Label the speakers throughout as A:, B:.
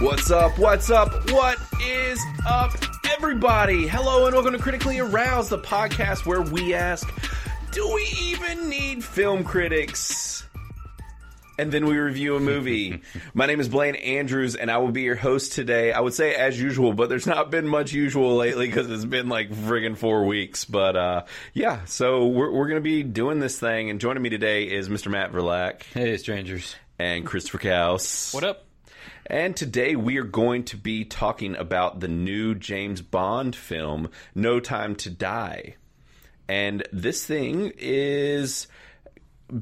A: What's up? What's up? What is up, everybody? Hello, and welcome to Critically Aroused, the podcast where we ask, do we even need film critics? And then we review a movie. My name is Blaine Andrews, and I will be your host today. I would say as usual, but there's not been much usual lately because it's been like friggin' four weeks. But uh, yeah, so we're, we're going to be doing this thing. And joining me today is Mr. Matt Verlack
B: Hey, strangers.
A: and Christopher Kaus.
C: What up?
A: And today we are going to be talking about the new James Bond film, No Time to Die. And this thing is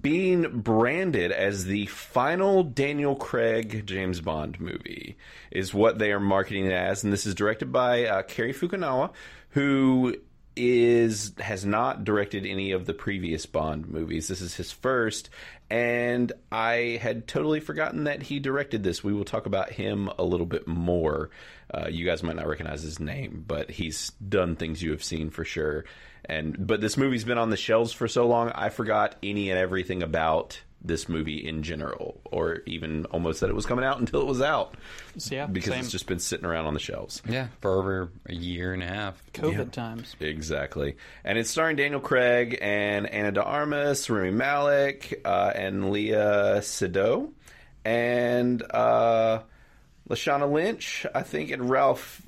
A: being branded as the final Daniel Craig James Bond movie, is what they are marketing it as. And this is directed by uh, Kerry Fukunawa, who is has not directed any of the previous Bond movies. This is his first, and I had totally forgotten that he directed this. We will talk about him a little bit more. Uh, you guys might not recognize his name, but he's done things you have seen for sure. And but this movie's been on the shelves for so long, I forgot any and everything about this movie in general, or even almost that it was coming out until it was out.
C: Yeah,
A: because
C: same.
A: it's just been sitting around on the shelves.
B: Yeah, for over a year and a half.
C: COVID times.
A: Exactly. And it's starring Daniel Craig and Anna de Armas, Rami Malik, uh, and Leah Sado, and uh, Lashana Lynch, I think, and Ralph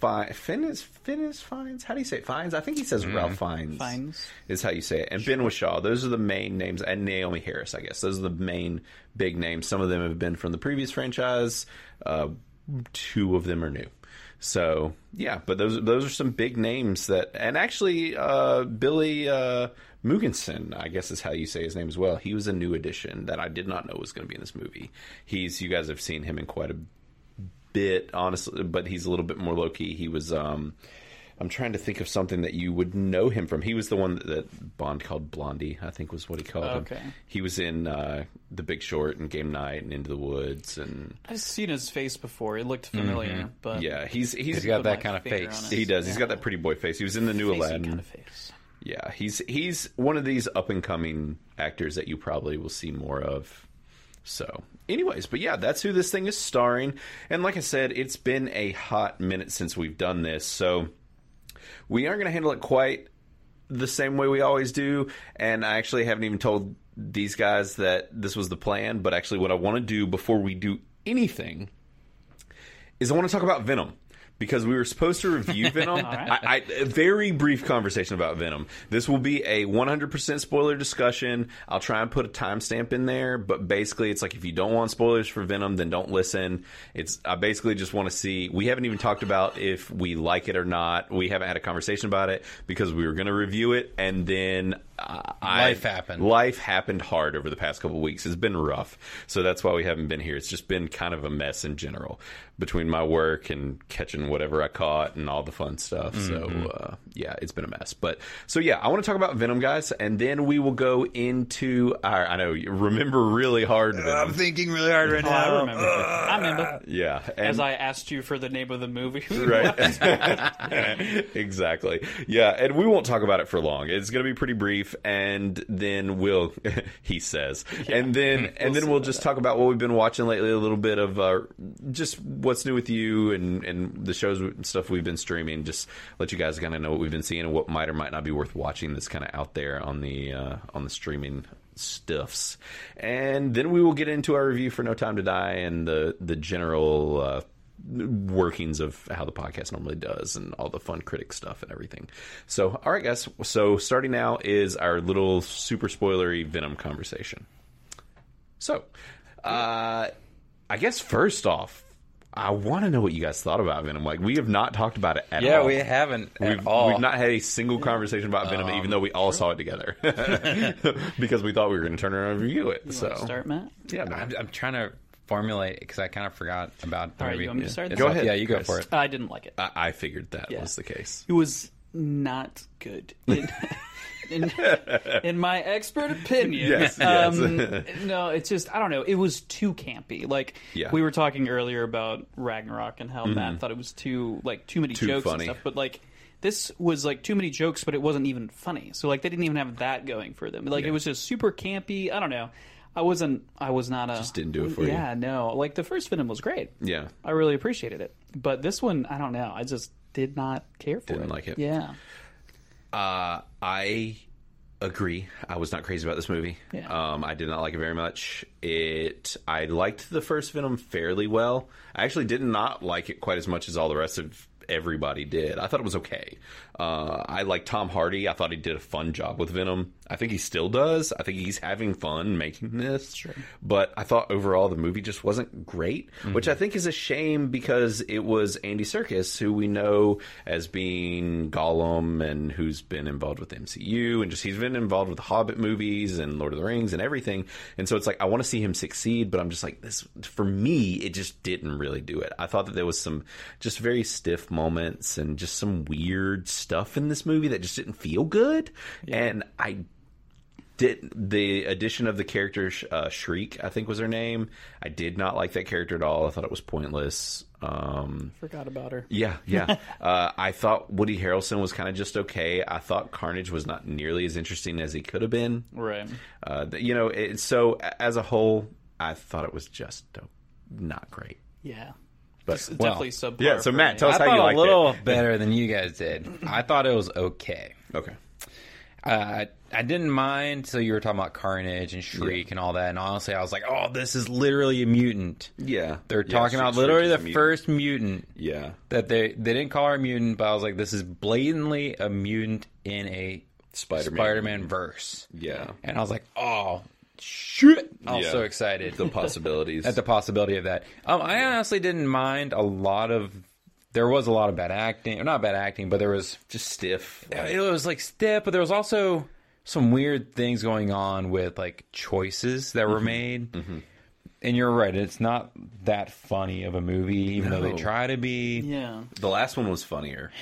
A: Fi- Finnes, Finnes Fines? How do you say it? Fines? I think he says Ralph Fines.
C: Mm-hmm. Fiennes.
A: Is how you say it. And Ben Whishaw. Those are the main names. And Naomi Harris, I guess. Those are the main big names. Some of them have been from the previous franchise. Uh, two of them are new. So yeah, but those those are some big names that, and actually uh, Billy uh, Mugensen, I guess is how you say his name as well. He was a new addition that I did not know was going to be in this movie. He's you guys have seen him in quite a bit, honestly, but he's a little bit more low key. He was um, I'm trying to think of something that you would know him from. He was the one that, that Bond called Blondie, I think was what he called
C: Okay.
A: him. He was in uh, The Big Short and Game Night and Into the Woods and
C: I've seen his face before. It looked familiar, but
A: Mm-hmm. yeah, he's he's,
B: He's got
C: Put
B: that
C: my
B: kind of
C: finger
B: face.
C: on it.
A: He does. He's got that pretty boy face. He was in the new
C: facey
A: Aladdin.
C: kind of face.
A: Yeah, he's he's one of these up and coming actors that you probably will see more of. So, anyways, but yeah, that's who this thing is starring. And like I said, it's been a hot minute since we've done this, so we aren't going to handle it quite the same way we always do. And I actually haven't even told these guys that this was the plan. But actually, what I want to do before we do anything is I want to talk about Venom because we were supposed to review Venom. I, I, a very brief conversation about Venom. This will be a 100% spoiler discussion. I'll try and put a timestamp in there, but basically, it's like if you don't want spoilers for Venom, then don't listen. It's I basically just want to see. We haven't even talked about if we like it or not. We haven't had a conversation about it because we were going to review it, and then uh,
B: Life happened.
A: Life happened hard over the past couple weeks. It's been rough. So that's why we haven't been here. It's just been kind of a mess in general between my work and catching whatever I caught and all the fun stuff. So, uh, yeah, it's been a mess. But so, yeah, I want to talk about Venom, guys, and then we will go into our. I know you remember really hard. Venom.
B: thinking really hard right
C: Oh, I remember. I remember.
A: yeah. And,
C: As I asked you for the name of the movie.
A: right exactly yeah and we won't talk about it for long it's going to be pretty brief and then we'll he says and then and then we'll just talk about what we've been watching lately a little bit of uh, just what's new with you and and the shows and stuff we've been streaming just let you guys kind of know what we've been seeing and what might or might not be worth watching that's kind of out there on the uh, on the streaming stuffs and then we will get into our review for no time to die and the the general uh, workings of how the podcast normally does and all the fun critic stuff and everything. So, all right, guys. So, starting now is our little super spoilery Venom conversation. So, uh, I guess first off, I want to know what you guys thought about Venom. Like, we have not talked about it at all.
B: Yeah, we haven't at
A: We've,
B: all. Um,
A: we've not had a single conversation about Venom, even though we all saw it together, because we thought we were going to turn around and review it. so,
C: Start, Matt.
A: yeah, man.
B: I'm, I'm trying to formulate because I kind of forgot about the
C: All right,
B: movie.
C: you want me to start?
B: It's
C: Go
B: up-
A: ahead,
B: Yeah, you go
A: Chris.
B: for it.
C: I didn't like it.
A: I, I figured that was the case.
C: It was not good. In, in, in my expert opinion,
A: Yes,
C: um, no, it's just I don't know. It was too campy. Like
A: Yeah. Mm-hmm.
C: we were talking earlier about Ragnarok and how Matt thought it was too like too many
A: Too
C: jokes
A: funny.
C: and stuff. But like this was like too many jokes, but it wasn't even funny. So like they didn't even have that going for them. Like it was just super campy. I don't know. I wasn't. I was not a. Just
A: didn't do it for you.
C: Yeah, no. Like the first Venom was great.
A: Yeah.
C: I really appreciated it, but this one, I don't know. I just did not care for
A: Didn't
C: it.
A: like it.
C: Yeah.
A: Uh, I agree. I was not crazy about this movie.
C: Yeah.
A: Um, I did not like it very much. It. I liked the first Venom fairly well. I actually did not like it quite as much as all the rest of everybody did. I thought it was okay. Uh, I like Tom Hardy. I thought he did a fun job with Venom. I think he still does. I think he's having fun making this. Sure. But I thought overall the movie just wasn't great, which I think is a shame because it was Andy Serkis who we know as being Gollum and who's been involved with MCU and just he's been involved with the Hobbit movies and Lord of the Rings and everything. And so it's like I want to see him succeed, but I'm just like this for me it just didn't really do it. I thought that there was some just very stiff moments and just some weird stuff in this movie that just didn't feel good and I did the addition of the character Sh- uh, Shriek, I think was her name. I did not like that character at all. I thought it was pointless. Um,
C: Forgot about her.
A: yeah, yeah. uh, I thought Woody Harrelson was kind of just okay. I thought Carnage was not nearly as interesting as he could have been.
C: Right.
A: Uh, th- you know, it, so a- as a whole, I thought it was just uh, not great.
C: Yeah.
A: But
C: It's
B: Well,
C: definitely subpar.
A: yeah, so
C: for
A: Matt,
C: me.
A: tell us-
B: I
A: That's how you
B: thought a
A: liked
B: little better than you guys did. I thought it was okay.
A: okay,
B: Uh, I didn't mind. So you were talking about Carnage and Shriek and all that, and honestly, I was like, "Oh, this is literally a mutant."
A: yeah,
B: They're
A: Yeah,
B: talking about
A: Shriek-
B: literally
A: Shriek is
B: the
A: a mutant.
B: first mutant
A: Yeah,
B: that they they didn't call her a mutant, but I was like, "This is blatantly a mutant in a
A: Spider-Man.
B: Spider-Man verse."
A: yeah.
B: And I was like, "Oh shit!" I was
A: Yeah.
B: so excited
A: The possibilities.
B: at the possibility of that. Um, I honestly didn't mind a lot of. There was a lot of bad acting, not bad acting, but there was
A: just stiff.
B: it was like stiff, but there was also some weird things going on with like choices that
A: Mm-hmm.
B: were made. And you're right; it's not that funny of a movie, even though
A: No.
B: they try to be. Yeah.
C: Yeah.
A: The last one was funnier.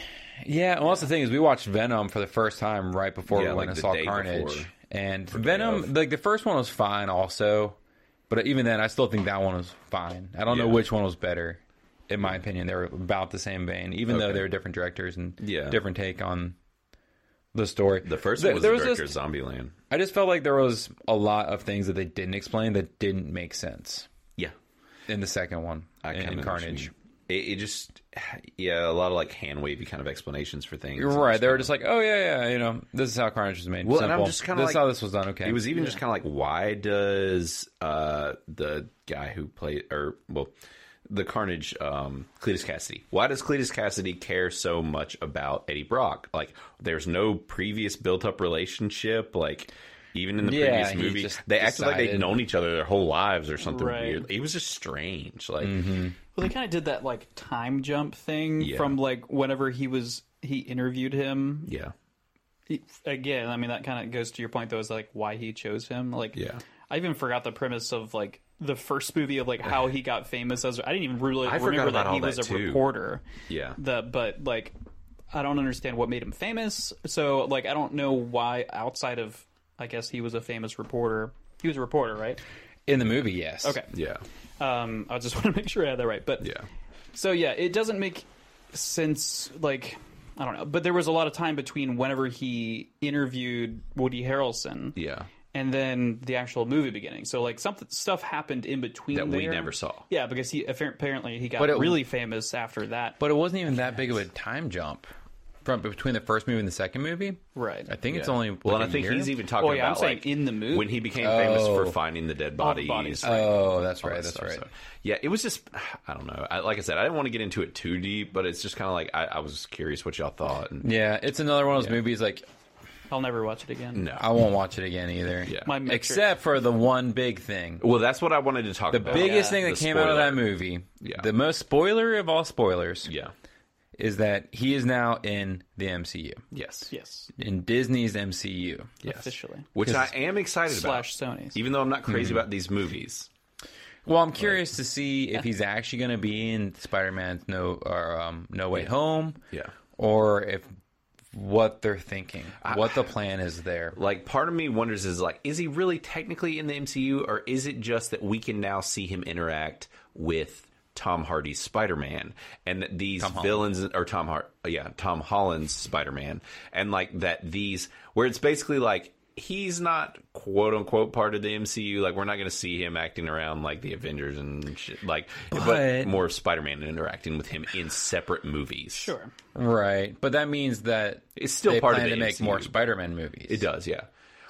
B: and also the thing is, we watched Venom for the first time right before
A: Yeah,
B: we
A: like
B: went and
A: the
B: saw
A: day
B: Carnage.
A: before.
B: and Venom,
A: of.
B: like the first one was fine, also, but even then, I still think that one was fine. I don't know
A: Yeah.
B: which one was better. In my opinion, they were about the same vein, even though
A: Okay.
B: they were different directors and
A: Yeah.
B: different take on the story.
A: The first
B: There-
A: one was
B: there
A: the
B: this-
A: director of Zombieland.
B: I just felt like there was a lot of things that they didn't explain that didn't make sense
A: Yeah,
B: in the second one
A: I
B: in,
A: kinda know what you
B: Carnage.
A: mean. It, it just, yeah, a lot of like hand wavy kind of explanations for things.
B: You're right. They were just like, oh yeah, yeah, you know, this is how Carnage was made.
A: Well, and I'm
B: Simple.
A: just kinda
B: this is
A: like-
B: how this was done. Okay,
A: It was even just kind of like, why does uh, the guy who played, or well, the Carnage, um, Cletus Cassidy? Why does Cletus Cassidy care so much about Eddie Brock? Like, there's no previous built-up relationship. Like, even in the
B: Yeah,
A: previous
B: he
A: movie,
B: just
A: they acted like they'd
B: decided-
A: known each other their whole lives or something
C: Right. Mm-hmm.
A: weird. It was just strange. Like,
C: Well, they kind of did that like time jump thing
A: Yeah.
C: from like whenever he was he interviewed him.
A: yeah,
C: He- again, I mean that kind of goes to your point though, is like why he chose him. Like,
A: Yeah.
C: I even forgot the premise of like the first movie of like how he got famous as I didn't even really
A: I forgot
C: remember
A: about
C: that he
A: all
C: was
A: that,
C: a
A: too.
C: reporter.
A: yeah.
C: The but like I don't understand what made him famous. So like I don't know why outside of I guess he was a famous reporter. He was a reporter, right?
B: in the movie. Yes.
C: Okay.
A: yeah,
C: Um, I just want to make sure I had that right. But
A: yeah.
C: so yeah, it doesn't make sense. Like I don't know, but there was a lot of time between whenever he interviewed Woody Harrelson,
A: Yeah.
C: and then the actual movie beginning. So like something stuff happened in between
A: That we
C: there.
A: never saw.
C: Yeah, because he apparent- apparently he got
B: But it-
C: really famous after that.
B: But it wasn't even that big of a time jump from between the first movie and the second movie.
C: right.
B: I think it's
A: Yeah.
B: only
A: well,
B: like
A: and I
B: a
A: think
B: year?
A: he's even talking
C: Oh, yeah, I'm
A: about
C: saying
A: like
C: in the movie.
A: when he became famous for
B: Oh.
A: finding the dead
C: the
A: bodies.
C: bodies.
B: Oh, that's right.
A: and
B: That's
A: stuff,
B: right.
A: so- yeah, it was just I don't know. I, like I said, I didn't want to get into it too deep, but it's just kind of like I, I was curious what y'all thought. And
B: Yeah, it's another one of those movies. Like
C: I'll never watch it again.
A: no,
B: I won't watch it again either.
A: Yeah.
C: My metric-
B: Except for the one big thing.
A: well, that's what I wanted to talk
B: The
A: about.
B: biggest thing
A: The
B: that came out of
A: spoiler.
B: that movie,
A: Yeah.
B: the most spoiler of all spoilers,
A: Yeah.
B: is that he is now in the MCU,
A: Yes.
C: Yes,
B: in Disney's MCU.
A: Yes.
C: officially.
A: Which I am excited
C: slash
A: about,
C: Sony's.
A: even though I'm not
B: Mm-hmm.
A: crazy about these movies.
B: Well, I'm curious to see if he's actually going to be in Spider-Man's No or um, No Way Home,
A: Yeah.
B: or if what they're thinking, what the plan is there.
A: Like, part of me wonders is like, is he really technically in the MCU, or is it just that we can now see him interact with Tom Hardy's Spider Man, and that these villains or Tom Hart, yeah, Tom Holland's Spider Man, and like that these where it's basically like he's not quote unquote part of the MCU. Like we're not going to see him acting around like the Avengers and shit. Like, but,
B: But-
A: more of Spider-Man interacting with him in separate movies.
C: Sure.
B: Right, but that means that
A: It's still
B: they
A: part of
B: plan
A: the
B: to make more
A: MCU.
B: Spider-Man movies.
A: it does. Yeah,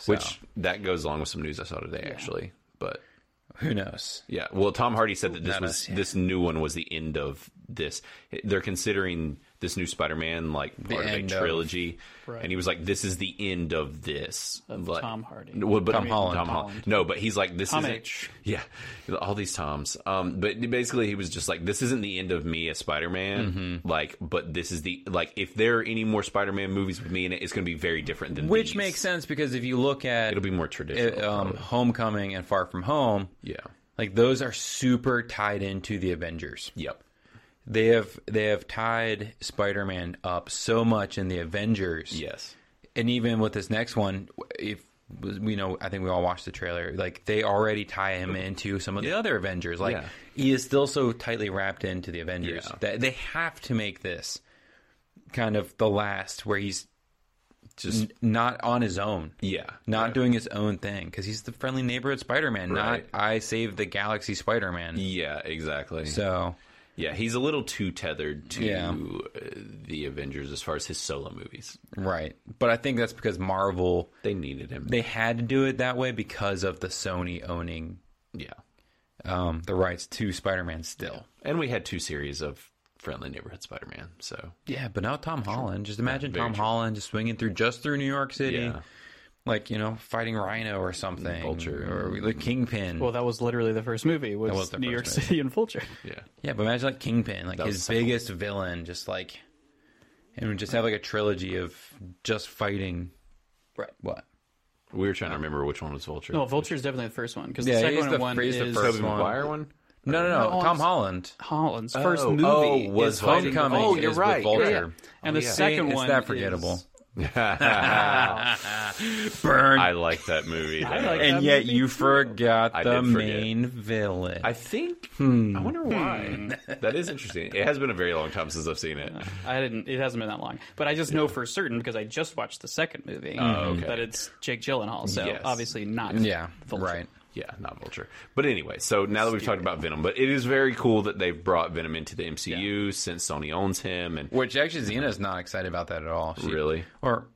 A: which that goes along with some news I saw today actually. But
B: Who knows?
A: yeah, well, Tom Hardy said that this
B: Not
A: was
B: us, yeah.
A: this new one was the end of this. They're considering this new Spider-Man like part of a
B: end of-
A: trilogy,
C: Right.
A: and he was like, "This is the end of this."
C: Of
A: Like-
C: Tom Hardy.
A: Well, but
B: Tom Holland.
A: Tom Holland. No, but he's like, "This
C: Tom
A: isn't."
C: H.
A: Yeah, all these Toms. Um, but basically, he was just like, "This isn't the end of me as Spider-Man." Like, but this is the like, if there are any more Spider-Man movies with me in it, it's going to be very different than
B: Which
A: these.
B: makes sense because if you look at
A: It'll be more
B: uh,
A: traditional.
B: um, Homecoming and Far From Home,
A: yeah.
B: like those are super tied into the Avengers.
A: Yep.
B: They have they have tied Spider-Man up so much in the Avengers.
A: Yes.
B: and even with this next one, if you know, I think we all watched the trailer. Like they already tie him into some of the other Avengers. Like
A: Yeah.
B: he is still so tightly wrapped into the Avengers
A: Yeah.
B: that they have to make this kind of the last where he's
A: Just
B: not on his own,
A: yeah.
B: not doing his own thing because he's the friendly neighborhood Spider-Man,
A: Right.
B: not I save the galaxy Spider-Man.
A: Yeah. Exactly.
B: So
A: Yeah, he's a little too tethered to
B: Yeah.
A: uh, the Avengers as far as his solo movies.
B: right, but I think that's because Marvel
A: They needed him.
B: they had to do it that way because of the Sony owning
A: yeah.
B: um, the rights to Spider-Man still.
A: And we had two series of friendly neighborhood Spider-Man, so
B: Yeah, but now Tom Holland. Just imagine
A: very
B: Tom
A: true.
B: Holland just swinging through just through New York City,
A: yeah.
B: like you know, fighting Rhino or something,
A: Vulture.
B: or the Kingpin.
C: Well, that was literally the first movie was,
B: was the first
C: New York
B: movie.
C: City and Vulture.
A: Yeah.
B: yeah, but imagine like Kingpin, like
A: was
B: his
A: simple.
B: biggest villain, just like, and we just have like a trilogy of just fighting.
C: Right.
B: What?
A: We were trying to remember which one was Vulture.
C: No, Vulture is definitely the first one because
B: Yeah,
C: the
B: he's the-
C: second one, one
B: he's the
C: is
B: first
A: Tobey
B: one.
A: Maguire one?
B: No, no, no.
C: No,
B: Tom
C: it's-
B: Holland.
C: Holland's first movie.
A: oh, was
C: is Fighting the
B: Homecoming.
A: Oh,
C: Vulture.
A: you're
B: is
A: right.
B: With Vulture.
A: Yeah,
C: and the
A: yeah.
C: second
B: See, Oh, it's
C: one
B: that
C: is-
B: forgettable. Burn.
A: I like that movie.
C: I
A: though.
C: like
B: and
C: that
B: yet
C: movie
B: you forgot
A: I
B: the
A: did forget.
B: main villain.
A: I think
B: Hmm.
A: I wonder
B: Mm.
A: why. that is interesting. It has been a very long time since I've seen it.
C: I didn't. It hasn't been that long, but I just know for certain because I just watched the second movie
A: okay.
C: that it's Jake Gyllenhaal. So
A: Yes.
C: obviously not.
B: Oh, yeah,
C: Vulture.
B: right.
A: Yeah, not Vulture. But anyway, so now that we've talked about Venom, but it is very cool that they've brought Venom into the MCU since Sony owns him and
B: Which actually Xena's not excited about that at all. She-
A: Really?
B: Or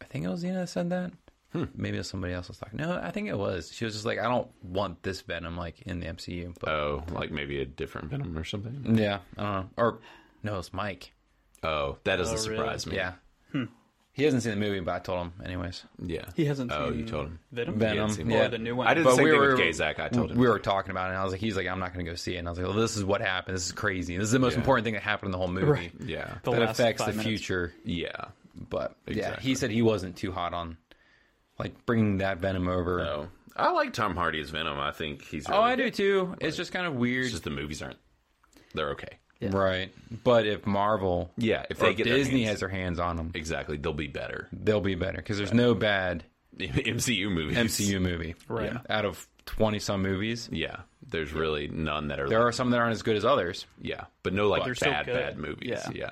B: I think it was Xena that said that.
A: Hmm.
B: Maybe it was somebody else was talking. No, I think it was. She was just like, I don't want this Venom like in the MCU. But
A: Oh, like maybe a different Venom or something.
B: yeah, I don't know. Or no, it's Mike.
A: Oh, that doesn't
C: Oh, really?
A: surprise me.
B: Yeah.
C: Hmm.
B: He hasn't seen the movie, but I told him anyways.
A: yeah.
C: He hasn't.
A: Oh,
C: seen
A: you told him.
C: Venom.
B: Venom,
A: seen
B: yeah.
C: Or the new one.
A: I did the
B: But
A: same
B: we
A: thing
B: were-
A: with Gayzak. I told him.
B: We were talking about it, and I was like, he's like, I'm not going to go see it. And I was like, well, this is what happened. This is crazy. This is the most
A: Yeah.
B: important thing that happened in the whole movie.
C: Right.
A: yeah,
C: The
B: That
C: last
B: affects the
C: five minutes.
B: future.
A: yeah.
B: But yeah,
A: Exactly.
B: he said he wasn't too hot on like bringing that Venom over.
A: Oh, I like Tom Hardy as Venom. I think he's. Really
B: Oh, I
A: good.
B: do too. It's just kind of weird,
A: It's just the movies aren't. They're okay.
C: Yeah.
B: right? But if Marvel,
A: Yeah, if
B: or
A: they
B: if
A: get
B: Disney
A: their hands,
B: has their hands on them,
A: exactly, they'll be better.
B: they'll be better because there's no bad
A: MCU movies.
B: MCU movie.
C: Right.
B: Yeah. Out of twenty some movies,
A: Yeah, there's really none that are.
B: there are some that aren't as good as others.
A: yeah, but no like
C: They're
A: bad
C: still good.
A: bad movies. Yeah,
C: Yeah.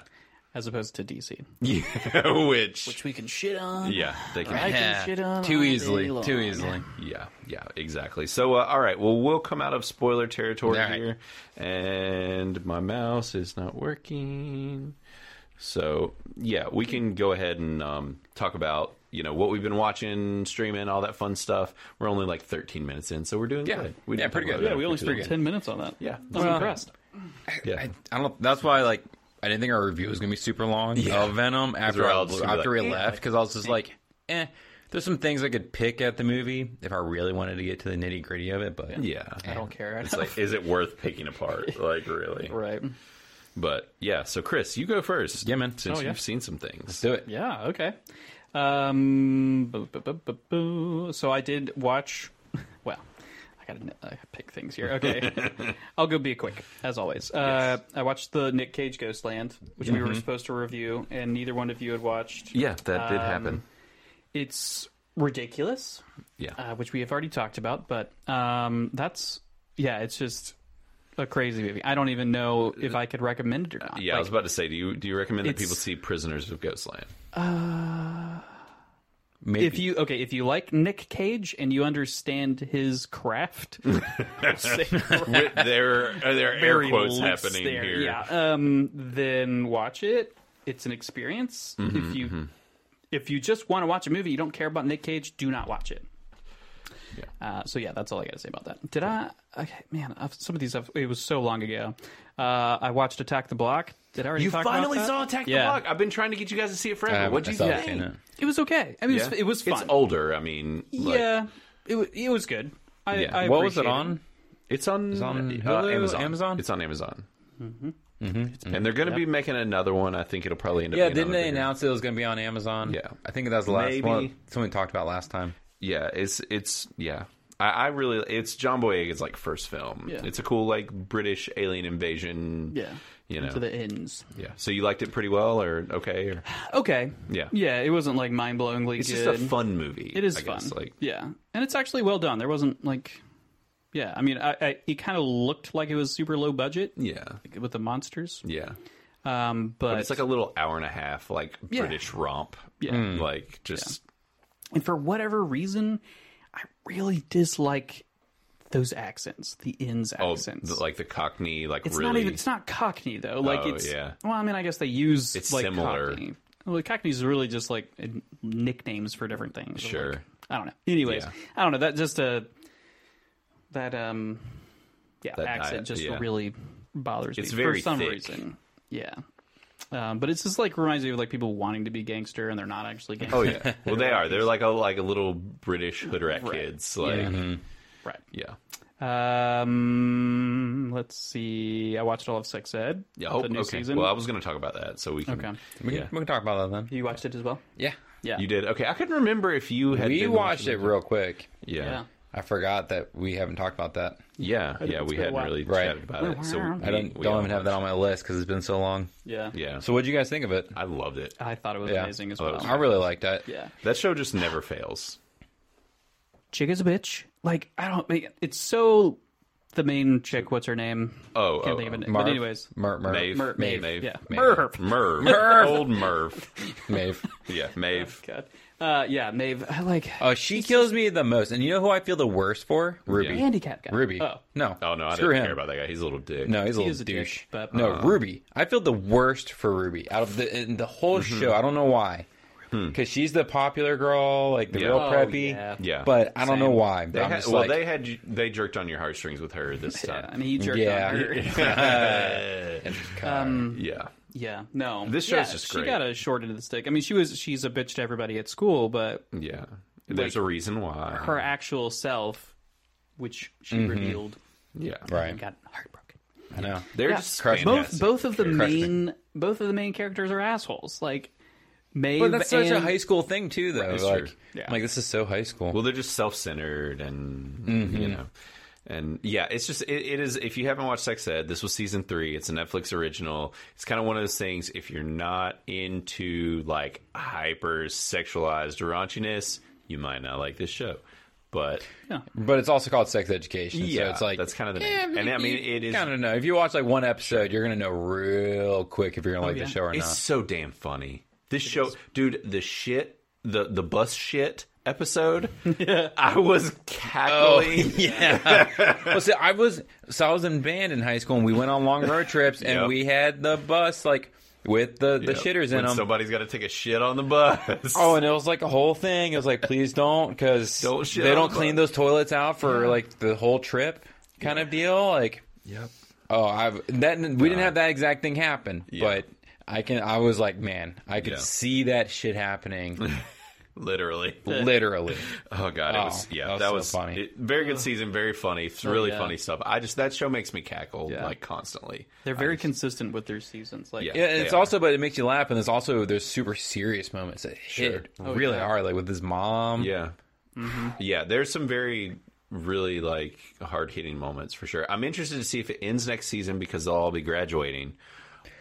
C: as opposed to DC,
A: yeah. which,
C: we can shit on.
A: yeah, they can.
C: I can shit on all
B: too
C: day
B: easily,
C: long.
B: too easily.
A: Yeah, yeah, exactly. So, uh, all right, well, we'll come out of spoiler territory
B: All right.
A: here, and my mouse is not working. So, yeah, we can go ahead and um, talk about you know what we've been watching, streaming, all that fun stuff. We're only like 13 minutes in, so we're doing
B: Yeah.
A: good. We
B: Yeah,
A: didn't
B: pretty
A: talk
B: good.
A: about
C: Yeah, we
A: that
C: only
A: for too
C: spent ten minutes on that.
A: Yeah.
C: I'm
A: Well,
C: impressed.
A: long.
B: I, I don't. That's why, like, I didn't think our review was gonna be super long.
A: Yeah.
B: Of Venom after
A: we're
B: I,
A: all just gonna
B: after
A: be
B: we
A: like, eh.
B: left because I was just like, eh. There's some things I could pick at the movie if I really wanted to get to the nitty gritty of it, but
A: Yeah,
C: I don't care.
A: It's like, is it worth picking apart? Like, really?
C: right.
A: But yeah, so Chris, you go first.
B: Yeah, man.
A: Since
C: Oh, yeah.
A: you've seen some things.
B: do it.
C: Yeah. Okay. Um. bu- bu- bu- bu- bu- So I did watch. Well, I gotta, I gotta pick things here. Okay. I'll go be quick as always. Uh, I watched the Nick Cage Ghostland, which we were supposed to review, and neither one of you had watched.
A: Mm-hmm. Yeah, that did happen.
B: Um,
C: happen. It's ridiculous,
A: Yeah,
C: uh, which we have already talked about. But um, that's yeah. It's just a crazy movie. I don't even know if I could recommend it or not.
A: yeah. I
C: Like,
A: was about to say, do you do you recommend that
C: it's-
A: people see Prisoners of Ghostland?
B: maybe
C: if you okay, if you like Nick Cage and you understand his craft, say
D: With there are there are air
C: very
D: quotes
C: loose
D: happening
C: there,
D: here.
C: Yeah. Um, then watch it. It's an experience.
A: Mm-hmm,
C: if you if you just want to watch a movie, you don't care about Nick Cage. Do not watch it. Uh, so yeah, that's all I got to say about that. Did I? Okay, man, I've, some of these I've, it was so long ago. Uh, I watched Attack the Block. Did I already?
A: You
C: talk
A: finally
C: about that?
A: saw Attack
C: Yeah.
A: the Block. I've been trying to get you guys to see it
B: I
A: forever.
B: haven't-
A: What'd you
B: I still
A: think?
B: haven't seen it.
C: It was okay. I mean, it, was,
A: Yeah?
C: it was fun.
A: It's older. I mean, like,
C: yeah, it, wa- it was good. I,
A: Yeah.
C: I
B: what was it
C: appreciate
B: on?
A: It's on,
B: on
A: uh,
B: Hulu,
A: Amazon.
B: Amazon?
A: It's on Amazon. Mm-hmm. And they're going to be making another one. I think it'll probably end up.
B: Yeah,
A: being
B: didn't
A: on over
B: they
A: here.
B: announce it was going to be on Amazon?
A: Yeah.
B: I think that was the last
A: Maybe.
B: one. Something we talked about last time.
A: Yeah, it's it's yeah. I, I really it's John Boyega's like first film.
C: Yeah.
A: It's a cool like British alien invasion.
C: Yeah.
A: you know.
C: To the ends.
A: yeah. So you liked it pretty well, or okay, or
C: Okay.
A: Yeah.
C: Yeah, it wasn't like mind blowingly
A: it's
C: good.
A: just a fun movie.
C: It is
A: I
C: fun.
A: guess, Like
C: yeah, and it's actually well done. There wasn't like, yeah, I mean, I, I it kind of looked like it was super low budget
A: yeah,
C: with the monsters,
A: yeah.
C: um, but,
A: But it's like a little hour and a half like
C: Yeah.
A: British romp.
C: Yeah.
B: Mm.
A: like just
C: and for whatever reason, I really dislike those accents, the ins
A: oh,
C: accents.
A: the- like the Cockney like
C: it's
A: really.
C: not even it's not Cockney though. Like
A: Oh,
C: it's
A: yeah.
C: well, I mean, I guess they use
A: It's
C: like
A: similar.
C: Cockney. Well, Cockney's really just like nicknames for different things.
A: Sure.
C: Like, I don't know. Anyways,
A: Yeah.
C: I don't know. That just uh that um yeah
A: That
C: accent
A: I-
C: just
A: yeah.
C: really bothers
A: It's
C: me
A: very
C: for some
A: thick.
C: reason. Yeah. Um, but it's just like reminds me of like people wanting to be gangster and they're not actually gangster.
A: oh yeah. Well, they are. They're like a like a little British hood rat kids. Like yeah.
B: Mm-hmm.
C: Right.
A: yeah.
C: Um, let's see. I watched all of Sex Ed.
A: Oh,
C: the new
A: okay.
C: season.
A: Well, I was going to talk about that, so we can.
C: Okay.
B: We can, we can talk about that then.
C: you watched it as well.
B: Yeah.
C: Yeah.
A: You did okay. I couldn't remember if you had.
B: We
A: been
B: watched
A: watching
B: it real quick.
A: Yeah.
C: Yeah.
B: I forgot that we haven't talked about that.
A: Yeah. Yeah.
C: it's
A: we
C: been a
A: hadn't
C: while.
A: really
B: Right.
A: chatted about it. So
C: I
B: I
A: we-
B: don't,
A: we
B: don't
A: all
B: even have that on my list because it's been so long.
C: Yeah.
A: watched it. Yeah.
B: So, what would you guys think of it?
A: I loved it.
C: I thought it was
B: Yeah.
C: amazing as
A: Oh, it
C: well.
A: was
B: I really liked it.
C: yeah.
A: That show just never fails.
C: Chick is a bitch. Like, I don't make it's so the main chick, what's her name?
A: Oh,
C: Can't
A: oh,
C: think of
A: oh.
C: it.
B: Marv,
C: But anyways.
B: Merv, Merv,
A: Maeve.
C: Mer-
A: Maeve.
C: Maeve,
A: Maeve.
C: yeah.
A: Merv. Merv. Old Merv.
B: Maeve.
A: Yeah. Maeve.
C: God. Uh yeah, Maeve. I like
A: Uh,
B: Oh, she kills me the most. And you know who I feel the worst for? Ruby.
A: Yeah.
C: handicap guy.
B: Ruby.
C: Oh.
B: No.
A: Oh no, I
B: Screw
A: didn't
B: him.
A: care about that guy. He's a little dick.
B: No, he's a
C: is
B: little
C: a dick,
B: douche.
C: but-
B: no, Ruby. I feel the worst for Ruby out of the in the whole show. I don't know why. Because she's the popular girl, like the
A: Hmm. Yeah.
B: real
A: Oh,
B: preppy.
C: yeah.
A: Yeah.
B: But I don't know why. But
A: They
B: I'm
A: had,
B: just
A: well,
B: like,
A: they had they jerked on your heartstrings with her this
C: Yeah,
A: time.
C: and he jerked
B: Yeah.
C: on her.
B: um,
A: Yeah.
C: Yeah, no.
A: This
C: yeah,
A: show's just
C: She
A: great.
C: got a short end of the stick. I mean, she was she's a bitch to everybody at school, but
A: Yeah. There's a reason why.
C: her actual self, which she revealed,
A: Mm-hmm. Yeah.
B: right.
C: got heartbroken.
B: I know.
A: They're
C: Yeah.
A: just
B: Crushed.
A: fantastic.
C: Both both of the
B: Crushed me.
C: main both of the main characters are assholes. Like Maeve
B: But that's such
C: and
B: a high school thing too, though.
A: it's
B: like,
A: true.
C: Yeah.
B: like this is so high school.
A: Well, they're just self-centered and
B: Mm-hmm.
A: you know, and yeah, it's just it, it is. If you haven't watched Sex Ed, this was season three. It's a Netflix original. It's kind of one of those things. If you're not into like hyper sexualized raunchiness, you might not like this show. But
B: but it's also called sex education.
A: yeah,
B: so it's like
A: that's kind of the name. and I mean, it is.
B: Kind of know. If you watch like one episode, you're gonna know real quick if you're gonna like
C: yeah.
B: the show or
A: It's
B: not.
A: so damn funny. This show, dude, the shit, the the bus shit episode. I was
B: Oh,
A: cackling.
B: yeah. well, see, I was so I was in band in high school, and we went on long road trips, and
A: Yep.
B: we had the bus like with the the
A: Yeah.
B: shitters in
A: When
B: them.
A: Somebody's got to take a shit on the bus.
B: Oh, and it was like a whole thing. It was like, please don't, because
A: Don't shit
B: they
A: on
B: don't
A: the
B: clean
A: bus.
B: those toilets out for like the whole trip, kind of deal. Like,
A: yep.
B: oh, I've that we didn't have that exact thing happen, but I can. I was like, man, I could
A: Yeah.
B: see that shit happening,
A: Literally.
B: literally.
A: Oh god, it
B: Oh,
A: was yeah,
B: that
A: that was,
B: was so funny.
A: it- very good season, very funny,
B: Oh,
A: it's really
C: yeah.
A: funny stuff. I just that show makes me cackle
C: Yeah.
A: like constantly.
C: They're very consistent with their seasons. Like,
A: Yeah.
B: Yeah, and it's
A: They are.
B: also, but it makes you laugh, and there's also there's super serious moments that hit really
C: Oh, yeah.
B: hard, like with his mom.
A: Yeah,
B: Mm-hmm.
A: yeah. There's some very really like hard hitting moments for sure. I'm interested to see if it ends next season because they'll all be graduating,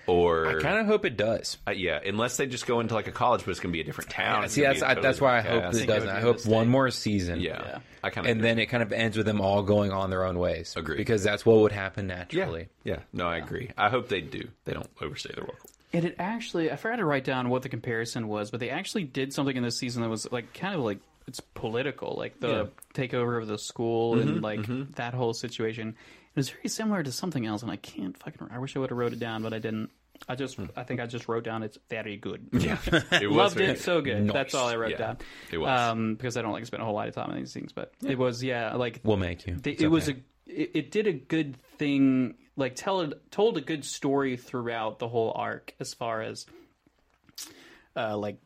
A: or
B: I kind of hope it does.
A: uh, yeah, unless they just go into like a college, but it's gonna be a different town. it's
B: See,
A: gonna be
B: that's
A: a
B: I,
A: totally
B: that's why I
A: different
B: hope
A: cast.
B: this doesn't.
C: would
B: I
C: be a
B: hope
C: mistake.
B: one more season.
A: Yeah,
C: Yeah.
A: I kind of
B: and then it kind of ends with them all going on their own ways.
A: Agreed.
B: Because that's what would happen
A: yeah,
B: naturally.
A: yeah. No, I agree. I hope they do. They don't overstay their welcome.
C: And it actually, I forgot to write down what the comparison was, but they actually did something in this season that was like kind of like it's political, like the takeover of the school and like that whole situation. It was very similar to something else, and I can't fucking. I wish I would have wrote it down, but I didn't. I just, I think I just wrote down it's very good. Yeah,
A: It
C: loved
A: very-
C: it so good. That's all I wrote
A: Yeah,
C: down.
A: it was.
C: um, because I don't like spend a whole lot of time on these things, but it was yeah, like
B: We'll make you.
C: they,
B: It's
C: it was a
B: okay.
C: it, it did a good thing like tell it told a good story throughout the whole arc as far as uh like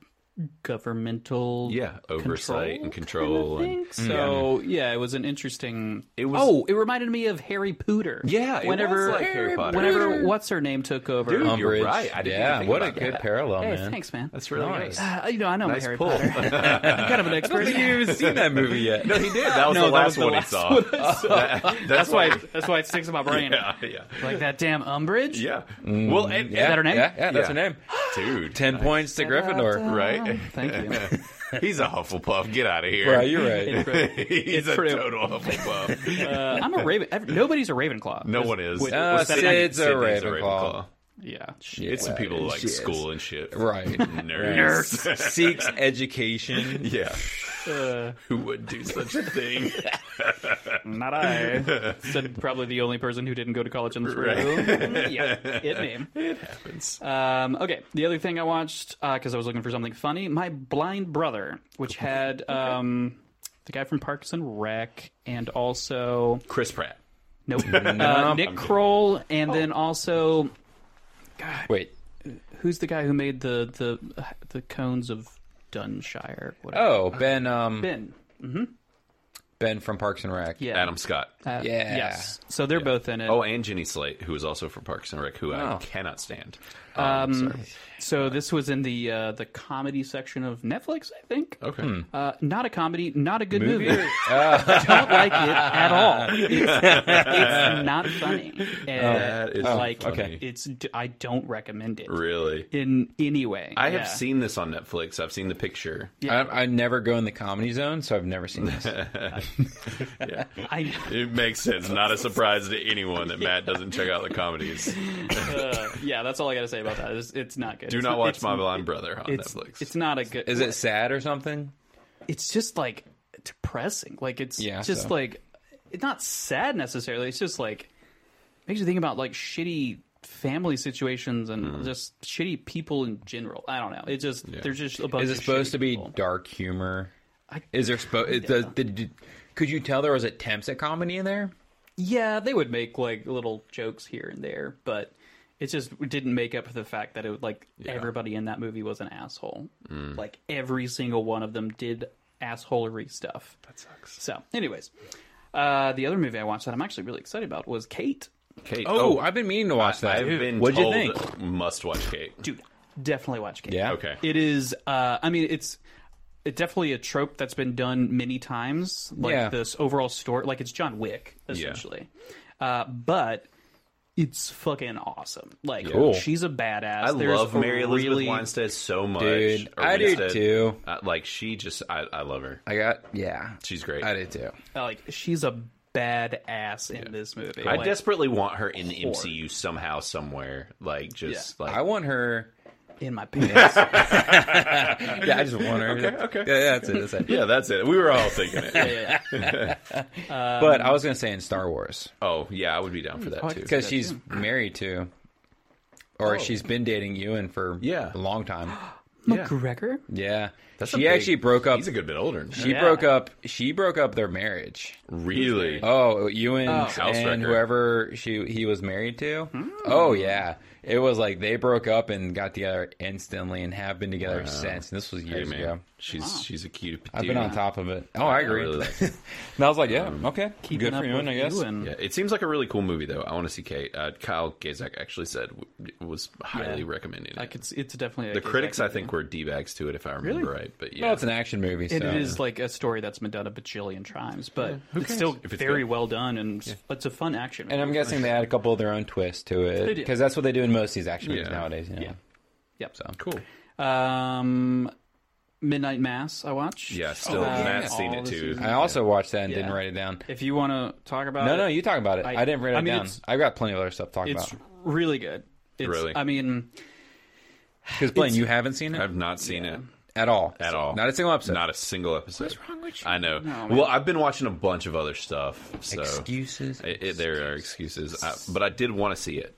C: governmental
A: Yeah, oversight and control
C: kind of
A: and- Mm,
C: thing. so yeah. it was an interesting
A: It was-
C: oh it reminded me of harry potter
A: Yeah, it was
C: whenever
A: like Harry Potter.
C: whenever what's her name took over
A: Dude,
C: Um,
A: you're
B: Umbridge.
A: right. I didn't
B: yeah,
A: even think
B: what a
A: about
B: good
A: that.
B: parallel,
C: hey
B: man.
C: thanks man
A: That's really
B: Nice.
A: nice.
C: uh, you know i know my
A: Nice
C: harry
A: pull.
C: potter i'm kind of an expert
B: even seen that movie yet.
A: No, he did. That was
C: No,
A: the
C: that
A: last
C: was the
A: one
C: last
A: he saw. That-
C: that's why that's why it sticks in my brain
A: Yeah, yeah,
C: like that damn umbridge
A: yeah. Well, and,
B: Is
C: that her name?
B: Mm, Yeah, yeah
A: Yeah.
B: that's her name.
A: dude,
B: Ten points to Gryffindor.
A: right?
C: thank you
A: He's a Hufflepuff. Get out of here.
B: Right, you're right.
A: He's a
C: true.
A: total Hufflepuff.
C: Uh, I'm a Raven. ev- Nobody's a Ravenclaw.
A: No one is.
C: Wait,
B: Uh,
C: was that
B: Sid's a
A: Sydney's
B: Ravenclaw.
C: Yeah.
A: It's some people like
B: Shit.
A: school and shit.
B: Right.
A: Nerds.
B: Seeks education.
A: Yeah.
C: Uh,
A: Who would do such a thing?
C: not I. Said probably the only person who didn't go to college in this room. yeah, it name. It happens. Um, okay, the other thing I watched because I was looking for something funny, my blind brother, which had um, the guy from Parks and Rec, and also
A: Chris Pratt.
C: nope, uh, Nick Kroll,
B: Oh.
C: and then also
B: Wait.
C: who's the guy who made the the the cones of Dunshire? Whatever.
B: Oh, Ben. Um, ben.
C: Ben.
B: from Parks and Rec.
C: Yeah.
A: Adam Scott.
C: Uh,
B: Yeah.
C: Yes. So they're both in it.
A: Oh, and Jenny Slate, who is also for Parks and Rec, who
B: Oh. Uh,
A: I cannot stand. Um, sorry.
C: so this was in the uh, the comedy section of Netflix, I think.
A: Okay.
B: hmm.
C: Uh, not a comedy, not a good movie.
B: Movie?
A: Oh.
C: Don't like it at all. It's, it's not funny. And
A: Oh, That is
C: like
A: funny.
C: it's d- I don't recommend it
A: Really?
C: in any way.
A: I have
C: Yeah.
A: seen this on Netflix. I've seen the picture.
B: I, I never go in the comedy zone, so I've never seen this.
C: I,
A: It makes sense. Not a surprise to anyone that Matt doesn't check out the comedies.
C: uh, yeah, that's all I got to say about that. It's, it's not good.
A: Do
C: It's-
A: not watch
C: it's-
A: My Blind Brother on
C: It's,
A: Netflix.
C: it's not a good.
B: Is it sad or something?
C: it's just like depressing. Like it's
B: Yeah,
C: just
B: so.
C: like it's not sad necessarily. It's just like makes you think about like shitty family situations and
B: Mm.
C: just shitty people in general. I don't know. It just there's just a bunch.
B: Is it
C: of
B: supposed
C: shitty
B: to be
C: people.
B: dark humor?
C: I-
B: Is there supposed? could you tell there was attempts at comedy in there?
C: Yeah, they would make like little jokes here and there, but it just didn't make up for the fact that it would like everybody in that movie was an asshole. Like every single one of them did assholery stuff. That sucks. So, anyways, uh, the other movie I watched that I'm actually really excited about was Kate.
A: Kate.
B: Oh, I've been meaning to watch that.
A: I've been
B: What'd
A: told
B: you think?
A: must watch Kate.
C: Dude, definitely watch Kate.
B: Yeah.
A: Okay.
C: It is. Uh, I mean, it's it definitely a trope that's been done many times. Like
B: Yeah.
C: this overall story, like it's John Wick essentially, uh, but it's fucking awesome. Like
B: Cool.
C: she's a badass.
A: I
C: There's
A: love Mary Elizabeth
C: really-
A: Winstead so much.
B: Dude,
A: Or
B: I do
A: Winstead.
B: too.
A: Uh, like she just, I, I love her.
B: I got yeah.
A: She's great.
B: I did too.
C: Like she's a badass in this movie.
A: I
C: Like,
A: desperately want her in the MCU somehow, somewhere. Like just like
B: I want her.
C: in my pants.
B: Yeah, I just want her. okay, okay. Yeah, that's it. That's it.
A: yeah, that's it. We were all thinking it.
C: Yeah.
B: But I was gonna say in Star Wars
A: oh yeah, I would be down for that
C: Oh, I
A: too.
C: could
B: because
C: Yeah,
B: she's married to, or she's been dating Ewan for
A: Yeah.
B: a long time.
C: McGregor.
B: Yeah,
A: That's a
B: she
A: big-
B: actually broke up.
A: He's a good bit older. than
B: she
A: She
C: Yeah.
B: broke up. She broke up their marriage.
A: really.
B: Oh, Ewan
A: Housewrecker.
B: and whoever she he was married to. Oh yeah, it was like they broke up and got together instantly and have been together since. And this was
A: Hey,
B: years
A: man,
B: ago.
A: she's she's a cute.
B: I've
A: dude.
B: been on top of it. Oh, I agree.
A: really like
B: and I was like, yeah, okay,
C: Keeping
B: good for
C: up
B: Ewan,
C: with
B: I guess.
C: Ewan.
A: Yeah, it seems like a really cool movie though. I want to see Kate. Uh, Kyle Gazak actually said w- was highly recommending it.
C: Like it's it's definitely a
A: the
C: Kate
A: critics, I
C: Beckinsale.
A: think, were d bags to it if I remember right. But yeah,
B: Well, it's an action movie, so
C: And it is like a story that's been done a bajillion times, but it's still
A: If it's
C: very
A: good.
C: well done and it's a fun action.
B: And uh, I'm guessing they add a couple of their own twists to
C: They
B: it
C: do.
B: because that's what they do in most of these action movies
A: Yeah.
B: nowadays. You know?
C: Yeah. Yep.
A: cool.
C: Um, Midnight Mass. I watched.
A: Yeah, still
C: Uh,
A: Matt's seen
C: all
A: it
C: the
A: too.
C: seasons.
B: I also watched that and
C: Yeah.
B: didn't write it down.
C: If you want to talk about
B: Uh, No,
C: it,
B: no, you talk about it.
C: Uh, I-
B: I, didn't write
C: I
B: it
C: mean,
B: down.
C: it's-
B: I've got plenty of other stuff to talk
C: it's
B: about.
C: really good. It's,
A: Really?
C: I mean,
B: Because Blaine, you haven't seen it
A: I've not seen it
B: at all.
A: at all.
B: Not a single episode.
A: Not a single episode. What's
B: wrong with you?
A: I know.
C: man.
A: well, I've been watching a bunch of other stuff. So
B: Excuses.
A: It, it- there are excuses, I, but I did want to see it.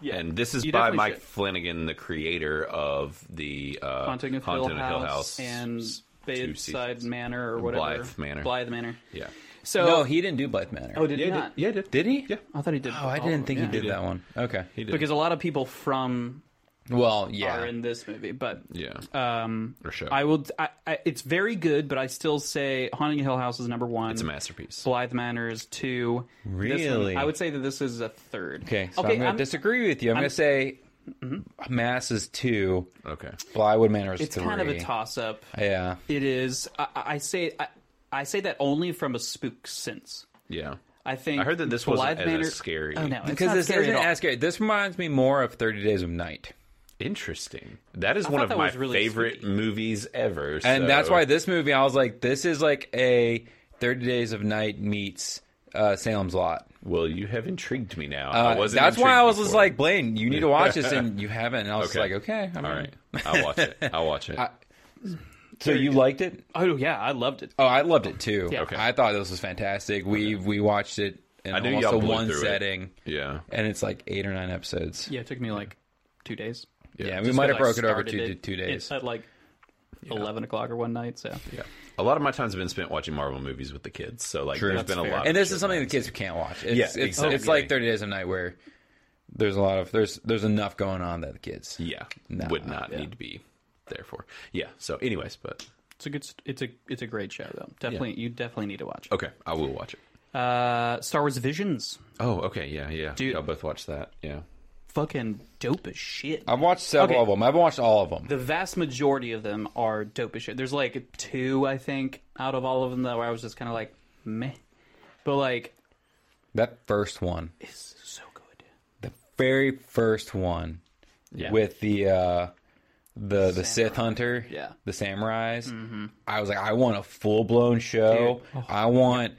C: Yeah.
A: And this is
C: You
A: by
C: definitely
A: Mike
C: should.
A: Flanagan, the creator of the uh,
C: Haunting of Hill,
A: Haunting
C: House,
A: House
C: and
A: s- two
C: Bedside
A: seasons.
C: Manor or whatever.
A: Blythe Manor.
C: Blythe Manor.
A: Yeah.
C: So
B: no, he didn't do Blythe Manor.
C: oh, did
A: Yeah,
C: he
A: he did.
C: not?
A: Yeah, he did.
B: did he?
A: Yeah.
C: I thought he did.
B: Oh, I
C: all of
B: didn't
C: them,
B: think
C: yeah.
B: he did that one. Okay.
A: He did.
C: Because a lot of people from
B: Well, yeah.
C: are in this movie, but
A: yeah.
C: um,
A: Or show.
C: I will. I, I, it's very good, but I still say Haunting of Hill House is number one.
A: it's a masterpiece.
C: Blythe Manor is two. This one-
B: Really?
C: I would say that this is a third.
B: okay. So I'm going
C: I'm- Mm-hmm.
B: to disagree with you. I'm, going to say Mass is two,
A: Okay.
B: Blywood Manor is
C: It's
B: three.
C: kind of a toss up.
B: Yeah.
C: It is. I, I I say. I, I say that only from a spook sense.
A: Yeah.
C: I think
A: I heard that this
C: Blythe
A: wasn't as
C: Manor,
A: scary.
C: Oh no,
B: Because this
C: scary
B: isn't
C: at all.
B: as scary. This reminds me more of Thirty Days of Night,
A: Interesting. That is
C: I
A: one
C: thought
A: of
C: that
A: my
C: was really
A: favorite
C: spooky.
A: movies ever.
B: and
A: so-
B: that's why this movie I was like, this is like a Thirty Days of Night meets uh, Salem's Lot.
A: Well, you have intrigued me now.
B: Uh,
A: I wasn't
B: that's why I
A: intrigued
B: was just
A: before.
B: like, Blaine, you need to watch this, and you haven't. And I was
A: Okay.
B: like, okay, I'm
A: all right, I'll watch it. I'll watch it.
B: So you liked it?
C: Oh yeah, I loved it.
B: Oh, I loved it too.
C: Yeah.
B: Okay. I thought this was fantastic. We we watched it in
A: I knew
B: almost
A: y'all
B: a
A: blew
B: one
A: through it.
B: setting,
A: yeah.
B: and it's like eight or nine episodes.
C: Yeah, it took me like two days.
B: Yeah, we
C: Just
B: might have
C: 'cause I
B: broken it over
C: started
B: two
C: it
B: two days.
C: at- at like eleven o'clock or one night. So
A: Yeah. A lot of my time's been spent watching Marvel movies with the kids, so like there's
B: That's
A: been a
C: fair.
A: lot.
B: and
A: of
B: this
A: shit
B: is something the
A: that-
B: kids can't watch. It's,
A: Yeah,
B: it's, it's
A: exactly.
B: like Thirty Days of Night where there's a lot of there's there's enough going on that the kids.
A: yeah would not need to be. Therefore, yeah. So, anyways, but
C: it's a good. st- It's a it's a great show though. Definitely, you definitely need to watch.
A: okay, I will watch it.
C: Uh, Star Wars Visions,
A: Oh, okay, yeah, yeah.
C: Dude.
A: Y'all both watch that, yeah.
C: fucking dope as shit.
B: I've watched several
C: Okay.
B: of them. I've watched all of them.
C: the vast majority of them are dope as shit. There's like two, I think, out of all of them that where I was just kind of like meh, but like
B: that first one,
C: it's so good.
B: the very first one,
A: Yeah.
B: with the uh, the the Sith hunter,
C: Yeah.
B: the samurais. I was like, I want a full blown show. I want,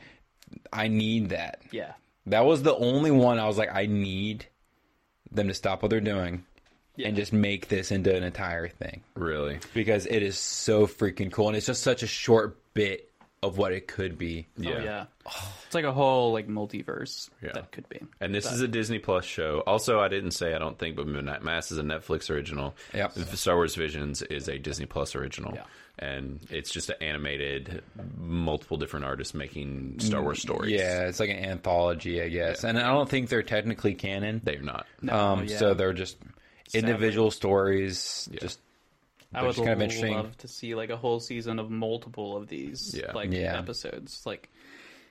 B: I need that.
C: Yeah, Oh,
B: That was the only one I was like, I need them to stop what they're doing and just make this into an entire thing
A: Really,
B: because it is so freaking cool and it's just such a short bit of what it could be.
A: yeah.
C: yeah. Oh, yeah. It's like a whole like multiverse
A: Yeah.
C: that could be.
A: And this is a Disney Plus show. Also, I didn't say I don't think, but Midnight Mass is a Netflix original.
B: Yep.
A: Star Wars Visions is a Disney Plus original,
C: Yeah.
A: and it's just an animated, multiple different artists making Star Wars stories.
B: Yeah, it's like an anthology, I guess. And I don't think they're technically canon.
A: they're not.
B: um,
C: Oh, yeah.
B: so they're just individual stories. Just
C: I
B: They're
C: would
B: just kind of
C: love
B: interesting.
C: to see like a whole season of multiple of these
A: Yeah.
C: like
B: Yeah.
C: episodes. Like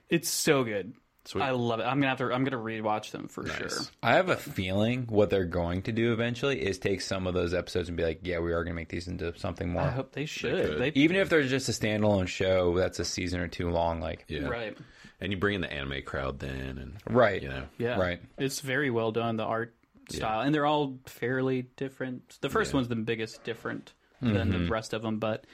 C: it's so good.
A: Sweet.
C: I love it. I'm gonna have to. I'm gonna rewatch them for sure.
A: Nice.
B: I have a feeling what they're going to do eventually is take some of those episodes and be like, yeah, we are going to make these into something more.
C: I hope they should.
A: could.
C: They,
B: Even if they're just a standalone show that's a season or two long, like
A: Yeah,
C: right.
A: And you bring in the anime crowd then, and
B: right,
A: you know,
C: Yeah.
B: Right.
C: It's very well done. The art style, and they're all fairly different. The first one's the biggest different than
B: Mm-hmm.
C: the rest of them, but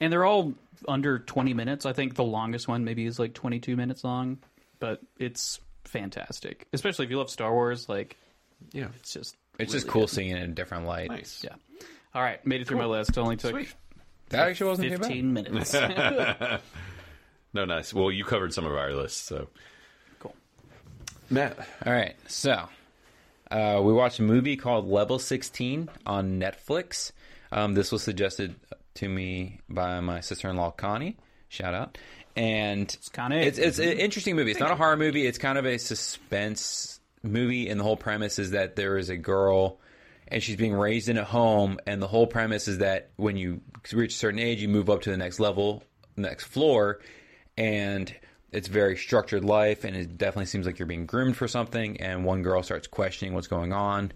C: and they're all under 20 minutes. I think the longest one maybe is like 22 minutes long, but it's fantastic. Especially if you love Star Wars, like
A: yeah,
C: it's just
B: it's just
C: really
B: cool seeing it in a different light.
A: nice.
C: Yeah. All right, made it through my list. Only took
A: Sweet.
B: That actually wasn't too bad.
C: 15 minutes.
A: No, nice. Well, you covered some of our lists, so
C: cool.
A: Matt,
B: All right, so uh, we watched a movie called Level 16 on Netflix. Um, this was suggested to me by my sister-in-law Connie. Shout out! And it's
C: Connie.
B: It's, it's an interesting movie. It's not a horror movie. It's kind of a suspense movie, and the whole premise is that there is a girl, and she's being raised in a home, and the whole premise is that when you reach a certain age, you move up to the next level, next floor, and it's very structured life and it definitely seems like you're being groomed for something and one girl starts questioning what's going on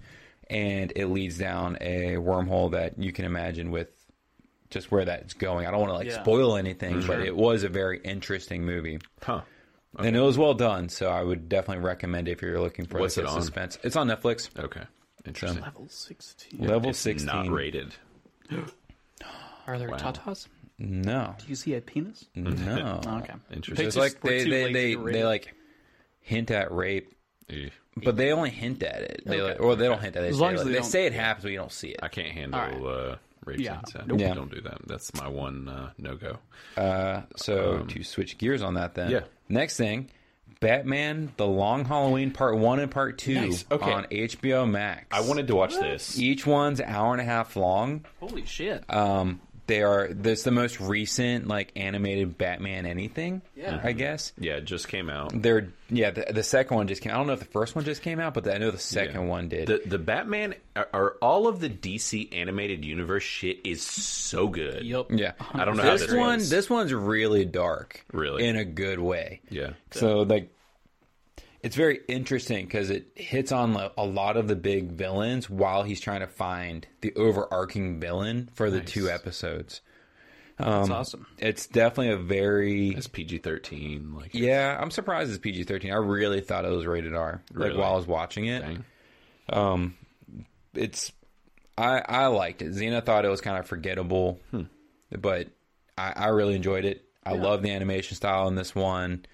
B: and it leads down a wormhole that you can imagine with just where that's going. I don't want to like
C: Yeah.
B: spoil anything, but it was a very interesting movie.
A: huh?
B: And it was well done, so I would definitely recommend it if you're looking for
A: What's
B: like,
A: it
B: a
A: on?
B: suspense. It's on Netflix.
A: Okay, interesting.
C: Level 16.
B: Level
A: It's
B: 16.
A: not rated.
C: Are there tatas?
B: No.
C: Do you see a penis?
B: No.
C: Okay.
A: Interesting.
B: It's
C: Just
B: like
C: we're
B: they
C: too
B: they
C: lazy
B: they,
C: to rate
B: they
C: it.
B: like hint at rape
A: Eh,
B: But they only hint at it. They
C: Okay.
B: like, well, they don't hint at it.
C: As
B: They
C: long
B: say,
C: as
B: like-
C: they
B: they
C: don't-
B: say it happens, but you don't see it.
A: I can't handle
C: All
A: uh, rapes
C: Yeah.
A: and sex.
C: Nope.
B: Yeah.
A: Don't do that. That's my one uh, no go.
B: Uh, so to switch gears on that, then
A: um, yeah.
B: Next thing, Batman: The Long Halloween Part One and Part Two
A: Nice. Okay.
B: on HBO Max.
A: I wanted to watch this.
B: each one's an hour and a half long.
C: Holy shit!
B: Um, they are this the most recent like animated Batman anything.
C: Yeah.
B: I guess
A: Yeah, it just came out.
B: they're yeah the, the second one just came. I don't know if the first one just came out, but I know the second
A: Yeah.
B: one did.
A: The the Batman are, are all of the DC animated universe shit is so good.
C: Yup.
B: yeah,
A: I don't know how
B: This
A: this
B: one,
A: is.
B: this one's really dark,
A: Really?
B: in a good way.
A: Yeah.
B: So like, it's very interesting because it hits on lo- a lot of the big villains while he's trying to find the overarching villain for the two episodes.
C: That's
B: Um,
C: awesome.
B: It's definitely a very
A: It's PG thirteen. Like
B: yeah. I'm surprised it's PG thirteen. I really thought it was rated R.
A: Really?
B: Like while I was watching it, Um,
A: Dang.
B: it's I I liked it. Xena thought it was kind of forgettable,
A: Hmm.
B: but I, I really enjoyed it. I love the animation style in this one.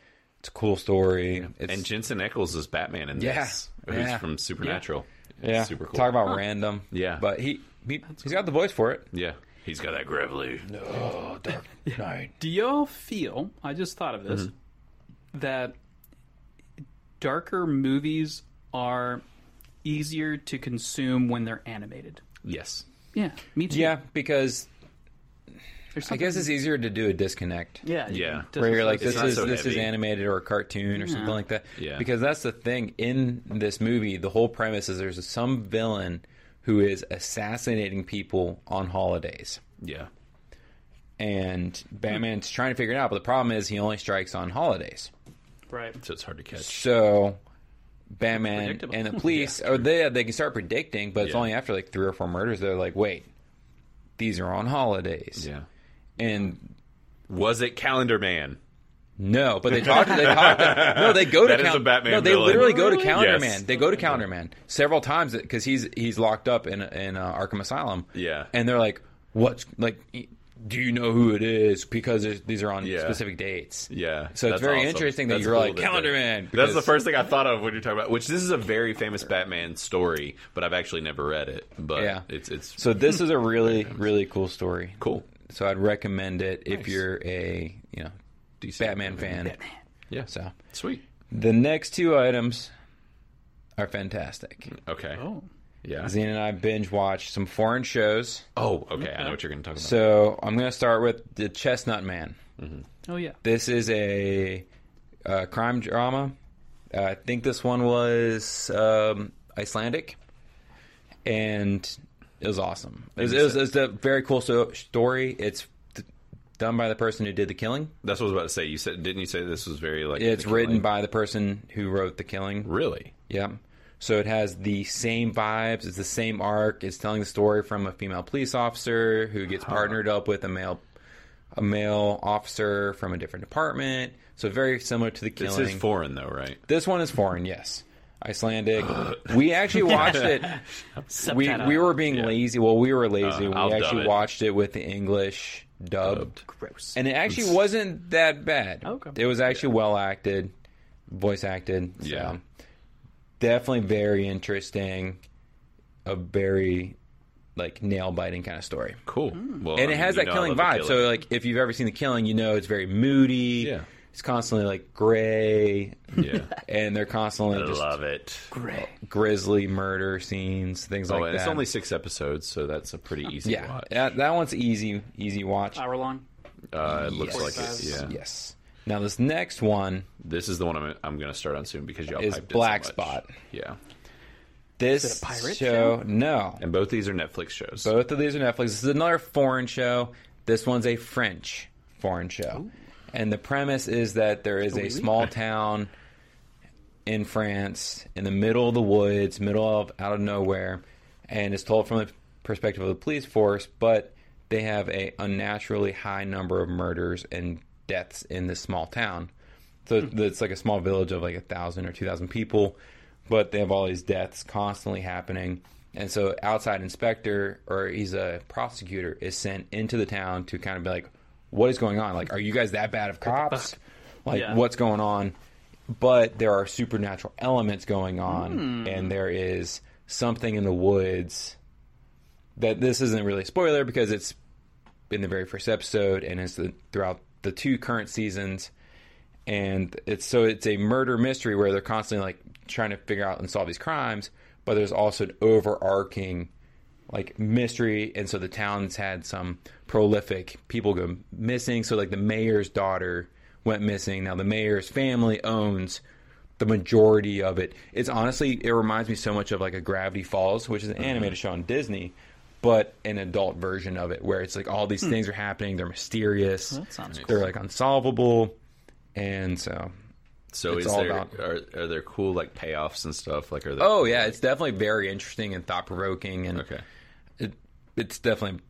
B: It's a cool story. It's,
A: and Jensen Ackles is Batman in
B: Yeah.
A: this. Who's
B: Yeah.
A: from Supernatural. It's
B: Yeah,
A: Super cool.
B: Talk about random.
A: Yeah.
B: but he, he he's got the voice for it.
A: yeah. He's got that gravelly.
C: Do y'all feel? I just thought of this.
A: Mm-hmm.
C: That darker movies are easier to consume when they're animated.
A: Yes.
C: Yeah, me too.
B: Yeah, because
C: There's
B: I guess it's easier to do a disconnect.
C: Yeah,
A: Yeah.
B: Where you're like,
A: It's
B: this
A: not
B: is
A: so
B: this is
A: heavy.
B: animated or a cartoon or something like that.
A: Yeah.
B: Because that's the thing in this movie. The whole premise is there's some villain who is assassinating people on holidays,
A: Yeah.
B: and Batman's trying to figure it out. But the problem is he only strikes on holidays.
C: right.
A: So it's hard to catch.
B: So Batman
C: Predictable.
B: and the police, or they they can start predicting, but it's
A: Yeah.
B: only after like three or four murders they're like, wait, these are on holidays.
A: Yeah.
B: And
A: Was it Calendar Man?
B: no, but they talk. They talk. no, they go to
A: That is
B: Cal-
A: a Batman
B: No, they
A: villain.
B: literally go to
A: Really?
B: Calendar
A: Yes.
B: Man. They go to Calendar Man several times because he's he's locked up in in uh, Arkham Asylum.
A: Yeah.
B: and they're like, what's like. Do you know who it is? Because there's- these are on
A: Yeah.
B: specific dates.
A: Yeah.
B: So it's
A: that's
B: very
A: awesome.
B: interesting that
A: That's
B: you're
A: cool
B: like
A: that
B: Calendar
A: they-
B: Man.
A: That's the
B: because-
A: first thing I thought of when you're talking about. Which this is a very famous Batman story, but I've actually never read it. But
B: Yeah.
A: it's it's
B: So this is a really really cool story.
A: cool.
B: So I'd recommend it if
A: Nice.
B: you're a you know
A: DC
B: Batman fan.
A: Yeah.
B: So
A: Sweet.
B: the next two items are fantastic.
A: Okay.
C: Oh,
A: Yeah.
B: Zane and I binge watched some foreign shows.
A: Oh, okay. I know what you're going to talk about.
B: So I'm going to start with the Chestnut Man.
C: oh yeah.
B: This is a, uh crime drama. Uh, I think this one was um, Icelandic, and it was awesome. It was, it was, it was a very cool so- story. It's d- done by the person who did the killing.
A: That's what I was about to say. You said didn't you say this was very like
B: It's
A: like-
B: written by the person who wrote The Killing.
A: really?
B: Yep. So it has the same vibes. It's the same arc. It's telling the story from a female police officer who gets
A: Uh-huh.
B: partnered up with a male, a male officer from a different department. So very similar to the
A: This
B: killing.
A: is foreign though, right?
B: This one is foreign. Yes, Icelandic. we actually watched it. we
C: Subtitle.
B: we were being lazy. Well, we were lazy.
A: Uh,
B: we
A: I'll dub
B: actually
A: it.
B: watched it with the English dubbed.
C: gross.
B: And it actually wasn't that bad.
C: Okay.
B: It was actually well acted, voice acted. So
A: Yeah.
B: definitely very interesting. A very like nail biting kind of story.
A: Cool. Well,
B: And it has that killing vibe. So like if you've ever seen the killing, you know it's very moody.
A: Yeah.
B: It's constantly like gray
A: so yeah,
B: and they're constantly
A: I
B: just
A: love it.
C: Gray.
B: grisly murder scenes, things
A: Oh,
B: like
A: and
B: that.
A: it's only six episodes, so that's a pretty easy
B: yeah.
A: watch.
B: That, that one's easy easy watch.
C: Hour long.
A: Uh, it looks
B: Yes.
A: like it. Yeah.
B: Yes. Now this next one
A: This is the one I'm, I'm going to start on soon because y'all
B: Is
A: hyped it
B: Black
A: so much.
B: Spot.
A: Yeah,
B: this
C: it a pirate
B: show, no.
A: and both these are Netflix shows.
B: Both of these are Netflix. This is another foreign show. This one's a French foreign show. And the premise is that there is a small town in France in the middle of the woods, middle of out of nowhere, and it's told from the perspective of the police force, but they have a unnaturally high number of murders and deaths in this small town. So it's like a small village of like a thousand or two thousand people, but they have all these deaths constantly happening. And so outside inspector or he's a prosecutor is sent into the town to kind of be like, what is going on? Like, are you guys that bad of cops? Like,
C: Yeah.
B: what's going on? but there are supernatural elements going on, and there is something in the woods that this isn't really a spoiler because it's in the very first episode and it's the, throughout the two current seasons. And it's so it's a murder mystery where they're constantly like trying to figure out and solve these crimes, but there's also an overarching like mystery and so the town's had some prolific people go missing so like the mayor's daughter went missing now the mayor's family owns the majority of it it's honestly it reminds me so much of like a gravity falls which is an animated show on disney but an adult version of it where it's like all these things are happening they're mysterious
C: that sounds
B: they're like unsolvable and so
A: So
B: It's
A: is
B: all
A: there
B: about-
A: are, are there cool like payoffs and stuff? Like are there
B: oh yeah it's definitely very interesting and thought-provoking and
A: okay.
B: it, it's definitely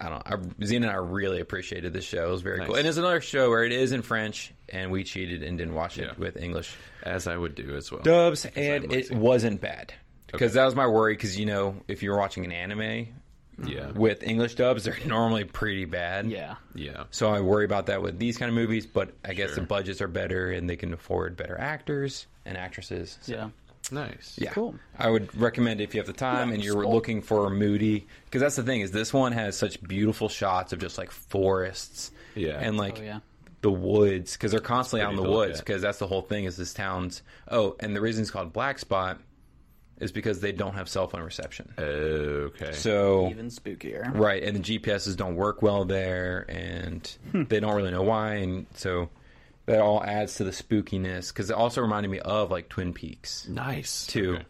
B: I don't know. I, Zena and I really appreciated this show. It was very cool.
A: Nice.
B: And it's another show where it is in French, and we cheated and didn't watch it
A: Yeah.
B: with English
A: As I would do as well.
B: dubs,
A: I'm
B: and it
A: lazy.
B: wasn't bad. Because that was my worry, because, you know, if you're watching an anime
A: Yeah.
B: with English dubs, they're normally pretty bad.
C: Yeah.
A: Yeah.
B: So I worry about that with these kind of movies, but I guess the
A: Sure.
B: budgets are better and they can afford better actors and actresses. So,
C: Yeah.
A: Nice.
B: yeah.
C: Cool.
B: I would recommend if you have the time and you're
C: Cool.
B: looking for a moody because that's the thing is this one has such beautiful shots of just like forests
A: Yeah.
B: and like
C: Oh, yeah.
B: the woods because they're constantly out in
A: pretty
B: the
A: to look
B: woods
A: at.
B: because that's the whole thing is this town's oh and the reason it's called black spot is because they don't have cell phone reception
A: Okay.
B: so
C: Even spookier.
B: right and the GPSs don't work well there and
C: Hmm.
B: they don't really know why and so that all adds to the spookiness because it also reminded me of like Twin Peaks
A: nice.
B: too.
A: Okay.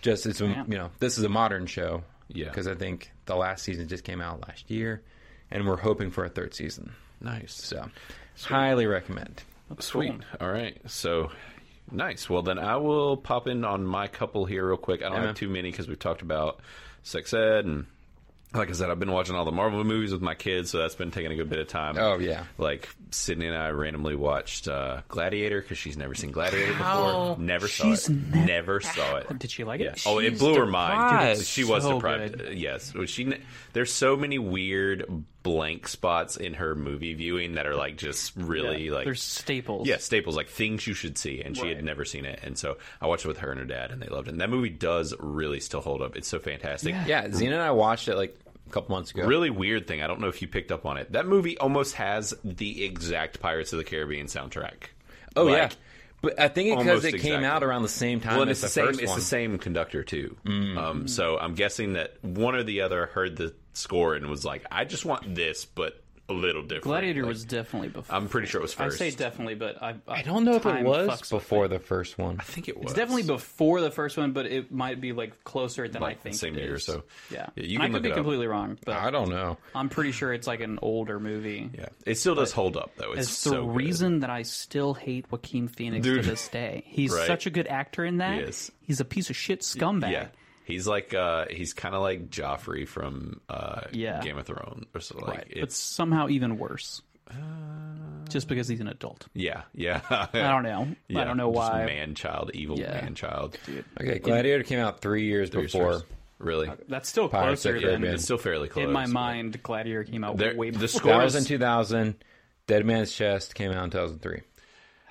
B: Just it's a, you know this is a modern show.
A: Yeah.
B: Because I think the last season just came out last year, and we're hoping for a third season.
A: Nice.
B: So highly recommend.
A: Sweet. All right. So nice. Well, then I will pop in on my couple here real quick. I don't
B: Yeah, man.
A: have too many because we've talked about sex ed and. Like I said, I've been watching all the Marvel movies with my kids, so that's been taking a good bit of time.
B: Oh, yeah.
A: like Sydney and I randomly watched uh, Gladiator because she's never seen Gladiator
B: How?
A: before. Never saw
C: She's
A: it.
C: ne-
A: never saw it.
C: Did she like
A: Yeah.
C: it?
A: Oh, it
B: She's
A: blew her mind.
B: deprived.
A: Dude, she was
C: So
A: deprived.
C: good.
A: Uh, Yes, Was she. ne- There's so many weird blank spots in her movie viewing that are like just really like
C: There's staples.
A: yeah, staples like things you should see, and she had
C: Right.
A: never seen it, and so I watched it with her and her dad, and they loved it. And that movie does really still hold up. It's so fantastic.
B: Yeah, Xena and I watched it like a couple months ago.
A: Really weird thing. I don't know if you picked up on it. That movie almost has the exact Pirates of the Caribbean soundtrack.
B: Oh
A: Like,
B: yeah. But I think because
A: almost
B: it came
A: exactly.
B: out around the same time
A: Well, and
B: as
A: it's the,
B: the,
A: same.
B: first
A: It's
B: one.
A: the same conductor too.
C: Mm-hmm.
A: Um, so I'm guessing that one or the other heard the score and was like, "I just want this, but a little different."
C: Gladiator
A: Like,
C: was definitely before.
A: I'm pretty sure it was
C: I
A: first.
C: say definitely, but I. I,
B: I don't know if it
C: time
B: was
C: fucks with
B: before
C: me.
B: the first one.
A: I think it was.
C: It's definitely before the first one, but it might be like closer than
A: Like,
C: I think.
A: same
C: it
A: year or
C: is.
A: so.
C: Yeah,
A: Yeah, you
C: And
A: can
C: I
A: look
C: could be
A: it up.
C: completely wrong, but
B: I don't know.
C: I'm pretty sure it's like an older movie.
A: Yeah, it still does hold up though. It's
C: It's the
A: so good.
C: reason that I still hate Joaquin Phoenix
A: Dude.
C: to this day. He's
A: Right.
C: such a good actor in that.
A: He is.
C: He's a piece of shit scumbag.
A: Yeah. He's like uh he's kind of like Joffrey from uh
C: Yeah.
A: Game of Thrones or so like
C: but
A: it's Uh,
C: somehow even worse. Just because he's an adult.
A: yeah yeah
C: I don't know. I don't know why.
A: man child evil
C: Yeah.
A: man child
B: Okay, Gladiator came out three years before.
A: really
C: That's still
B: Pirates of
C: closer
B: the
C: than
B: Caribbean.
A: it's still fairly close
C: in my
A: but-
C: mind. Gladiator came out
A: There-
C: way
A: the
C: before.
A: score-
B: That was in 2000. Dead Man's Chest came out in 2003.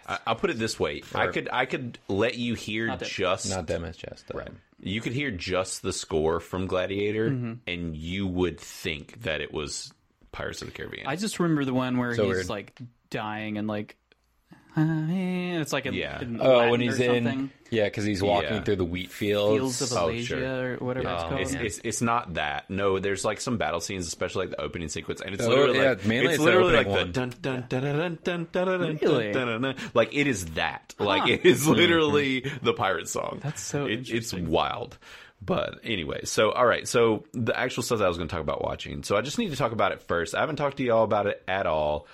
A: I, I'll put it this way I could I could let you hear
C: that-
A: just
B: Not Dead Man's Chest. Right.
A: you could hear just the score from Gladiator
C: Mm-hmm.
A: and you would think that it was Pirates of the Caribbean
C: I just remember the one where
B: So
C: he's
B: weird.
C: like dying and like "Ah, eh," it's like in,
A: Yeah.
C: in
B: Oh,
C: Latin
B: when he's
C: or
B: in,
C: something.
B: yeah, because he's walking
A: Yeah.
B: through the wheat fields.
C: Fields of
A: Oh,
C: Alasia
A: sure.
C: or whatever it's called.
A: It's, it's it's not that. No, there's like some battle scenes, especially like the opening sequence, and it's
B: Oh,
A: literally
B: yeah,
A: like
B: mainly it's
A: it's
B: the
A: literally like
B: opening
A: the
B: one.
A: dun dun dun dun dun dun dun dun dun
C: Really?
A: dun dun dun. Like it is that.
B: Ah.
A: Like it
B: Mm-hmm.
A: is literally the pirate song.
C: That's so
A: It- it's
C: interesting.
A: wild. But anyway, so all right, so the actual stuff that I was going to talk about watching. So I just need to talk about it first. I haven't talked to y'all about it at all.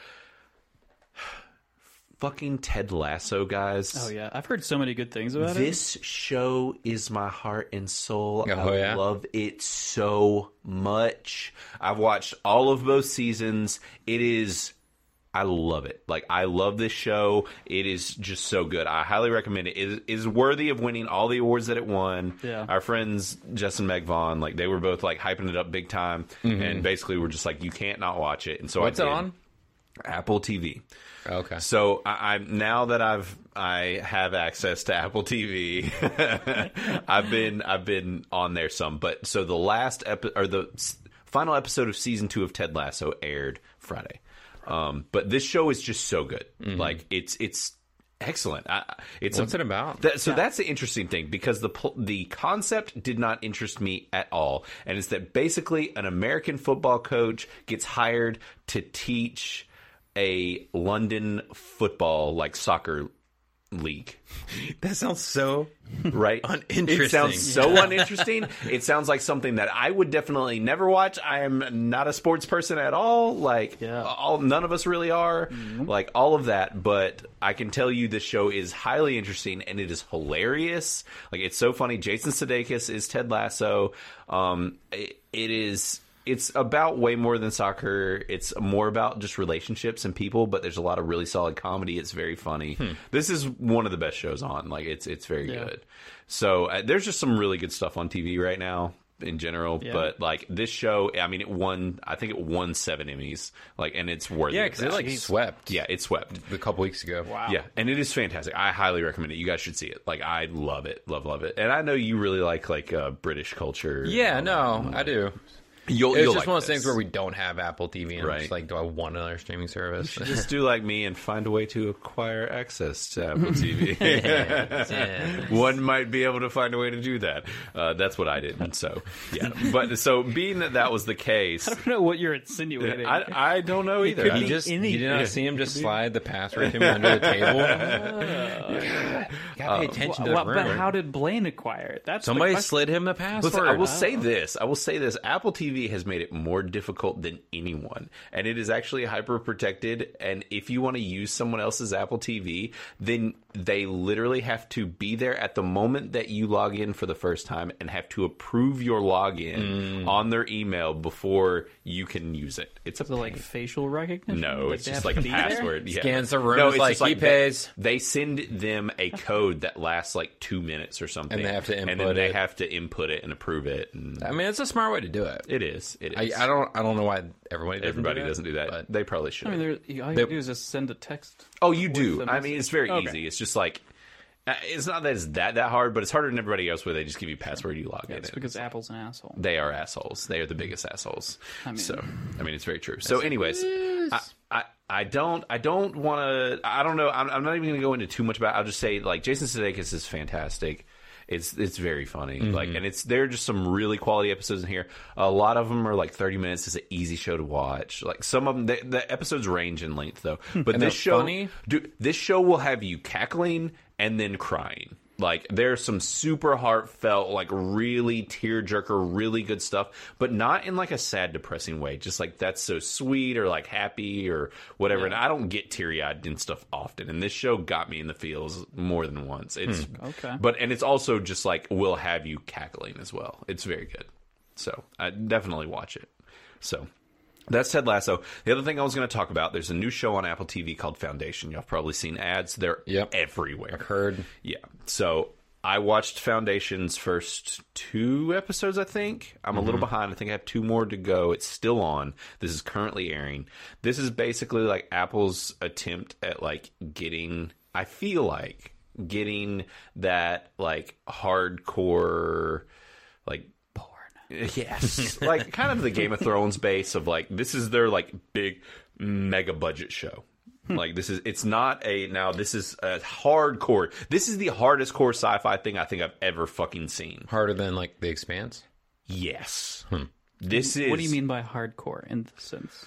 A: Fucking Ted Lasso, guys.
C: Oh yeah, I've heard so many good things about it.
A: This show is my heart and soul.
B: Oh,
A: I
B: yeah?
A: love it so much. I've watched all of both seasons. It is I love it. Like I love this show. It is just so good. I highly recommend it. It is, is worthy of winning all the awards that it won.
C: Yeah.
A: Our friends Justin Meg Vaughn, like they were both like hyping it up big time and basically were just like you can't not watch it. And so
B: Mm-hmm. What's
A: I
B: it
A: did.
B: on?
A: Apple TV.
B: Okay.
A: So I, I now that I've I have access to Apple TV, I've been I've been on there some. But so the last epi- or the s- final episode of season two of Ted Lasso aired Friday. Um, but this show is just so good. Like it's it's excellent. I, I- it's
B: What's it about?
A: that, so that's the interesting thing because the pl- the concept did not interest me at all, and it's that basically an American football coach gets hired to teach a London football like soccer league,
B: That sounds so.
A: right?
B: Uninteresting.
A: It sounds so uninteresting. It sounds like something that I would definitely never watch. I am not a sports person at all. Like
C: Yeah.
A: all none of us really are. Like all of that, but I can tell you this show is highly interesting and it is hilarious. Like it's so funny. Jason Sudeikis is Ted Lasso. Um it, it is it's about way more than soccer. It's more about just relationships and people, but there's a lot of really solid comedy. It's very funny. This is one of the best shows on. Like it's it's very
C: Yeah.
A: good. So uh, there's just some really good stuff on TV right now in general,
C: Yeah.
A: but like this show, I mean, it won. I think it won seven Emmys. Like, and it's worthy.
B: Yeah,
A: of
B: because it
A: that.
B: like swept.
A: yeah, it swept.
B: a couple weeks ago.
C: Wow.
A: Yeah, and it is fantastic. I highly recommend it. You guys should see it. Like, I love it, love, love it. And I know you really like like uh, British culture.
B: Yeah, no, I do.
A: you'll.
B: It's
A: you'll
B: just
A: like
B: one of those
A: this.
B: things where we don't have Apple TV, and I'm just
A: Right.
B: like, do I want another streaming service?
A: just do like me and find a way to acquire access to Apple TV.
B: Yeah.
A: One might be able to find a way to do that. Uh, that's what I did. And so, yeah. But so, being that that was the case,
C: I don't know what you're insinuating.
A: I, I don't know either.
B: You just you did not see him just slide the password thing under the table. Got to
A: Uh,
B: pay attention to
C: Well,
B: the
C: but
B: room.
C: how did Blaine acquire it? That's the
B: Somebody
C: question.
B: slid him the password.
A: Listen, I will say this. I will say this. Apple TV has made it more difficult than anyone, and it is actually hyper protected. And if you want to use someone else's Apple TV, then they literally have to be there at the moment that you log in for the first time and have to approve your
B: Mm.
A: login on their email before you can use it. It's a
C: So, like
A: pain.
C: facial recognition.
A: No,
C: Like,
A: it's
C: they
A: just
C: have
A: like
C: to
A: a
C: be there?
A: password. Yeah.
B: Scans the room, it's like, he
A: they-
B: pays.
A: They, send them a code that lasts like two minutes or something,
B: And they have to
A: and then
B: input
A: they
B: it.
A: have to input it and approve it. And
B: I mean, it's a smart way to do it.
A: it is. It
B: I,
A: is.
B: I don't. I don't know why everybody doesn't
A: Everybody
B: do that,
A: doesn't do that.
B: but-
A: they probably should.
C: I mean, there- all you
B: They-
C: do is just send a text.
A: oh, you
C: the
A: do. I
C: message.
A: mean, it's very
C: Okay.
A: easy. It's just like uh, it's not that it's that that hard, but it's harder than everybody else where they just give you password you log in.
C: It's
A: and-
C: because Apple's an asshole.
A: they are assholes. They are the biggest assholes.
C: mean-
A: so I mean, it's very true. So, anyways, I, I I don't I don't want to. I don't know. I'm, I'm not even going to go into too much about. it. I'll just say like Jason Sudeikis is fantastic. It's it's very funny.
B: Mm-hmm.
A: Like, and it's there are just some really quality episodes in here. A lot of them are like 30 minutes. It's an easy show to watch. Like some of them, the, the episodes range in length though. But
B: Hmm. they're
A: this show,
B: funny?
A: dude, this show will have you cackling and then crying. Like there's some super heartfelt, like really tearjerker, really good stuff, but not in like a sad, depressing way. Just like that's so sweet or like happy or whatever. And I don't get teary eyed and stuff often. And this show got me in the feels more than once. It's
C: Okay.
A: but and it's also just like will have you cackling as well. It's very good. So I definitely watch it. So that's Ted Lasso. The other thing I was going to talk about, there's a new show on Apple TV called Foundation. Y'all have probably seen ads. They're
B: Yep.
A: everywhere.
B: Heard.
A: Yeah. So I watched Foundation's first two episodes, I think. I'm a little behind. I think I have two more to go. It's still on. This is currently airing. This is basically like Apple's attempt at like getting, I feel like, getting that like hardcore, like, Yes, like kind of the Game of Thrones base of like this is their like big mega budget show.
C: Hmm.
A: Like this is it's not a now this is a hardcore. This is the hardest core sci-fi thing I think I've ever fucking seen.
B: Harder than like the expanse.
A: Yes. This is
C: What do you mean by hardcore in this sense?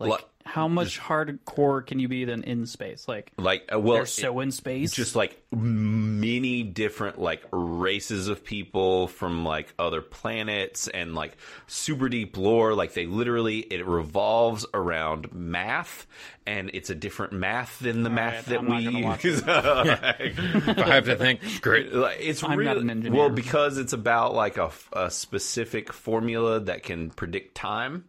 C: Like,
A: Like-
C: how much hardcore can you be then in space? Like,
A: like uh, well
C: they're so in space.
A: just like many different like races of people from like other planets and like super deep lore like they literally it revolves around math and it's a different math than the math that
C: I'm
A: we
C: not gonna watch
A: use
B: If I have to think. Great.
A: Like, it's
C: I'm not
A: really-
C: an engineer.
A: well because it's about like a, f- a specific formula that can predict time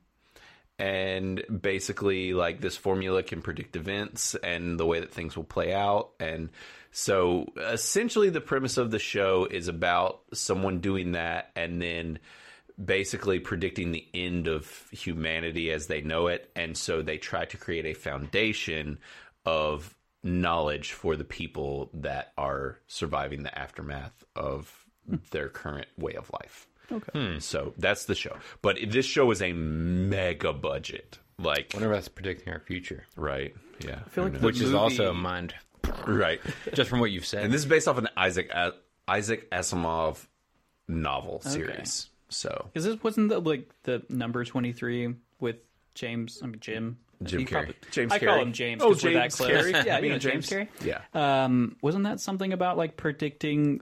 A: and basically like this formula can predict events and the way that things will play out and so essentially the premise of the show is about someone doing that and then basically predicting the end of humanity as they know it. And so they try to create a foundation of knowledge for the people that are surviving the aftermath of their current way of life. Okay. So that's the show. But this show is a mega budget. Like,
B: One of us predicting our future,
A: right. Yeah.
C: feel like
B: which is
C: movie-
B: also a mind.
A: right.
B: Just from what you've said,
A: And this is based off an Isaac Isaac Asimov novel series. So
C: Because this wasn't the, like the number twenty three with James. I mean Jim.
A: Jim
C: He
A: Carrey.
C: probably-
A: James
C: I call
A: Carrey.
C: him James.
A: Oh,
C: 'cause we're that
A: James
C: close.
A: Carrey?
C: Yeah, you
A: Being
C: know, James,
A: James?
C: Carey.
A: yeah,
C: Um, wasn't that something about like predicting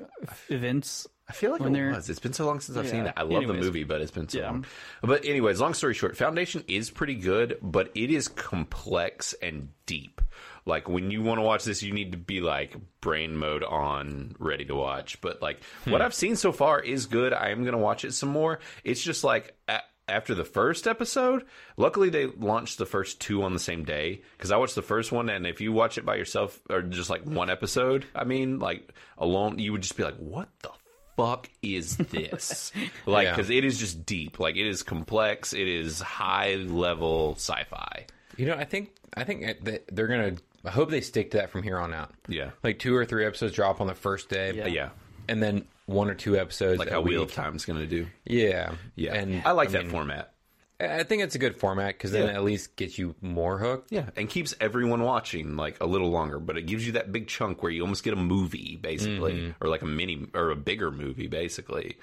C: events?
A: I feel like
C: when
A: it
C: they're-
A: was. It's been so long since I've seen
C: Yeah.
A: that. I love the
C: Anyways.
A: movie, but it's been so
C: Yeah.
A: long. But anyways, long story short, Foundation is pretty good, but it is complex and deep. Like when you want to watch this, you need to be like brain mode on, ready to watch. But like what I've seen so far is good. I am gonna watch it some more. It's just like. A- after the first episode, luckily they launched the first two on the same day because I watched the first one, and if you watch it by yourself or just like one episode, I mean, like alone, you would just be like, "What the fuck is this? like,
B: Yeah.
A: because it is just deep. Like, it is complex. It is high level sci fi.
B: you know, I think I think that they're gonna. I hope they stick to that from here on out.
A: Yeah.
B: like two or three episodes drop on the first day,
C: Yeah.
A: Yeah.
B: and then one or two episodes.
A: Like
B: a
A: how Wheel of
B: week.
A: Time's going to do.
B: Yeah,
A: Yeah.
B: And
A: I like that
B: mean,
A: format.
B: I think it's a good format because then
A: Yeah.
B: at least gets you more hooked.
A: Yeah. And keeps everyone watching like a little longer, but it gives you that big chunk where you almost get a movie, basically, or like a mini or a bigger movie, basically,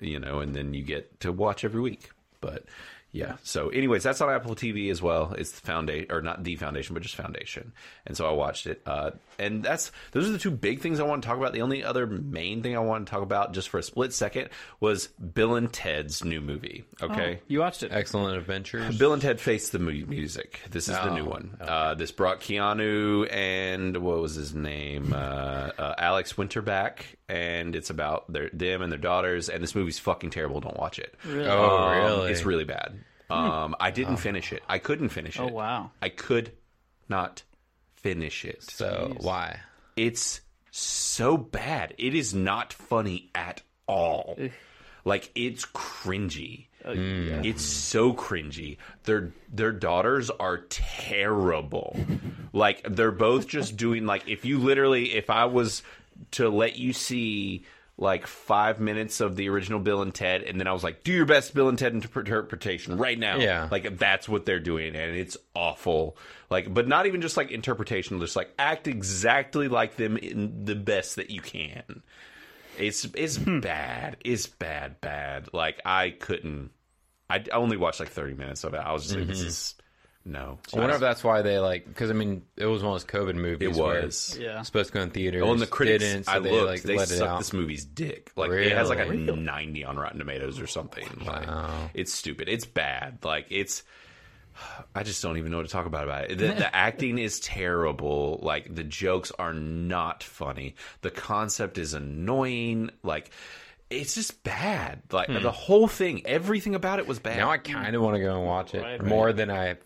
A: you know, and then you get to watch every week. But. Yeah. So, anyways, that's on Apple TV as well. It's the foundation, or not the foundation, but just foundation. And so I watched it. Uh, and that's those are the two big things I want to talk about. The only other main thing I want to talk about, just for a split second, was Bill and Ted's new movie. Okay.
C: You watched it.
B: Excellent adventures.
A: Bill and Ted Face the Mu- Music. This is the new one. Uh, this brought Keanu and what was his name, uh, uh, Alex Winter back, and it's about their them and their daughters. And this movie's fucking terrible. Don't watch it.
C: Really?
B: Oh,
A: Um,
B: really?
A: It's really bad. Um, I didn't finish it. I couldn't finish it.
C: Oh wow.
A: I could not finish it.
B: so why?
A: It's so bad. It is not funny at all. like it's cringy. It's so cringy. Their their daughters are terrible. like they're both just doing like if you literally if I was to let you see like five minutes of the original Bill and Ted, and then I was like, "Do your best Bill and Ted interpretation right now."
B: Yeah.
A: like that's what they're doing, and it's awful. Like, but not even just like interpretation, just like act exactly like them in the best that you can. It's it's
B: Hmm.
A: bad. It's bad, bad. Like I couldn't. I d- only watched like thirty minutes of it. I was just like, this is no.
B: Mm-hmm. I wonder if that's why they like because I mean it was one of those COVID movies.
A: It
B: where
A: was.
B: it's
C: Yeah.
B: supposed to go in theaters.
A: Well, and the critics,
B: didn't, so
A: I
B: they
A: looked,
B: like
A: they
B: let it
A: sucked
B: out.
A: this movie's dick. Like it has like a
B: Really?
A: ninety on Rotten Tomatoes or something. Like it's stupid. It's bad. Like it's. I just don't even know what to talk about about it. The, the acting is terrible. Like the jokes are not funny. The concept is annoying. Like it's just bad. Like the whole thing, everything about it was bad.
B: Hmm. Now I kind of want to go and watch it
C: Right.
B: more than I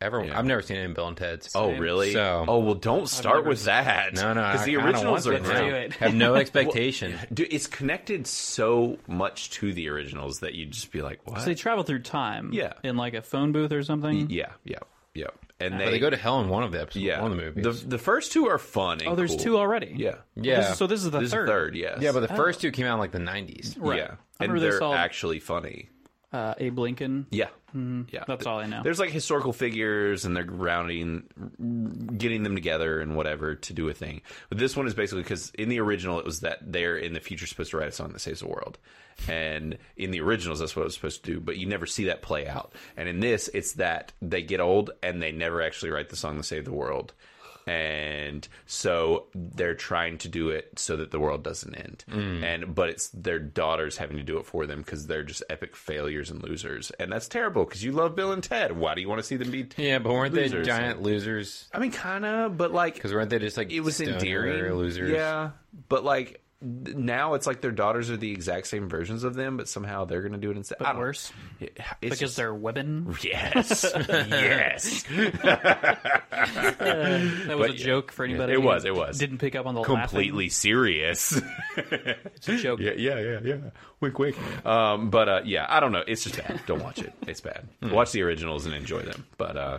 B: ever.
A: Yeah.
B: I've never seen it in Bill and Ted's.
A: oh really?
B: So-
A: oh well, don't start with that.
B: no, no,
A: because
B: I
A: the
B: kinda
A: originals are
B: want
C: it now.
A: great.
C: Do it.
B: Have no expectation.
A: Dude, it's connected so much to the originals that you just be like, what?
C: So they travel through time.
A: Yeah.
C: In like a phone booth or something.
A: yeah, yeah, yeah. And
B: But they go to hell in one of the episodes.
A: yeah,
B: One of the movies.
A: The, the first two are fun. And
C: Oh, there's
A: cool.
C: two already.
A: Yeah,
B: yeah.
C: This is- so this is the
A: There's
C: third.
A: a third. Yes.
B: yeah, but the first two came out in like the nineties.
C: Right.
A: yeah,
C: I
A: and
C: remember they
A: they're
C: saw
A: actually funny.
C: uh, Abe Lincoln.
A: Yeah, yeah.
C: That's all I know.
A: There's like historical figures, and they're rounding, getting them together, and whatever to do a thing. But this one is basically because in the original, it was that they're in the future supposed to write a song that saves the world, and in the originals, that's what it was supposed to do. But you never see that play out. And in this, it's that they get old and they never actually write the song that saved the world. And so they're trying to do it so that the world doesn't end, and but it's their daughters having to do it for them because they're just epic failures and losers, and that's terrible because you love Bill and Ted. Why do you want to see them be
B: Yeah, but weren't
A: Losers.
B: they giant losers?
A: I mean, kind of, but like
B: Because weren't they just like
A: it was
B: stoner
A: endearing.
B: losers?
A: yeah. But like now it's like their daughters are the exact same versions of them, but somehow they're going to do it instead. I don't-
C: worse
A: Yeah, it's
C: because
A: just-
C: they're women.
A: yes, yes.
C: That was a joke for anybody.
A: it
C: who
A: was, it was.
C: Didn't pick up on the
A: Completely serious.
C: laughing. It's a joke.
A: Yeah, yeah, yeah, yeah. Wink, wink. Um, but uh, yeah, I don't know. It's just bad. Don't watch it. It's bad. Watch the originals and enjoy them. But uh,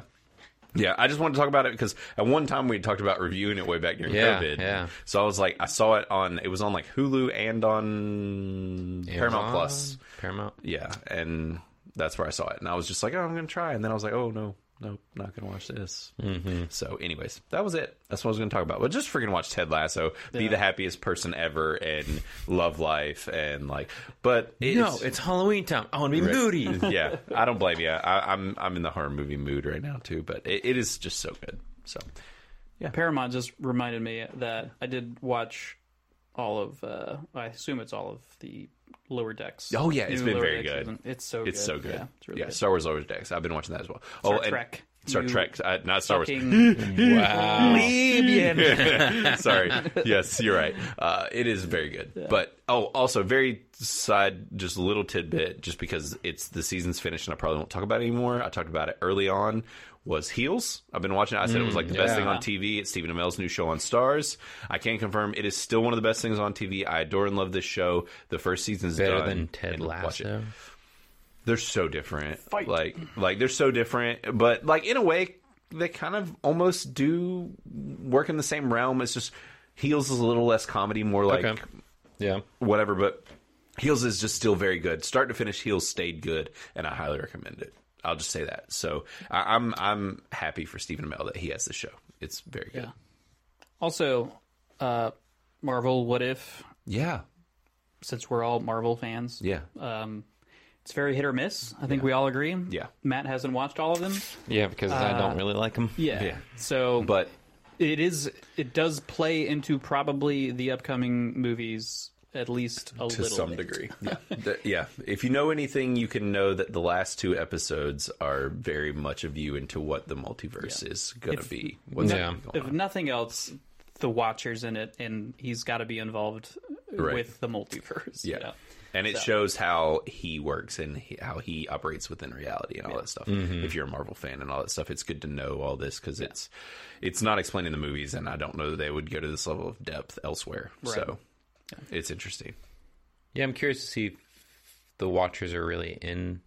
A: yeah, I just wanted to talk about it because at one time we talked about reviewing it way back during
B: Yeah,
A: COVID.
B: yeah.
A: So I was like, I saw it on. It was on like Hulu and on Paramount
B: Amazon,
A: Plus.
B: Paramount.
A: Yeah, and that's where I saw it, and I was just like, oh, I'm gonna try, and then I was like, oh no. Nope, not gonna watch this. Mm-hmm. So, anyways, that was it. That's what I was gonna talk about. But just freaking watch Ted Lasso, be the happiest person ever, and love life, and like. But it's,
B: No, it's Halloween time. Oh, I want to be moody.
A: yeah, I don't blame you. I, I'm I'm in the horror movie mood right now too, but it, it is just so good. So
C: Paramount just reminded me that I did watch all of. Uh, I assume it's all of the lower decks.
A: Oh, yeah, it's
C: New
A: been
C: Lower
A: very
C: Decks
A: good.
C: season. It's so
A: it's
C: good.
A: so good.
C: Yeah,
A: Yeah,
C: it's really good.
A: Star Wars Lower Decks. I've been watching that as well. oh, and
C: Trek.
A: Star
C: You
A: Trek, uh, not Star Wars.
C: Fucking
B: wow.
C: plebeian.
A: Sorry. Yes, you're right. Uh, it is very good. But oh, also very side, just little tidbit, just because it's the season's finished and I probably won't talk about it anymore. I talked about it early on. Was Heels? I've been watching. it. I said it was like the
B: Mm,
A: best thing on TV. It's Stephen Amell's new show on Stars. I can confirm it is still one of the best things on TV. I adore and love this show. The first season's
B: Better
A: done.
B: than Ted
A: and watch it
B: Lasso.
A: they're so different. Like like they're so different, but like in a way they kind of almost do work in the same realm. It's just Heels is a little less comedy, more like
B: Okay. Yeah.
A: whatever, but Heels is just still very good. Start to finish Heels stayed good and I highly recommend it. I'll just say that. So I, I'm I'm happy for Stephen Amell that he has this show. It's very good.
C: also, uh, Marvel. What if?
A: Yeah.
C: Since we're all Marvel fans,
A: Yeah.
C: Um, it's very hit or miss. I think we all agree.
A: Yeah.
C: Matt hasn't watched all of them.
B: Yeah, because I don't really like him.
C: Yeah.
A: Yeah.
C: So,
A: But
C: it is. It does play into probably the upcoming movies at least a
A: to
C: little
A: some
C: bit.
A: degree. Yeah. Th- yeah. If you know anything, you can know that the last two episodes are very much a view into what the multiverse is going to
C: If-
A: be. What's
B: Yeah.
A: gonna be going
C: If nothing else, the Watcher's in it, and he's got to be involved
A: Right.
C: with the multiverse.
A: Yeah.
C: You know?
A: And it
C: So-
A: shows how he works and he, how he operates within reality and all that stuff.
C: Mm-hmm.
A: If you're a Marvel fan and all that stuff, it's good to know all this because it's it's not explained in the movies, and I don't know that they would go to this level of depth elsewhere. So it's interesting.
B: Yeah, I'm curious to see if the Watchers are really in.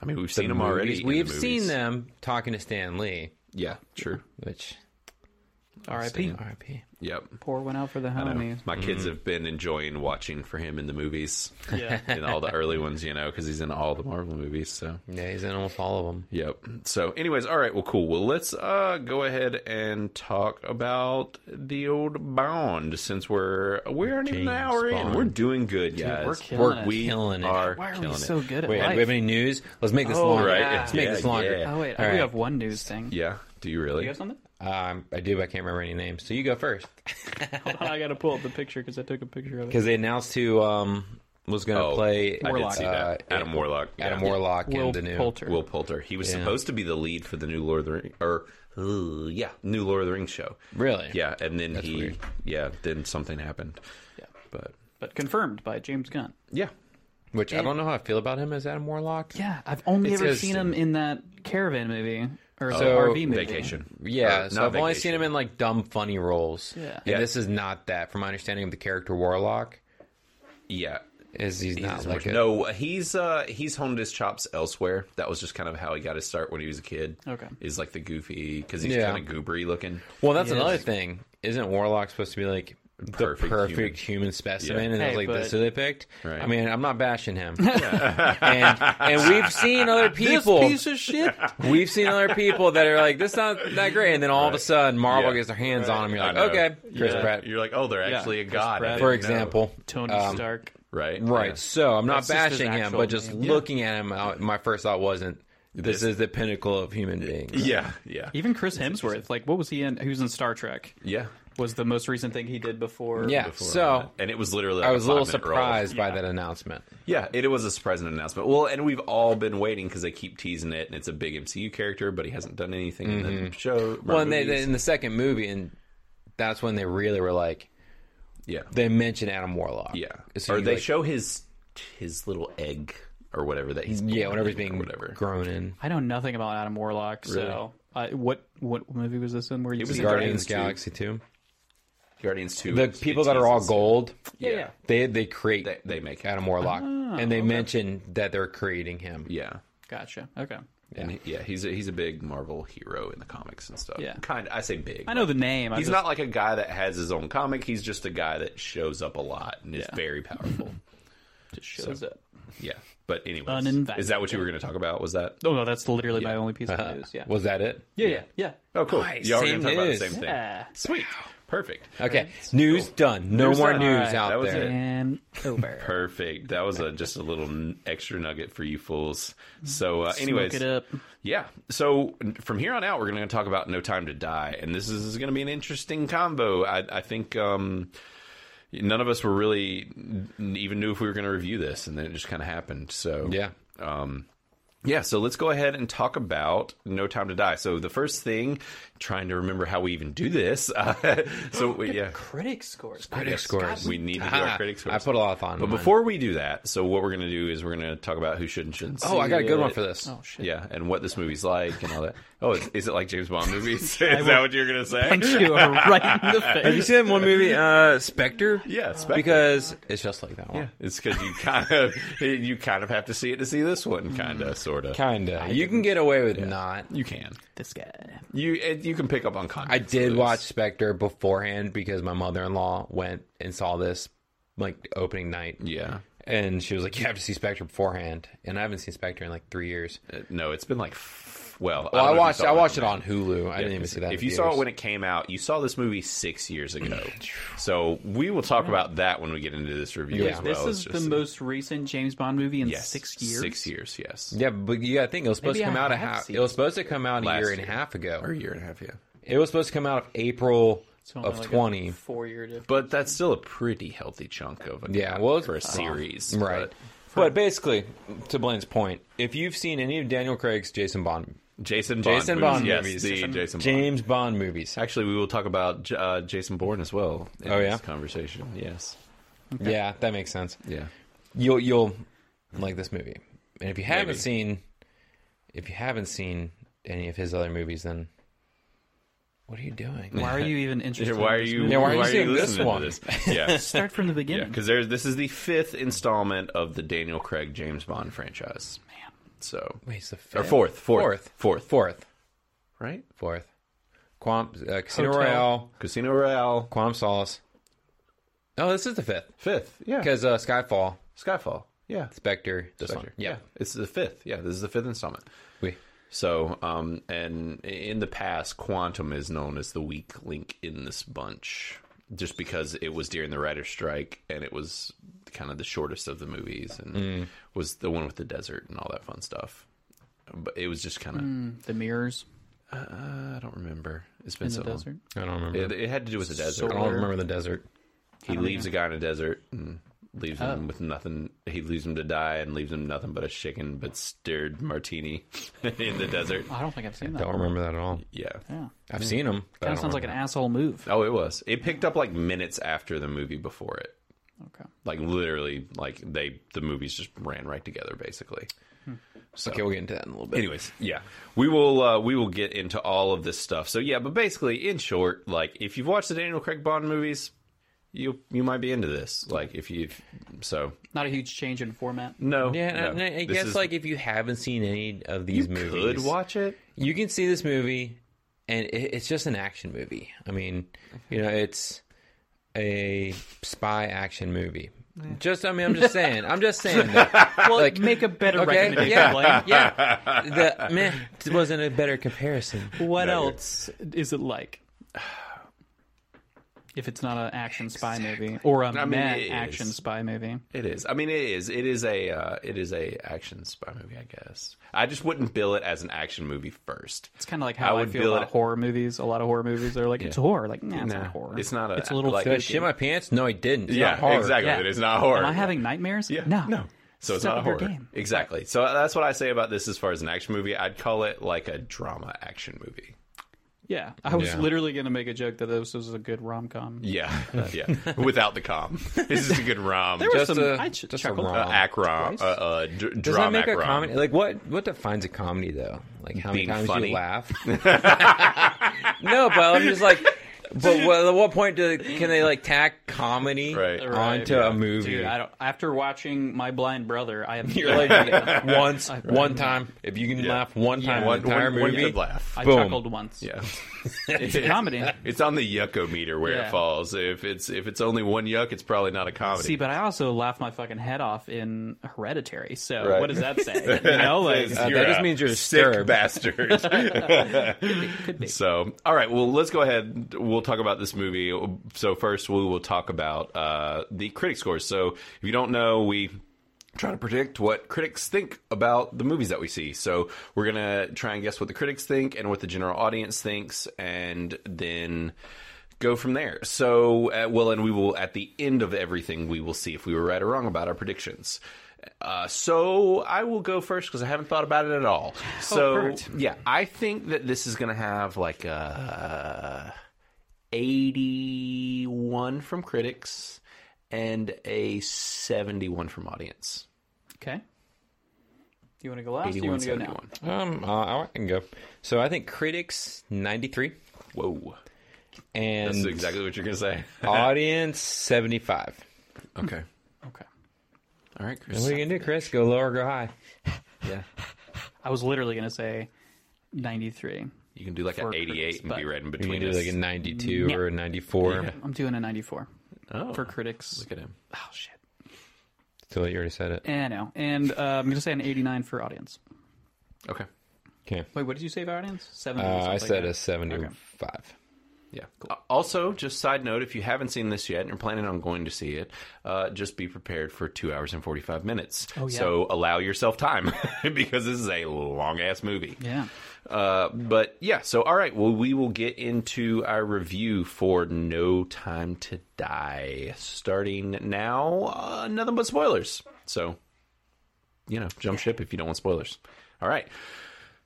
A: I mean, we've seen them already.
B: movies.
A: in the
B: We've
A: movies.
B: seen them talking to Stan Lee,
A: Yeah, true.
B: which
C: R.I.P.
B: R.I.P.
A: Yep.
C: Pour one out for the
A: I know.
C: homie.
A: My kids have been enjoying watching for him in the movies,
C: Mm-hmm. Yeah.
A: in all the early ones, you know, because he's in all the Marvel movies. So,
B: Yeah, he's in almost all of them.
A: yep. So, anyways, all right. Well, cool. Well, let's uh, go ahead and talk about the old Bond since we're we're already an
B: James
A: hour in.
B: Bond.
A: We're doing good, guys.
C: we're killing it.
A: we
B: Killing it.
A: are
C: Why are we
A: killing
C: so
A: it.
C: good at
B: Wait, do
C: life?
B: we have any news? Let's make this
C: Oh,
B: longer.
A: Right?
C: Yeah.
B: Let's make
A: Yeah,
B: this longer.
A: yeah.
C: Oh wait, I
B: All
C: do
B: right.
C: have one news thing.
A: Yeah. Do you really?
C: You have something?
B: Um, I do, but I can't remember any names. So you go first.
C: Hold on, I gotta pull up the picture because I took a picture of it.
B: Because they announced who um, was going to
A: Oh, I
B: play
A: did
C: Warlock.
A: see
B: Uh,
A: that. Adam Warlock.
B: Adam
A: yeah.
B: Warlock
C: Will
B: in the new.
C: Poulter.
A: Will Poulter. He was supposed to be the lead for the new Lord of the Ring, or uh, yeah, new Lord of the Rings show.
B: Really?
A: Yeah, and then he,
B: weird.
A: yeah, then something happened.
C: Yeah.
A: But
C: But confirmed by James Gunn.
A: yeah,
B: Which I don't know how I feel about him as Adam Warlock.
C: Yeah, I've only
B: It's
C: ever
B: his-
C: seen him in that caravan movie or the
B: So,
C: RV movie.
A: Oh, vacation.
B: Yeah,
A: Or
B: so
A: not
B: I've only
A: vacation.
B: seen him in like dumb, funny roles.
C: Yeah.
B: and
A: Yeah.
B: this is not that. From my understanding of the character Warlock,
A: Yeah.
B: is he's,
A: He's
B: not
A: just
B: like
A: more-
B: a,
A: no, he's uh he's honed his chops elsewhere. That was just kind of how he got his start when he was a kid.
C: Okay.
A: is like the goofy because he's
B: Yeah.
A: kind of goobery looking.
B: Well, that's another thing. Isn't Warlock supposed to be like the
A: Perfect
B: perfect, human. specimen?
A: Yeah.
B: And I was
C: Hey,
B: like,
C: but-
B: that's who they picked.
A: Right.
B: I mean, I'm not bashing him. and, and we've seen other people.
C: Piece of shit.
B: We've seen other people that are like, that's not that great. And then all of a sudden, Marvel
A: Yeah.
B: gets their hands on him. You're like,
A: I know.
B: okay, Chris
A: Yeah.
B: Pratt,
A: You're like, oh, they're actually a
C: Chris
A: god. I
C: Pratt.
A: didn't
B: for
A: know.
B: example.
C: Tony
A: Um,
C: Stark.
A: right?
B: Right.
A: Yeah.
B: So I'm not
C: That's just his
B: bashing him,
C: actual
B: but just
C: name.
B: looking at him, I, my first thought wasn't, this,
A: This-
B: is the pinnacle of human beings.
A: Yeah, yeah,
C: Even Chris Hemsworth. Like, what was he in? He was in Star Trek.
A: yeah.
C: Was the most recent thing he did before?
B: Yeah. so
A: and it was literally. Like
B: I was a little
A: five-minute roll.
B: surprised by that announcement.
A: Yeah, it was a surprising announcement. Well, and we've all been waiting because they keep teasing it, and it's a big MCU character, but he hasn't done anything in the show. or
B: Mm-hmm. Well, and they,
A: movies.
B: in the second movie, and that's when they really were like,
A: Yeah.
B: They mention Adam Warlock.
A: Yeah.
B: So
A: or
B: you,
A: they
B: like-
A: show his his little egg or whatever that he's
B: Yeah,
A: born
B: whenever he's
A: in or
B: being
A: whatever.
B: grown in.
C: I know nothing about Adam Warlock, so uh, what what movie was this in? Where you
A: was
C: see
A: in
C: him?
A: Guardians
B: Guardians
A: two.
B: Galaxy 2.
A: Guardians Two.
B: The
A: it-
B: people
A: it
B: that are all
A: teases-
B: gold,
A: Yeah.
C: yeah.
B: they they create
A: They, they make it. Ah,
B: Adam Warlock. and they mention that they're creating him.
A: Yeah.
C: Gotcha. Okay.
A: And he- yeah, he's a, he's a big Marvel hero in the comics and stuff.
C: Yeah.
A: kind. I say big.
C: I know the name. I
A: He's
C: just-
A: not like a guy that has his own comic. He's just a guy that shows up a lot and is
C: Yeah.
A: very powerful.
C: just shows up.
A: yeah. But anyways,
C: Uninvited.
A: is that what you were going to talk about? Was that?
C: Oh no, that's literally my only piece
A: Uh-huh.
C: of news. Yeah.
B: Uh-huh. Was that it?
C: yeah. Yeah. Yeah.
A: Oh, cool.
B: Nice.
A: Y'all were
B: Same
A: going to talk about the
B: news.
A: same thing.
C: Yeah.
A: Sweet. Perfect.
B: Okay. News done. No
A: News
B: more
A: done.
B: news
C: Alright,
B: out
A: that was
B: there.
A: it.
C: And over.
A: Perfect. That was a, just a little n- extra nugget for you fools. So, uh, anyways,
C: Smoke it up.
A: Yeah. So from here on out, we're going to talk about No Time to Die, and this is, going to be an interesting combo. I, I think um, none of us were really even knew if we were going to review this, and then it just kind of happened. So
B: Yeah.
A: yeah, so let's go ahead and talk about No Time to Die. So the first thing, trying to remember how we even do this. Uh, so we- yeah,
C: Critic scores.
B: Critic Oh, scores. Ah,
A: we need to do our critic
B: I
A: scores.
B: put a lot on.
A: but
B: mine.
A: before we do that, so what we're going to do is we're going to talk about who should and shouldn't.
B: Oh, I got a good
A: see
B: one
A: it.
B: for this.
C: Oh shit.
A: Yeah, and what this movie's like and all that. Oh, is, is it like James Bond movies? is that what you're gonna say?
C: Punch you right in the
B: Have you
C: face.
B: seen that one movie, uh, Spectre?
A: Yeah, Spectre.
B: Because it's just like that one.
A: it's because you kind of you kind of have to see it to see this one, kind
B: Mm.
A: of, sort of.
B: Kinda. you can get away with not.
A: You can
C: This guy.
A: you it, you can pick up on
B: I
A: context.
B: did
A: clues.
B: watch Spectre beforehand because my mother in law went and saw this like opening night.
A: Yeah,
B: And she was like, You have to see Spectre beforehand. And I haven't seen Spectre in like three years.
A: Uh, no, it's been like f- well.
B: Well,
A: don't know
B: I,
A: if you
B: watched
A: saw
B: I watched
A: from
B: it on Hulu. I didn't even see that.
A: If you saw it when it came out, you saw this movie six years ago. so we will talk about that when we get into this review
B: Yeah.
A: as well.
C: This
A: It's
C: is the
A: just-
C: most recent James Bond movie in
A: yes,
C: six years.
A: Six years, yes.
B: Yeah, but you gotta think it was supposed
C: Maybe
B: to come
C: I
B: out a
C: have
B: half
C: seen
B: it was supposed to come out a
A: Last
B: year and a
A: year.
B: half ago.
A: a year and a half, yeah.
B: It was supposed to come out of April
C: It's only
B: of
C: like a
B: twenty.
C: four-year difference.
A: But that's still a pretty healthy chunk of a
B: Yeah, well, it's-
A: for a series,
B: Right.
A: But
B: But basically, to Blaine's point, if you've seen any of Daniel Craig's Jason Bond,
A: Jason Bond,
B: Jason Bond
A: yes,
B: movies.
A: the
B: Jason-
A: Jason, Bond.
B: James Bond movies,
A: Actually, we will talk about J- uh, Jason Bourne as well. In
B: Oh, yeah?
A: this conversation. Yes,
B: yeah, that makes sense.
A: yeah.
B: You'll you'll like this movie, and if you haven't
A: Maybe.
B: seen, if you haven't seen any of his other movies, then what are you doing?
C: Why are you even interested?
A: Why are
C: in this
A: you?
C: movie?
B: Yeah, why are you seeing this
A: listening to
B: one?
A: this? Yeah,
C: Start from the
A: yeah.
C: beginning.
B: Mm-hmm.
A: Because there's this is the fifth installment of the Daniel Craig James Bond franchise. Man, so
B: Wait, it's the fifth?
A: or fourth, fourth,
B: fourth, fourth, fourth,
A: right?
B: fourth. Quamp, uh, Casino
C: Hotel.
B: Royale,
A: Casino Royale,
B: Quam Solace. Oh, this is the fifth
A: fifth. Yeah,
B: because uh, Skyfall,
A: Skyfall. Yeah,
B: Spectre, this one.
A: Spectre.
B: Yeah,
A: it's the fifth. Yeah, this is the fifth installment.
B: we.
A: So, um, and in the past, Quantum is known as the weak link in this bunch, just because it was during the writer's strike and it was kind of the shortest of the movies and
B: Mm.
A: was the one with the desert and all that fun stuff. But it was just kind
B: Mm.
A: of
C: The mirrors
A: Uh, I don't remember. It's been
C: in
A: so
C: the desert.
A: long.
B: I don't remember.
A: It, it had to do with the desert.
B: I don't remember the desert.
A: he leaves a guy in a desert and leaves
C: Oh.
A: him with nothing. He leaves him to die and leaves him nothing but a chicken but stirred martini in the desert.
C: I don't think I've seen that.
B: Don't remember that at all.
A: Yeah.
C: Yeah,
B: I've seen them.
C: that sounds like an asshole move.
A: Oh, it was. It picked up like minutes after the movie before it.
C: Okay.
A: Like literally, like they the movies just ran right together, basically.
B: Okay, we'll get into that in a little bit.
A: Anyways, yeah, we will uh, we will get into all of this stuff. So yeah, but basically, in short, like if you've watched the Daniel Craig Bond movies, you you might be into this. Like if you so
C: Not a huge change in format.
A: no
B: Yeah, and I-
A: no.
B: and I, I
A: This
B: guess
A: is-
B: like if you haven't seen any of these
A: you
B: movies,
A: could watch it.
B: you can see this movie, and it, it's just an action movie. I mean, you know, it's a spy action movie. Just, I mean, I'm just saying. I'm just saying. That,
C: Well,
B: like-
C: make a better
B: okay,
C: recommendation.
B: yeah,
C: Blaine.
B: yeah. The meh wasn't a better comparison.
C: What else is it like? If it's not an action spy movie or a
A: mean,
C: meh
A: it
C: action
A: is.
C: spy movie,
A: It is. I mean, it is. It is a uh, it is a action spy movie. I guess I just wouldn't bill it as an action movie first.
C: it's kind of like how I,
A: would
C: feel
A: bill
C: about
A: it-
C: horror movies. A lot of horror movies are like it's horror. Like nah, it's
A: Nah,
C: not horror.
A: it's not a-
C: It's a little
A: like-
B: Did I
C: fishy.
B: shit my pants? No, I didn't. It's
A: yeah,
B: not hard.
A: exactly.
C: Yeah.
A: It is not horror.
C: Am I having nightmares?
A: Yeah.
C: No.
A: So it's
C: Step
A: not a
C: up your
A: horror.
C: game.
A: Exactly. So that's what I say about this as far as an action movie. I'd call it like a drama action movie.
C: Yeah, I was
A: Yeah.
C: literally going to make a joke that this was a good rom com.
A: Yeah, yeah. Without the com, this is a good rom.
C: There was
B: Just
C: some.
B: a-
C: I ch-
B: just a
C: chuckled.
B: rom.
A: uh, ac rom,
C: Twice?
A: uh, uh, d-
B: Does that
A: drum
B: make
A: ac
B: a
A: rom.
B: comedy? Like what? What defines a comedy though? Like how
A: Being
B: many times do
A: funny.
B: you laugh? no, but I'm just like, but what, at what point do, can they like tack comedy
A: Right.
B: onto
C: Right.
B: a movie?
C: Dude, I don't. After watching My Blind Brother, I have
B: You're like once, one time. If you can
A: Yeah.
B: laugh one time,
A: One,
B: in the entire
A: one, one
B: movie.
A: good laugh.
C: I
B: Boom.
C: chuckled once.
A: yeah,
C: It's a comedy.
A: it's on the yucko meter where
C: Yeah.
A: it falls. If it's if it's only one yuck, it's probably not a comedy.
C: See, but I also laughed my fucking head off in Hereditary. So
A: Right.
C: what does that say? You know, like
A: Says
B: uh, that
A: you're
B: just
A: a
B: means you're
A: sick
B: disturbed.
A: bastard.
C: could be.
A: so, all right. Well, let's go ahead. We'll talk about this movie. So first, we will talk about uh, the critic scores. So, if you don't know, we try to predict what critics think about the movies that we see. So, we're gonna try and guess what the critics think and what the general audience thinks, and then go from there. So, uh, well, and we will at the end of everything, we will see if we were right or wrong about our predictions. Uh, so I will go first because I haven't thought about it at all. So
C: Oh, perfect.
A: yeah, I think that this is going to have like a 81 from critics and a 71 from audience.
C: Okay. You want to go last? Or you
A: 81,
C: want to go
A: 71.
C: now?
B: Um, uh, I can go. So I think critics ninety three
A: Whoa,
B: and
A: that's exactly what you're going to say.
B: audience seventy five.
A: okay,
C: Okay.
A: all right,
B: What are
A: Chris.
B: you gonna do, Chris? Go low or go high?
A: Yeah,
C: I was literally going to say 93.
A: you can do like an
C: For
A: 88
C: critics,
A: and
C: but-
A: be right in
B: You can
A: between.
B: do
A: us.
B: like a ninety two or a ninety four.
C: I'm doing a 94
A: oh,
C: for critics.
A: look at him.
C: Oh, shit.
B: So you already said it.
C: Eh, no. And uh, I'm going to say an 89 for audience.
A: Okay,
B: Okay.
C: Wait, what did you say for audience? 70 or
B: Uh, I
C: something
B: said
C: like
B: a
C: that.
B: 75.
A: Yeah. Uh, Also, just side note, if you haven't seen this yet and you're planning on going to see it, uh, just be prepared for two hours and 45 minutes. Oh,
C: yeah.
A: So allow yourself time because this is a long ass movie.
C: Yeah.
A: Uh, but yeah, so all right, well, we will get into our review for No Time to Die starting now. Uh, nothing but spoilers. So, you know, jump ship if you don't want spoilers. All right.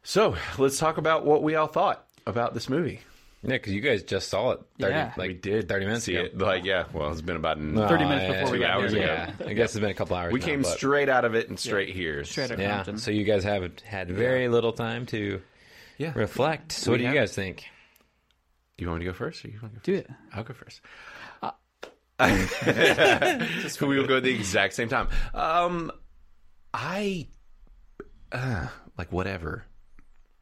A: So let's talk about what we all thought about this movie.
B: Yeah, because you guys just saw it. 30,
C: Yeah.
B: like,
A: We did
B: 30 minutes
A: See
B: ago.
A: it? Like, yeah. Well, it's been about.
C: 30 minutes before we
A: two
C: got
A: hours
C: here.
A: ago.
B: Yeah. I guess it's been a couple hours.
A: We
B: now,
A: came
B: but-
A: straight out of it and straight here.
C: Straight out of
B: Yeah.
C: Compton.
B: So you guys have had very little time to
A: Yeah.
B: reflect. So what do you
A: haven't.
B: guys think?
A: You want me to go first? Or you want to go first?
C: Do it.
A: I'll go first.
C: Uh,
A: we will go at the exact same time. Um, I, uh, like whatever,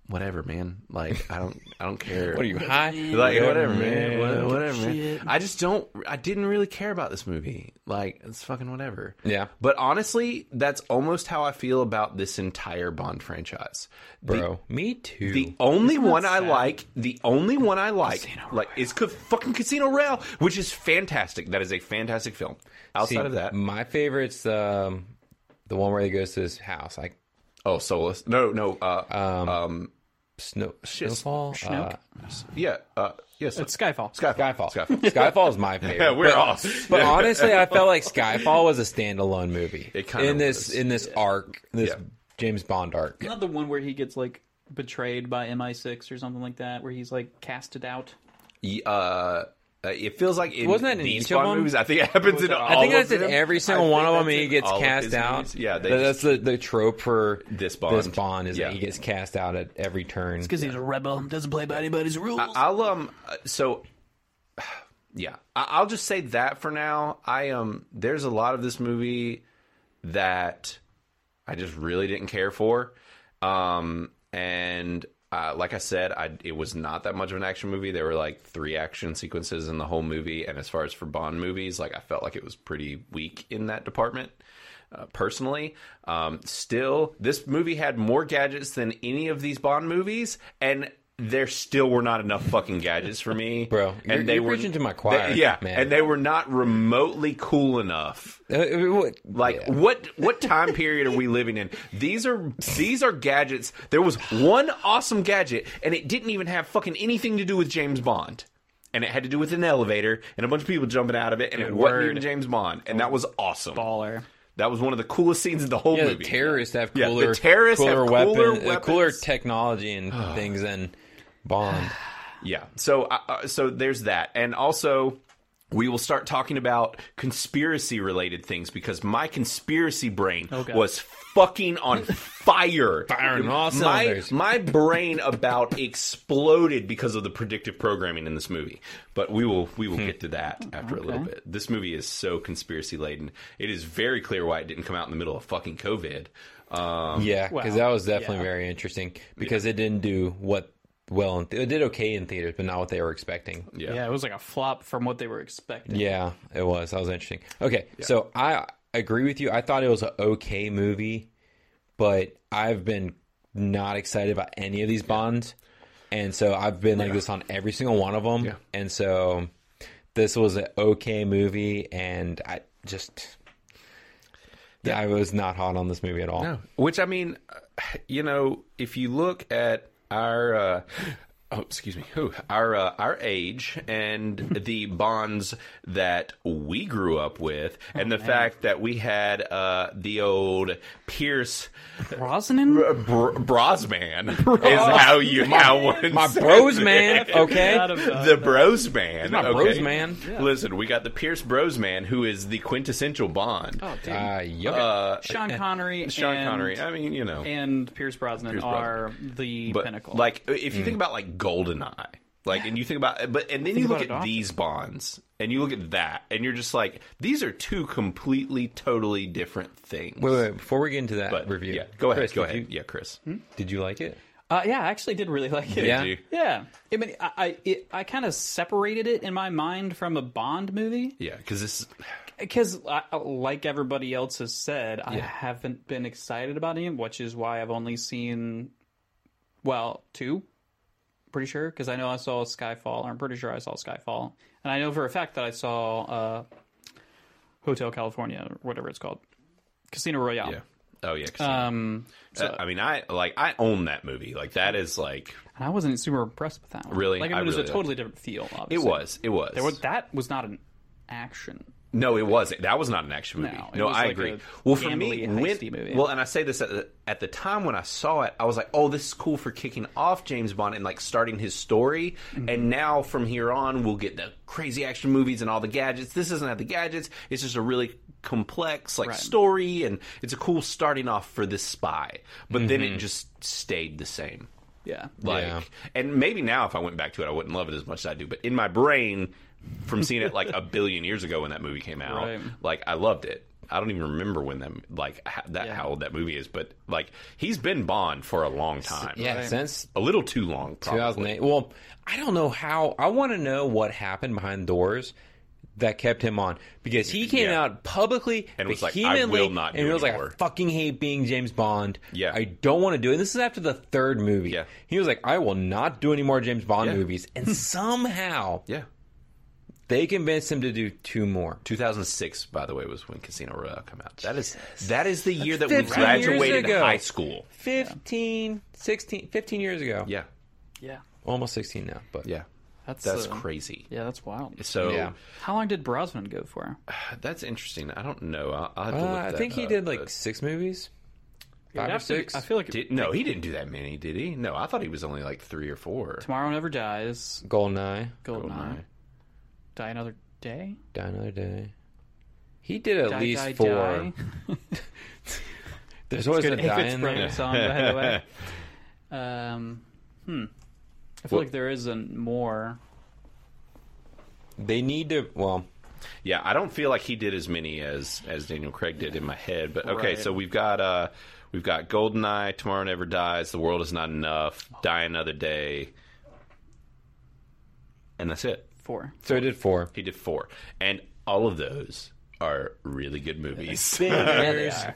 A: whatever, man. Like I don't, I don't care.
B: What are you high?
A: like whatever, man. What- Whatever, man. I just don't. I didn't really care about this movie. Like it's fucking whatever.
B: Yeah.
A: But honestly, that's almost how I feel about this entire Bond franchise.
B: Bro, me too.
A: The only one I like, the only one I like, like is co- fucking Casino Royale, which is fantastic. That is a fantastic film. Outside
B: See,
A: of that,
B: my favorite's um, the one where he goes to his house. Like
A: oh, Solus. No, no. Uh,
B: snow, snowfall.
C: Schnook?
B: Uh,
A: yeah, uh, yes.
C: It's Skyfall.
A: Skyfall.
B: Skyfall.
A: Skyfall.
B: Skyfall is my favorite.
A: Yeah, we're
B: but,
A: off.
B: But honestly, I felt like Skyfall was a standalone movie.
A: It kinda
B: in this
A: was.
B: in this arc, this
A: Yeah.
B: James Bond arc.
C: Not the one where he gets like betrayed by MI6 or something like that, where he's like casted out.
A: Y- Uh, uh, it feels like in
B: Wasn't that in
A: these
B: each of
A: Bond
B: them?
A: movies. I think it happens in all.
B: I think
A: of
B: that's in
A: them.
B: every
A: I
B: single
A: think
B: one of them.
A: that's
B: He
A: in
B: gets
A: all of
B: cast
A: his
B: out.
A: movies. Yeah, they
B: That-
A: just-
B: that's the, the trope for
A: This
B: This
A: Bond.
B: Bond is
A: Yeah.
B: that he gets cast out at every turn.
C: Because he's a rebel, doesn't play by anybody's rules.
A: I'll um. uh, So, yeah, I- I'll just say that for now. I um. There's a lot of this movie that I just really didn't care for. Um, and uh, like I said, I it was not that much of an action movie. There were like three action sequences in the whole movie, and as far as for Bond movies, like I felt like it was pretty weak in that department. Uh, personally, um, still, this movie had more gadgets than any of these Bond movies, and there still were not enough fucking gadgets for me,
B: Bro, you're-
A: And they
B: you're
A: were
B: preaching to my choir,
A: they- yeah,
B: man.
A: and they were not remotely cool enough
B: Uh, uh, what-
A: like
B: yeah.
A: what what time period are we living in? These are these are gadgets. There was one awesome gadget, and it didn't even have fucking anything to do with James Bond. And it had to do with an elevator and a bunch of people jumping out of it, and it wasn't
C: word.
A: even James Bond, and that was awesome.
C: Baller.
A: That was one of the coolest scenes in the whole
B: Oh, Yeah, the
A: movie.
B: terrorists have
A: Yeah, the
B: cooler,
A: terrorists
B: cooler
A: have cooler
B: weapon, uh, cooler
A: weapons.
B: technology and things than Bond.
A: Yeah. So uh, uh, so there's that, and also we will start talking about conspiracy related things because my conspiracy brain
C: God.
A: was fucking on fire.
B: Firing on all
A: my,
B: cylinders.
A: my brain about exploded because of the predictive programming in this movie. But we will we will get to that after a little bit. This movie is so conspiracy laden. It is very clear why it didn't come out in the middle of fucking COVID. Um,
B: Yeah, because
C: Wow.
B: that was definitely
C: Yeah.
B: very interesting because it didn't do what well. In th- it did okay in theaters, but not what they were expecting.
A: yeah.
C: Yeah, it was like a flop from what they were expecting.
B: Yeah, it was. That was interesting. Okay, so I agree with you. I thought it was an okay movie, but I've been not excited about any of these Bonds, and so I've been like this on every single one of them. And so this was an okay movie, and I just. Yeah, I was not hot on this movie at all.
A: No. Which I mean, uh, you know, if you look at our uh, oh, excuse me, whew, our uh, our age and the bonds that we grew up with, and the fact that we had uh, the old Pierce
C: Brosnan?
A: uh, Br- Brosman is how you how one
B: My
A: says
B: bros,
A: it.
B: man. Okay,
C: Out of, uh,
A: The Bros Man.
B: my
A: okay?
B: bros man.
A: Listen, we got the Pierce Bros Man, who is the quintessential Bond.
C: oh, dude.
B: Uh, yup.
A: Uh,
C: Sean Connery.
A: Sean
C: and,
A: Connery. I mean, you know.
C: and Pierce Brosnan
A: Pierce
C: are
A: Brosnan.
C: the
A: but
C: pinnacle.
A: like if you
B: Mm.
A: think about like goldeneye like and you think about but and then
C: Think
A: you
C: about
A: look
C: it
A: at
C: often.
A: these bonds and you look at that and you're just like these are two completely totally different things
B: wait, wait, before we get into that
A: but
B: review,
A: yeah go ahead
B: Chris,
A: go
B: did
A: ahead
B: you-
A: yeah chris
C: Hmm?
B: did you like it?
C: uh, yeah, I actually did really like it.
B: Yeah.
A: Did you?
C: Yeah. I mean, I I, it, I kind of separated it in my mind from a Bond movie
A: yeah because this is
C: because, like everybody else has said, I haven't been excited about him, which is why I've only seen, well, two. Pretty sure because I know I saw Skyfall. Or I'm pretty sure I saw Skyfall, and I know for a fact that I saw uh, Hotel California or whatever it's called, Casino Royale.
A: yeah oh yeah 'cause, uh,
C: Um,
A: i mean i like i own that movie like that is like
C: and I wasn't super impressed with that. One.
A: Really?
C: like I
A: I
C: mean, it was
A: really
C: a totally different feel. Obviously.
A: it was it was
C: There was- that was not an action.
A: No, it wasn't. That was not an action movie.
C: No,
A: No,
C: it was
A: I
C: like
A: agree.
C: a
A: Well, for me,
C: gambly,
A: when,
C: heisty movie.
A: well, and I say this at the, at the time when I saw it, I was like, "Oh, this is cool for kicking off James Bond and like starting his story."
C: Mm-hmm.
A: And now from here on, we'll get the crazy action movies and all the gadgets. This doesn't have the gadgets. It's just a really complex like
C: Right.
A: story, and it's a cool starting off for this spy. But then
C: Mm-hmm.
A: it just stayed the same.
C: Yeah.
A: Like,
B: Yeah.
A: and maybe now if I went back to it, I wouldn't love it as much as I do. But in my brain, from seeing it like a billion years ago when that movie came out,
C: Right.
A: like I loved it. I don't even remember when that like how, that how old that movie is, but like he's been Bond for a long time.
B: Yeah, since
A: a little too long. Probably.
B: 2008. Well, I don't know how. I want to know what happened behind doors that kept him on because he came
A: Yeah.
B: out publicly
A: And was like, "I
B: vehemently,
A: will not do
B: and he was like,
A: anymore."
B: "I fucking hate being James Bond.
A: Yeah.
B: I don't want to do it." And this is after the third movie.
A: Yeah.
B: he was like, "I will not do any more James Bond
A: Yeah.
B: movies." And somehow
A: Yeah,
B: they convinced him to do two more.
A: 2006. By the way, was when Casino Royale came out. That is that is the year that we
B: 15 years
A: graduated
B: ago.
A: high school.
B: 15, 16, 15 years ago.
A: Yeah,
C: Yeah.
B: almost sixteen now. But
A: yeah,
C: That's
A: that's
C: uh,
A: crazy.
C: Yeah, that's wild.
A: So
B: Yeah.
C: How long did Brosnan go for?
A: that's interesting. I don't know. I'll, I'll have to
B: Uh,
A: look
B: I
A: that
B: think he
A: up,
B: did
A: but-
B: like six movies, five or six.
C: I feel like
A: Did, no, he didn't do that many, did he? No, I thought he was only like three or four.
C: Tomorrow Never Dies,
B: Goldeneye.
C: Goldeneye,
A: Goldeneye.
C: Die Another Day,
B: Die Another Day. He did at
C: Die
B: least
C: Die
B: four.
C: Die.
B: There's always a
C: Good
B: die
C: Aphids
B: in there.
C: Brothers song, by the way. Um, hmm. I feel like there isn't more.
B: They need to. Well,
A: Yeah, I don't feel like he did as many as as Daniel Craig did in my head. But okay,
C: Right.
A: so we've got uh we've got Goldeneye, Tomorrow Never Dies, The World Is Not Enough, Die Another Day, and that's it.
C: Four.
B: so he did four.
A: He did four, and all of those are really good movies.
C: And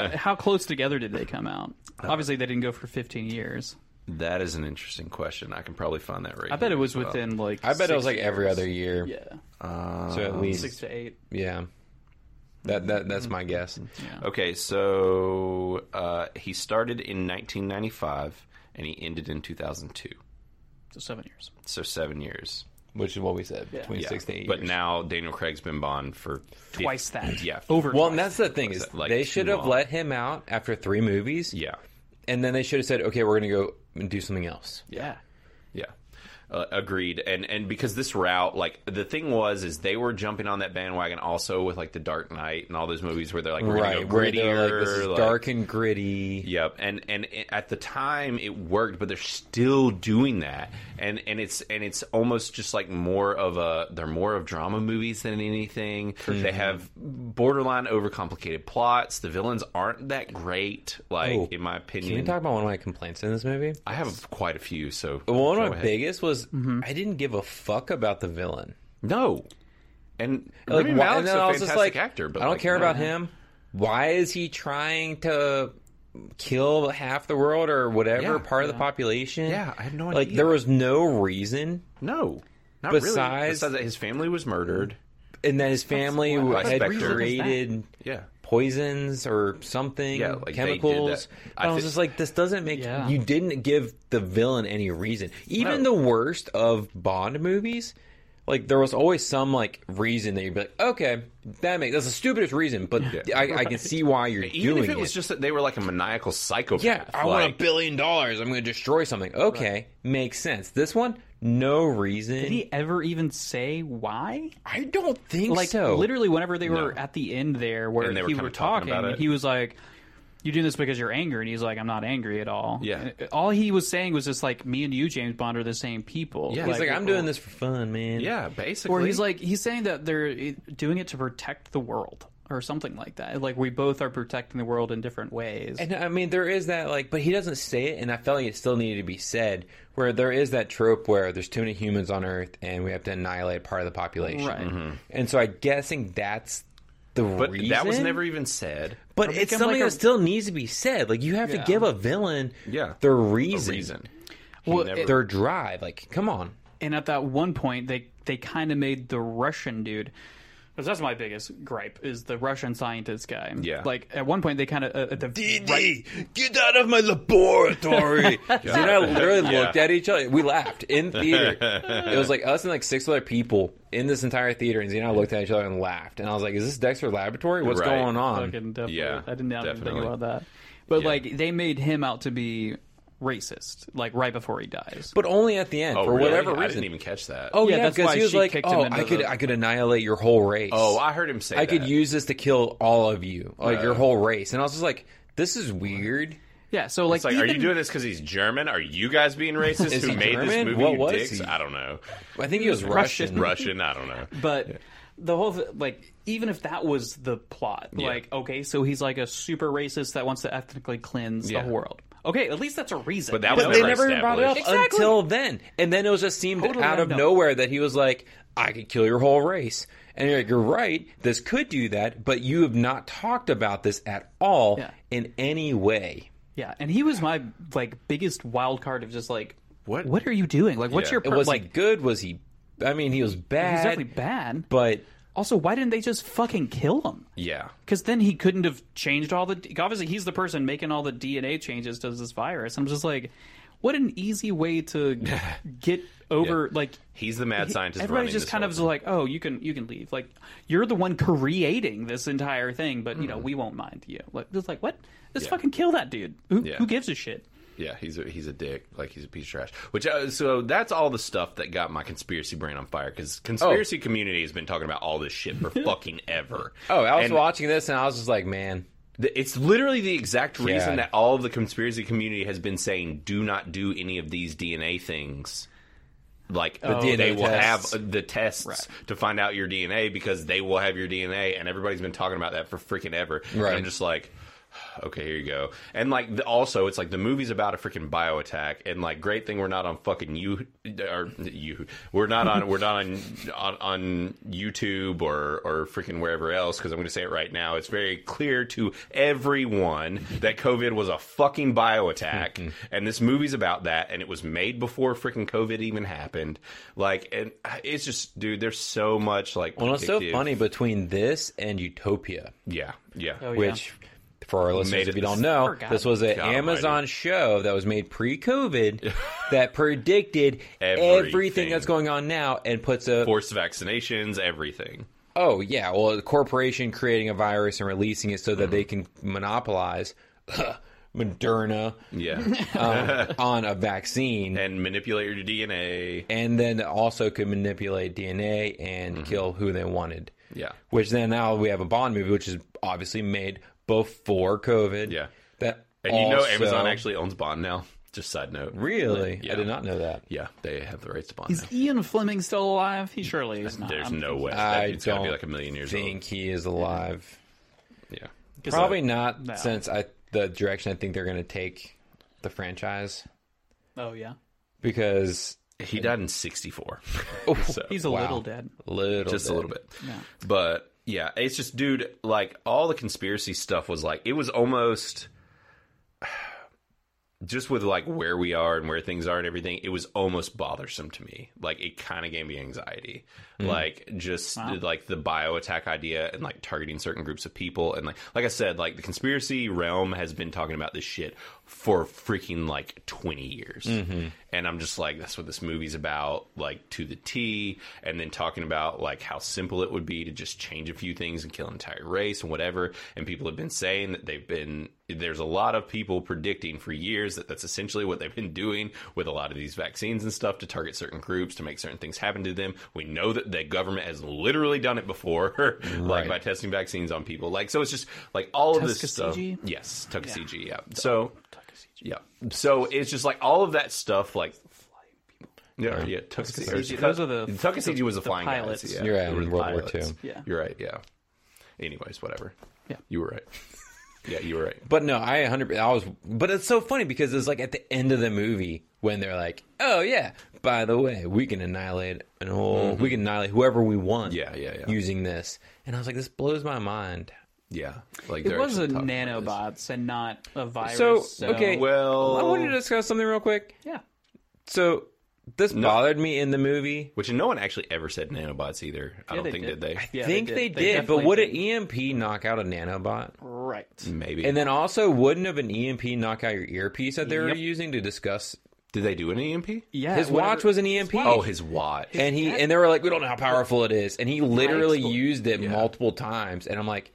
C: uh, how close together did they come out?
B: Uh,
C: Obviously, they didn't go for 15 years.
A: that is an interesting question. I can probably find that right.
C: I bet it was within like.
B: I bet it was
C: six
B: like every
C: years.
B: other year.
C: Yeah,
B: So at least,
C: six to eight.
B: yeah. That that that's
C: Mm-hmm.
B: my guess.
A: Okay, so uh, he started in 1995 and he ended in 2002.
C: So seven years.
A: so seven years.
B: Which is what we said between
A: Yeah.
B: six to eight.
A: but
B: years.
A: now Daniel Craig's been Bond for fif-
C: Twice that.
A: Yeah,
C: Over.
B: well,
C: twice.
B: and that's the thing is
A: that, like,
B: they
A: too
B: should have
A: long?
B: let him out after three movies,
A: yeah,
B: and then they should have said, okay, we're gonna go and do something else.
C: yeah.
A: yeah. Uh, agreed, and and because this route, like the thing was, is they were jumping on that bandwagon also with like the Dark Knight and all those movies where they're like, we're
B: right,
A: gonna go
B: where they're
A: grittier,
B: like this is
A: like-
B: dark and gritty.
A: Yep, and and it- at the time it worked, but they're still doing that, and and it's and it's almost just like more of a they're more of drama movies than anything. They have borderline overcomplicated plots. The villains aren't that great, like
B: Oh,
A: in my
B: Can you
A: opinion.
B: talk about one of my complaints in this movie?
A: I have quite a few, so
B: One
A: go
B: of my
A: ahead.
B: biggest was I didn't give a fuck about the villain.
A: no, and
B: Like,
A: like, Rami
B: why-
A: Malik's
B: and then
A: a
B: I was just
A: fantastic
B: like,
A: actor, but
B: I don't
A: like,
B: care
A: no.
B: about him. Why is he trying to kill half the world or whatever
A: Yeah,
B: part of the population?
A: Yeah, I have no
B: Like
A: idea.
B: there was no reason,
A: No, not really.
B: Besides- Mm.
A: Besides that, his family was murdered.
B: and that his family
C: what
B: had
A: reason is that?
B: created
A: Yeah.
B: poisons or something,
A: Yeah, like, they did
B: chemicals.
A: that.
B: I,
A: I
B: was
A: thi-
B: just like, this doesn't make.
C: Yeah.
B: You didn't give the villain any reason. Even
A: No.
B: the worst of Bond movies, like there was always some like reason that you'd be like, okay, that makes that's the stupidest reason, but I, I can see why you're
A: Even
B: doing
A: if it was just that they were like a maniacal psychopath.
B: yeah, I want a
A: like-
B: billion dollars. I'm going to destroy something. Okay, makes sense. This one, no reason.
C: Did he ever even say why?
B: I don't think
C: Like
B: so.
C: literally, whenever they were at the end there, where
A: And they were
C: he
A: kinda
C: were
A: talking
C: talking,
A: about it.
C: he was like, "You doing this because you're angry," and he's like, "I'm not angry at all."
A: Yeah.
C: And all he was saying was just like, "Me and you, James Bond, are the same people."
A: Yeah.
B: He's like, oh. I'm doing this for fun, man.
A: Yeah, basically.
C: Or he's like, he's saying that they're eh, doing it to protect the world or something like that. Like we both are protecting the world in different ways.
B: And I mean, there is that like, but he doesn't say it, and I felt like it still needed to be said. Where there is that trope where there's too many humans on Earth, and we have to annihilate part of the population.
C: Right.
B: And so I'm guessing that's the
A: Mm-hmm. but
B: reason.
A: that was never even said.
B: But
C: Or
B: it's
C: make him
B: something
C: like
B: that
C: a-
B: still needs to be said. Like you have to
C: Yeah.
B: give a villain
A: Yeah.
B: their
A: A
B: reason,
A: reason.
C: Well,
A: never-
C: it-
B: their drive. Like, come on.
C: and at that one point they they kind of made the russian dude because that's my biggest gripe is the russian scientist guy
A: Yeah.
C: like at one point they kind of uh, at the right,
B: E get out of my laboratory! You and I literally
A: Yeah.
B: looked at each other. We laughed in theater. It was like us and like six other people in this entire theater, and Z and I looked at each other and laughed. And I was like, "Is this Dexter Laboratory? What's
A: Right.
B: going on?"
C: fucking definitely,
A: Yeah,
C: i didn't even think
A: definitely.
C: about that but
A: Yeah.
C: like they made him out to be racist like right before he dies
B: But only at the end,
A: Oh,
B: for
A: really?
B: whatever
A: I
B: reason.
A: didn't even catch that.
B: oh
C: Yeah,
B: yeah,
C: that's
B: because
C: why
B: he was
C: she
B: like,
C: kicked him
B: "Oh,
C: into
B: I could,
C: the-
B: I could annihilate your whole race.
A: oh, I heard him say.
B: I could
A: that.
B: use this to kill all of you, like your whole race." And I was just like, "This is weird."
C: yeah so like,
A: It's like, are you
C: even-
A: doing this because he's German? Are you guys being racist?
B: Is
A: Who
B: he
A: made
B: German?
A: this movie?
B: What
A: you
B: was
A: dicks?
B: he?
A: I don't know.
B: I think he was Russian.
A: Russian? I don't know.
C: but the whole th- like even if that was the plot like okay so he's like a super racist that wants to ethnically cleanse
A: Yeah.
C: the whole world okay at least that's a reason
A: But that
C: you
A: was
C: know?
B: they
A: Never
B: never even brought it up
A: established.
C: Exactly.
B: until then. And then it was just seemed
C: Totally
B: out of
C: unknown.
B: nowhere that he was like, I could kill your whole race. And you're like, you're right, this could do that, but you have not talked about this at all
C: Yeah.
B: in any way.
C: Yeah, and he was my like biggest wild card of just like
A: What?
C: What are you doing? Like, what's
A: Yeah.
C: your
A: It
C: per-
B: Was
C: like?
B: he good? Was he I mean he was bad.
C: He's definitely bad.
B: But
C: also, why didn't they just fucking kill him?
A: Yeah.
C: Because then he couldn't have changed all the. Obviously, he's the person making all the DNA changes to this virus. I'm just like, what an easy way to get over. Like,
A: He's the mad scientist.
C: everybody's
A: running
C: just
A: this
C: kind
A: whole
C: of just like, oh, you can you can leave. Like, you're the one creating this entire thing, but you know
B: Hmm.
C: we won't mind you. Like, just like what? Just
A: Yeah.
C: fucking kill that dude. Who,
A: Yeah.
C: who gives a shit?
A: Yeah, he's a, he's a dick. Like he's a piece of trash. Which uh, so that's all the stuff that got my conspiracy brain on fire because conspiracy community has been talking about all this shit for fucking ever.
B: Oh, I was
A: And-
B: watching this and I was just like, man.
A: Th- It's literally the exact reason
B: God.
A: that all of the conspiracy community has been saying do not do any of these DNA things. Like
B: DNA
A: they will
B: Oh, tests.
A: have the tests to find out your DNA because they will have your DNA, and everybody's been talking about that for freaking ever.
B: Right.
A: And I'm just like, okay, here you go. And like, the, also, it's like the movie's about a freaking bio attack, and like, great thing we're not on fucking you or you, we're not on we're not on on, on YouTube or or freaking wherever else because I'm going to say it right now. It's very clear to everyone that COVID was a fucking bio attack, and this movie's about that, and it was made before freaking COVID even happened. Like, and it's just, dude, there's so much like.
B: Well it's so
A: predictive-
B: funny between this and Utopia.
A: Yeah, yeah.
C: Oh, yeah.
B: which for our listeners,
A: Made
B: if
A: it-
B: you don't know,
C: Forgot.
B: this was an
A: God
B: Amazon
A: almighty.
B: show that was made pre-COVID that predicted everything.
A: Everything.
B: that's going on now and puts a
A: Forced vaccinations, everything.
B: oh yeah,
A: Mm-hmm.
B: well, a corporation creating a virus and releasing it so that they can monopolize. Moderna
A: Yeah.
B: um, on a vaccine,
A: and manipulate your DNA.
B: and then also could manipulate DNA and
A: Mm-hmm.
B: kill who they wanted.
A: Yeah.
B: Which then now we have a Bond movie, which is obviously made before COVID.
A: Yeah.
B: That
A: And you know
B: also-
A: Amazon actually owns Bond now. Just side note.
B: really.
A: Yeah.
B: I did not know that.
A: Yeah, they have the rights to Bond
C: Is Ian Fleming still alive? He surely is
A: now.
C: not.
A: There's
C: I'm-
A: no way.
B: I
A: That dude's got to be
B: don't
A: like a million years
B: Think he is alive?
A: old. Yeah.
B: Probably not,
C: no.
B: since I the direction I think they're going to take the franchise
C: Oh yeah,
B: because
A: He died in 64. so,
C: he's a
B: Wow.
C: little dead.
B: little
A: just a
B: bit.
A: little bit. But yeah, it's just, dude, like all the conspiracy stuff was like, it was almost just with like where we are and where things are and everything, it was almost bothersome to me. Like it kind of gave me anxiety. Like just like the bio attack idea and like targeting certain groups of people and like like I said, like the conspiracy realm has been talking about this shit for freaking like twenty years, and I'm just like that's what this movie's about, like to the T. And then talking about like how simple it would be to just change a few things and kill an entire race and whatever. And people have been saying that they've been there's a lot of people predicting for years that that's essentially what they've been doing with a lot of these vaccines and stuff to target certain groups to make certain things happen to them. We know that the government has literally done it before, like by testing vaccines on people. Like so, it's just like all of this stuff.
C: Tuskegee?
A: Yes, Tuckasegee. Yeah. So yeah. So it's just like all of that stuff. Like yeah, yeah. Tuckasegee.
C: Those are the-
A: Tuckasegee was the,
C: the
A: flying
C: pilots.
A: guys. Yeah,
B: You're right,
A: They were
B: in
A: the
B: World War
A: pilots.
B: II.
C: Yeah.
A: You're right. Yeah. Anyways, whatever.
C: Yeah.
A: You were right. Yeah, you were right.
B: But no, I 100. I was, but it's so funny because it's like at the end of the movie when they're like, "Oh yeah, by the way, we can annihilate an whole, we can annihilate whoever we want."
A: Mm-hmm. Yeah, yeah, yeah.
B: Using this, and I was like, "This blows my mind."
A: Yeah, like
C: It
A: they're
C: was a
A: actually talking about
C: nanobots and not a virus.
B: So,
C: So,
B: okay.
A: this. Well,
B: I wanted to discuss something real quick.
C: yeah,
B: So this bothered me in the movie.
A: which no one actually ever said nanobots either. I
C: Yeah,
A: don't
C: they
A: think did
C: did.
A: they?
C: yeah,
B: think they did, but
C: definitely
B: would
C: did.
B: an EMP knock out a nanobot?
C: right?
A: Maybe.
B: And then also, wouldn't have an EMP knock out your earpiece that they were
A: Yep.
B: using to discuss?
A: did they do an EMP?
C: Yeah,
B: His watch was an EMP.
A: Oh, his watch.
B: and he and they were like, "We don't know how powerful it is," and he literally
C: Nice.
B: used it multiple times, and I'm like,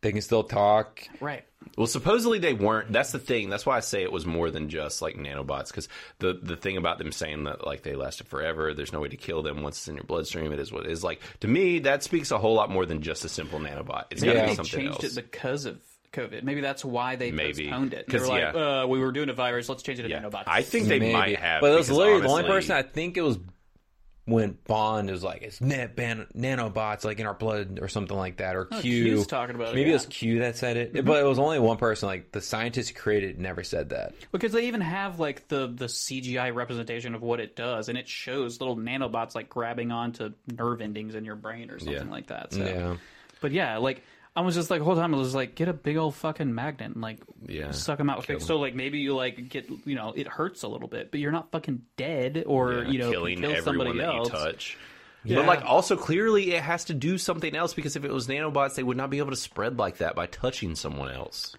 B: "They can still talk."
C: right.
A: Well, supposedly they weren't. That's the thing. That's why I say it was more than just like nanobots, because the the thing about them saying that like they lasted forever, there's no way to kill them once it's in your bloodstream. It is what it is. Like to me, that speaks a whole lot more than just a simple nanobot. It's got to
C: Maybe
B: Yeah.
A: be
C: they
A: something
C: changed
A: else.
C: it because of COVID. Maybe that's why they
A: Maybe.
C: postponed it. They
A: 'Cause,
C: were like,
A: yeah.
C: uh, we were doing a virus. Let's change it to
A: yeah,
C: nanobots.
A: I think they
B: Maybe.
A: might have.
B: But it was
A: because
B: literally the only
A: honestly-
B: person I think it was when Bond was like, it's net ban- nanobots like in our blood or something like that, or Q.
C: Oh, Q's talking about it,
B: Maybe it
C: yeah. Mm-hmm.
B: was Q that said it, but it was only one person. Like the scientist who created it never said that.
C: because they even have like the the CGI representation of what it does, and it shows little nanobots like grabbing onto nerve endings in your brain or something
A: Yeah.
C: like that. So.
B: Yeah.
C: But yeah, like I was just like the whole time I was like, get a big old fucking magnet and like
A: Yeah.
C: suck them out. with it. So like maybe you like get you know it hurts a little bit, but you're not fucking dead or
A: Yeah,
C: you know
A: killing
C: can kill
A: everyone
C: somebody
A: that
C: else.
A: you touch. But like also clearly it has to do something else because if it was nanobots, they would not be able to spread like that by touching someone else.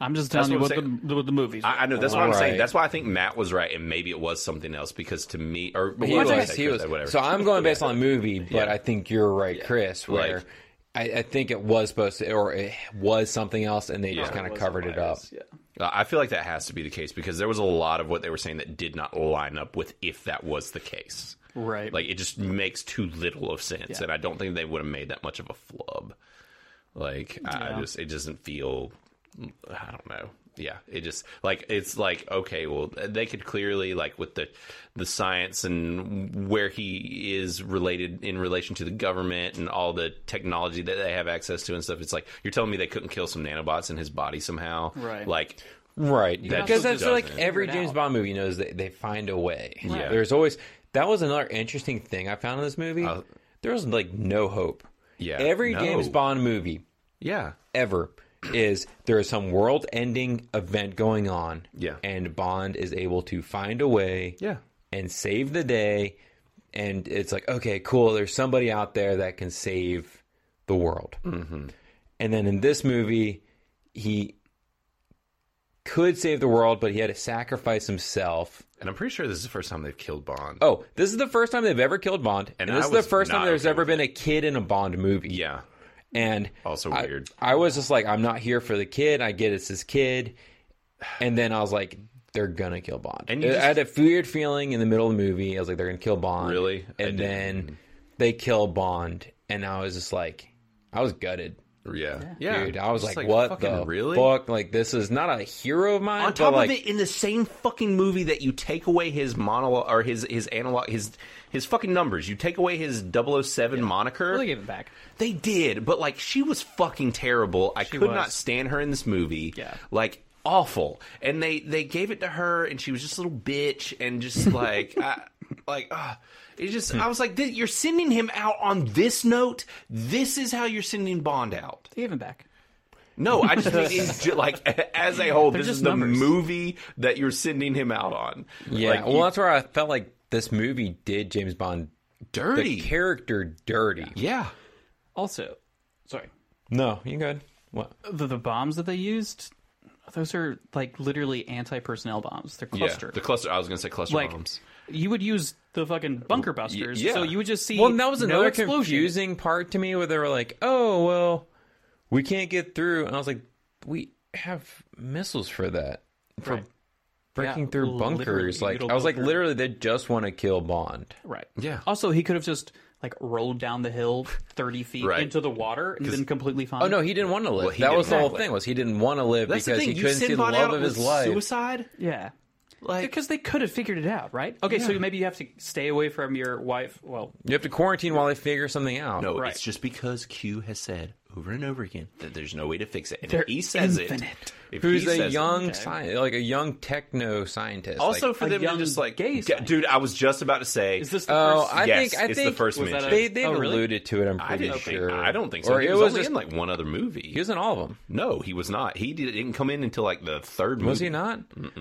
C: I'm just
A: That's
C: telling you
A: what
C: what
A: I'm
C: the, what the movies.
A: I, I know that's what I'm
B: Right.
A: saying. That's why I think Matt was right, and maybe it was something else because to me, or
B: He
A: what
B: was,
A: did I
B: yes,
A: say,
B: he
A: Chris?
B: was.
A: whatever.
B: So I'm going based on the movie, but I think you're right, Chris. Where
A: Like-
B: I, I think it was supposed to, or it was something else, and they just kind of covered it up.
C: Yeah.
A: Uh, I feel like that has to be the case because there was a lot of what they were saying that did not line up with if that was the case.
C: Right.
A: Like it just makes too little of sense, and I don't think they would have made that much of a flub. Like I I just, it doesn't feel. I don't know. Yeah, it just like it's like okay, well they could clearly like with the the science and where he is related in relation to the government and all the technology that they have access to and stuff. It's like you're telling me they couldn't kill some nanobots in his body somehow,
C: Right.
A: Like
B: Right.
A: That
B: because that's
A: just
B: like
A: doesn't.
B: every
C: Figure it
B: James
C: out.
B: Bond movie knows that they find a way.
A: Yeah.
B: There's always that was another interesting thing I found in this movie. there was like no hope.
A: Uh, Yeah.
B: Every
A: No.
B: James Bond movie
A: yeah,
B: ever is there is some world ending event going on.
A: Yeah.
B: And Bond is able to find a way
A: yeah.
B: and save the day. And it's like, okay, cool. There's somebody out there that can save the world. Mm-hmm. And then in this movie, he could save the world, but he had to sacrifice himself.
A: And I'm pretty sure this is the first time they've killed Bond.
B: Oh, this is the first time they've ever killed Bond. And,
A: And
B: this
A: I
B: is the
A: was
B: first time
A: not
B: there's
A: okay
B: ever
A: with
B: been a kid in a Bond movie.
A: Yeah.
B: And
A: Also
B: I-
A: weird.
B: I was just like, I'm not here for the kid. I get it's his kid. and then I was like, they're gonna kill Bond.
A: And you
B: I
A: just-
B: had a weird feeling in the middle of the movie. I was like, they're gonna kill Bond.
A: Really? I didn't.
B: And then they kill Bond, and I was just like, I was gutted.
A: Yeah,
B: Dude, I was
A: Just
B: like, what
A: fucking
B: the
A: really?
B: fuck? Like, this is not a hero of mine.
A: On
B: but,
A: top
B: like,
A: of it, in the same fucking movie that you take away his monologue or his his analog his his fucking numbers, you take away his 007 moniker.
C: Well, they gave it back.
A: They did, but like she was fucking terrible. I could
C: was.
A: not stand her in this movie.
C: Yeah.
A: Like awful. And they they gave it to her and she was just a little bitch and just like I, like uh, it just I was like "Th- you're sending him out on this note. This is how you're sending Bond out.
C: They gave it back.
A: No, I just think it's ju- like as a whole this
C: just
A: is the
C: numbers.
A: movie that you're sending him out on.
B: yeah.
A: Like,
B: well,
A: you-
B: that's where I felt like this movie did James Bond the
A: dirty.
B: character dirty.
A: yeah.
C: Also, sorry,
B: No, you good? What?
C: the, the bombs that they used, those are like literally anti-personnel bombs. They're cluster.
A: Yeah. The cluster I was going to say cluster
C: like
A: bombs.
C: you would use the fucking bunker busters,
A: yeah.
C: so you would just see.
B: Well, and that was
C: no
B: another
C: explosion.
B: confusing part to me where they were like, "Oh, well, we can't get through," and I was like, "We have missiles for that for
C: Right.
B: breaking
C: Yeah,
B: through
C: literally,
B: bunkers." Like,
C: middle
B: I was like,
C: bunker.
B: literally, they just want to kill Bond.
C: Right.
A: Yeah.
C: Also, he could have just like rolled down the hill thirty feet
A: Right.
C: into the water and been completely fine.
B: Oh no, he didn't want to live.
A: he
B: that
A: didn't
B: was the whole
A: want to
B: thing was he didn't want to live
A: That's
B: because
A: the thing.
B: he
A: you
B: couldn't
A: send
B: see the
A: Bond
B: love
A: out
B: of his
A: with
B: life.
A: Suicide?
C: Yeah.
A: Like
C: Because they could have figured it out, right? Okay, so maybe you have to stay away from your wife. Well,
B: You have to quarantine while they figure something out.
A: No,
C: Right.
A: it's just because Q has said over and over again that there's no way to fix it. And
C: They're
A: if he says
C: infinite.
A: it, if
B: who's
A: he
B: a
A: says it-
B: young sci- like a young techno scientist.
A: also
B: like,
A: for
C: a
A: them
C: young
A: to just like,
C: gay
A: Yeah,
C: scientist.
A: dude, I was just about to say,
C: is this the
B: oh,
C: first?
B: I
A: Yes,
B: think I
A: it's the
B: think
A: first
C: Was that
A: mention.
B: they
C: a-
B: they
C: Oh, really?
B: alluded to it. I'm
A: I
B: pretty
A: didn't
B: sure.
A: think, I don't think so.
B: Or
A: he
B: it
A: was,
B: was
A: only
B: just-
A: in like one other movie.
B: He was in all of them.
A: no, he was not. He did, didn't come in until like the third movie.
B: Was he not?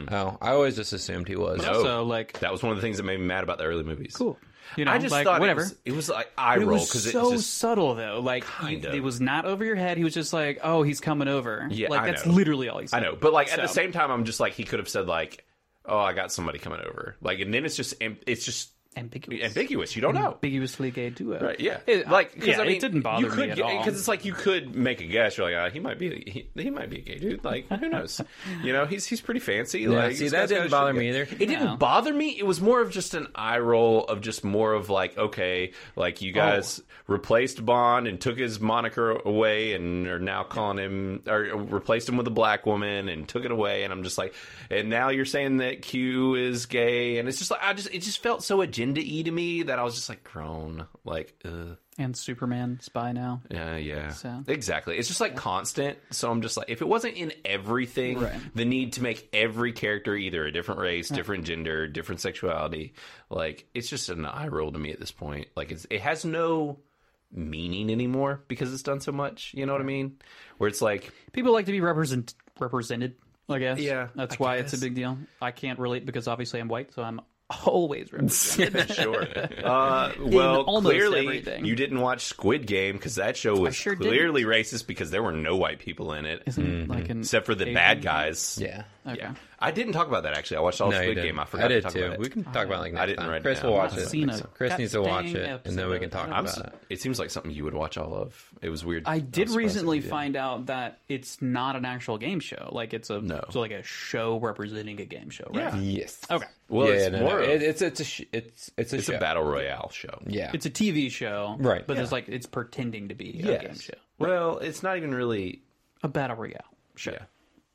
B: Oh, I always just assumed he was.
A: No.
C: also like
A: That was one of the things that made me mad about the early movies.
C: cool. You know,
A: I just
C: like
A: thought it
C: whatever.
A: was- It was, like eye
C: But it
A: roll
C: was
A: because
C: so
A: it's just
C: subtle though. Like you-
A: Kinda.
C: it was not over your head. He was just like, "Oh, he's coming over."
A: Yeah,
C: like
A: I
C: that's
A: know.
C: literally all he said.
A: I know, but like at the
C: So-
A: same time, I'm just like he could have said like, "Oh, I got somebody coming over," like, and then it's just it's just
C: Ambiguous.
A: ambiguous. You don't know.
C: ambiguously gay duo.
A: Right, yeah.
C: It,
A: like, because
C: yeah,
A: I mean,
C: it didn't bother
A: you could,
C: me at all.
A: Because it's like you could make a guess. You're like, ah, he might be, he, he might be a gay dude. Like, who knows? you know, he's he's pretty fancy. like,
B: see,
A: this
B: that
A: guy's
B: didn't
A: got a
B: bother
A: shit
B: me
A: together.
B: either.
A: It didn't bother me. It was more of just an eye roll of just more of like, okay, like
B: Oh.
A: you guys replaced Bond and took his moniker away and are now calling him or replaced him with a black woman and took it away. And I'm just like, and now you're saying that Q is gay, and it's just like I just it just felt so agenda y to me that I was just like grown, like. Ugh.
C: and Superman spy now.
A: Yeah, yeah.
C: So-
A: Exactly. It's just like constant. So I'm just like, if it wasn't in everything,
C: Right.
A: the need to make every character either a different race, different gender, different sexuality, like it's just an eye roll to me at this point. Like it's it has no meaning anymore because it's done so much. You know what I mean? Where it's like,
C: People like to be represent represented. I guess.
A: Yeah,
C: that's
A: I
C: why
A: guess.
C: it's a big deal. I can't relate because obviously I'm white, so I'm always represented.
A: sure. Uh, well,
C: almost
A: clearly
C: everything.
A: you didn't watch Squid Game because that show was
C: sure didn't.
A: clearly racist because there were no white people in it
C: Isn't it like an
A: except for the
C: Asian-
A: bad guys.
B: Yeah.
C: Okay.
A: I didn't talk about that actually. I watched all
B: No, you
A: Squid
B: didn't.
A: Game. I forgot
B: did
A: to talk
B: too.
A: about it.
B: We can talk about it like next
A: I didn't
B: time.
A: write it
B: Chris
A: down.
B: will watch
A: I've
B: it.
C: seen a
B: Chris needs to watch
C: goddamn
B: it, and then we can talk
C: episode.
B: about
A: I'm s-
B: it.
A: it seems like something you would watch all of. It was weird.
C: I did
A: was surprised
C: recently
A: you did.
C: find out that it's not an actual game show. Like it's a
A: No.
C: it's like a show representing a game show,
A: Yeah.
C: right?
B: Ah, Yes.
C: Okay.
A: Well, it's more of-
B: It, it's it's a sh- it's it's a
A: It's
B: show.
A: a battle royale show.
B: Yeah.
C: It's a TV show,
B: Right.
C: But
B: Yeah.
C: it's like it's pretending to be
B: Yes.
C: a game show,
A: Well, it's not even really.
C: a battle royale. Sure.
A: Yeah.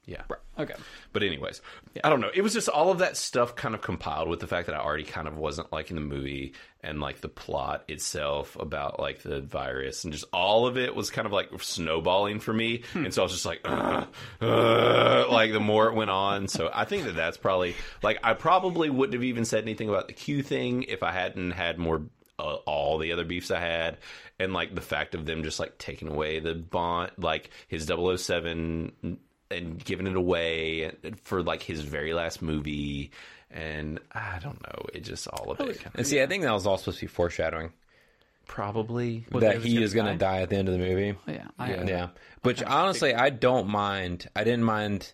A: Yeah.
C: Okay.
A: But anyways, I don't know. It was just all of that stuff kind of compiled with the fact that I already kind of wasn't liking the movie and like the plot itself about like the virus and just all of it was kind of like snowballing for me. And so I was just like, "Ugh, ugh," like the more it went on. So I think that that's probably like I probably wouldn't have even said anything about the Q thing if I hadn't had more uh, all the other beefs I had, and like the fact of them just like taking away the bond, like his 007 and giving it away for like his very last movie, and I don't know, it just all of it kind of,
B: and see, I think that was all supposed to be foreshadowing
A: probably.
C: he
B: that
C: was
B: he
C: gonna
B: is going to die at the end of the movie.
A: Oh,
C: Yeah. I,
A: uh,
B: Yeah. Which honestly, I don't mind. I didn't mind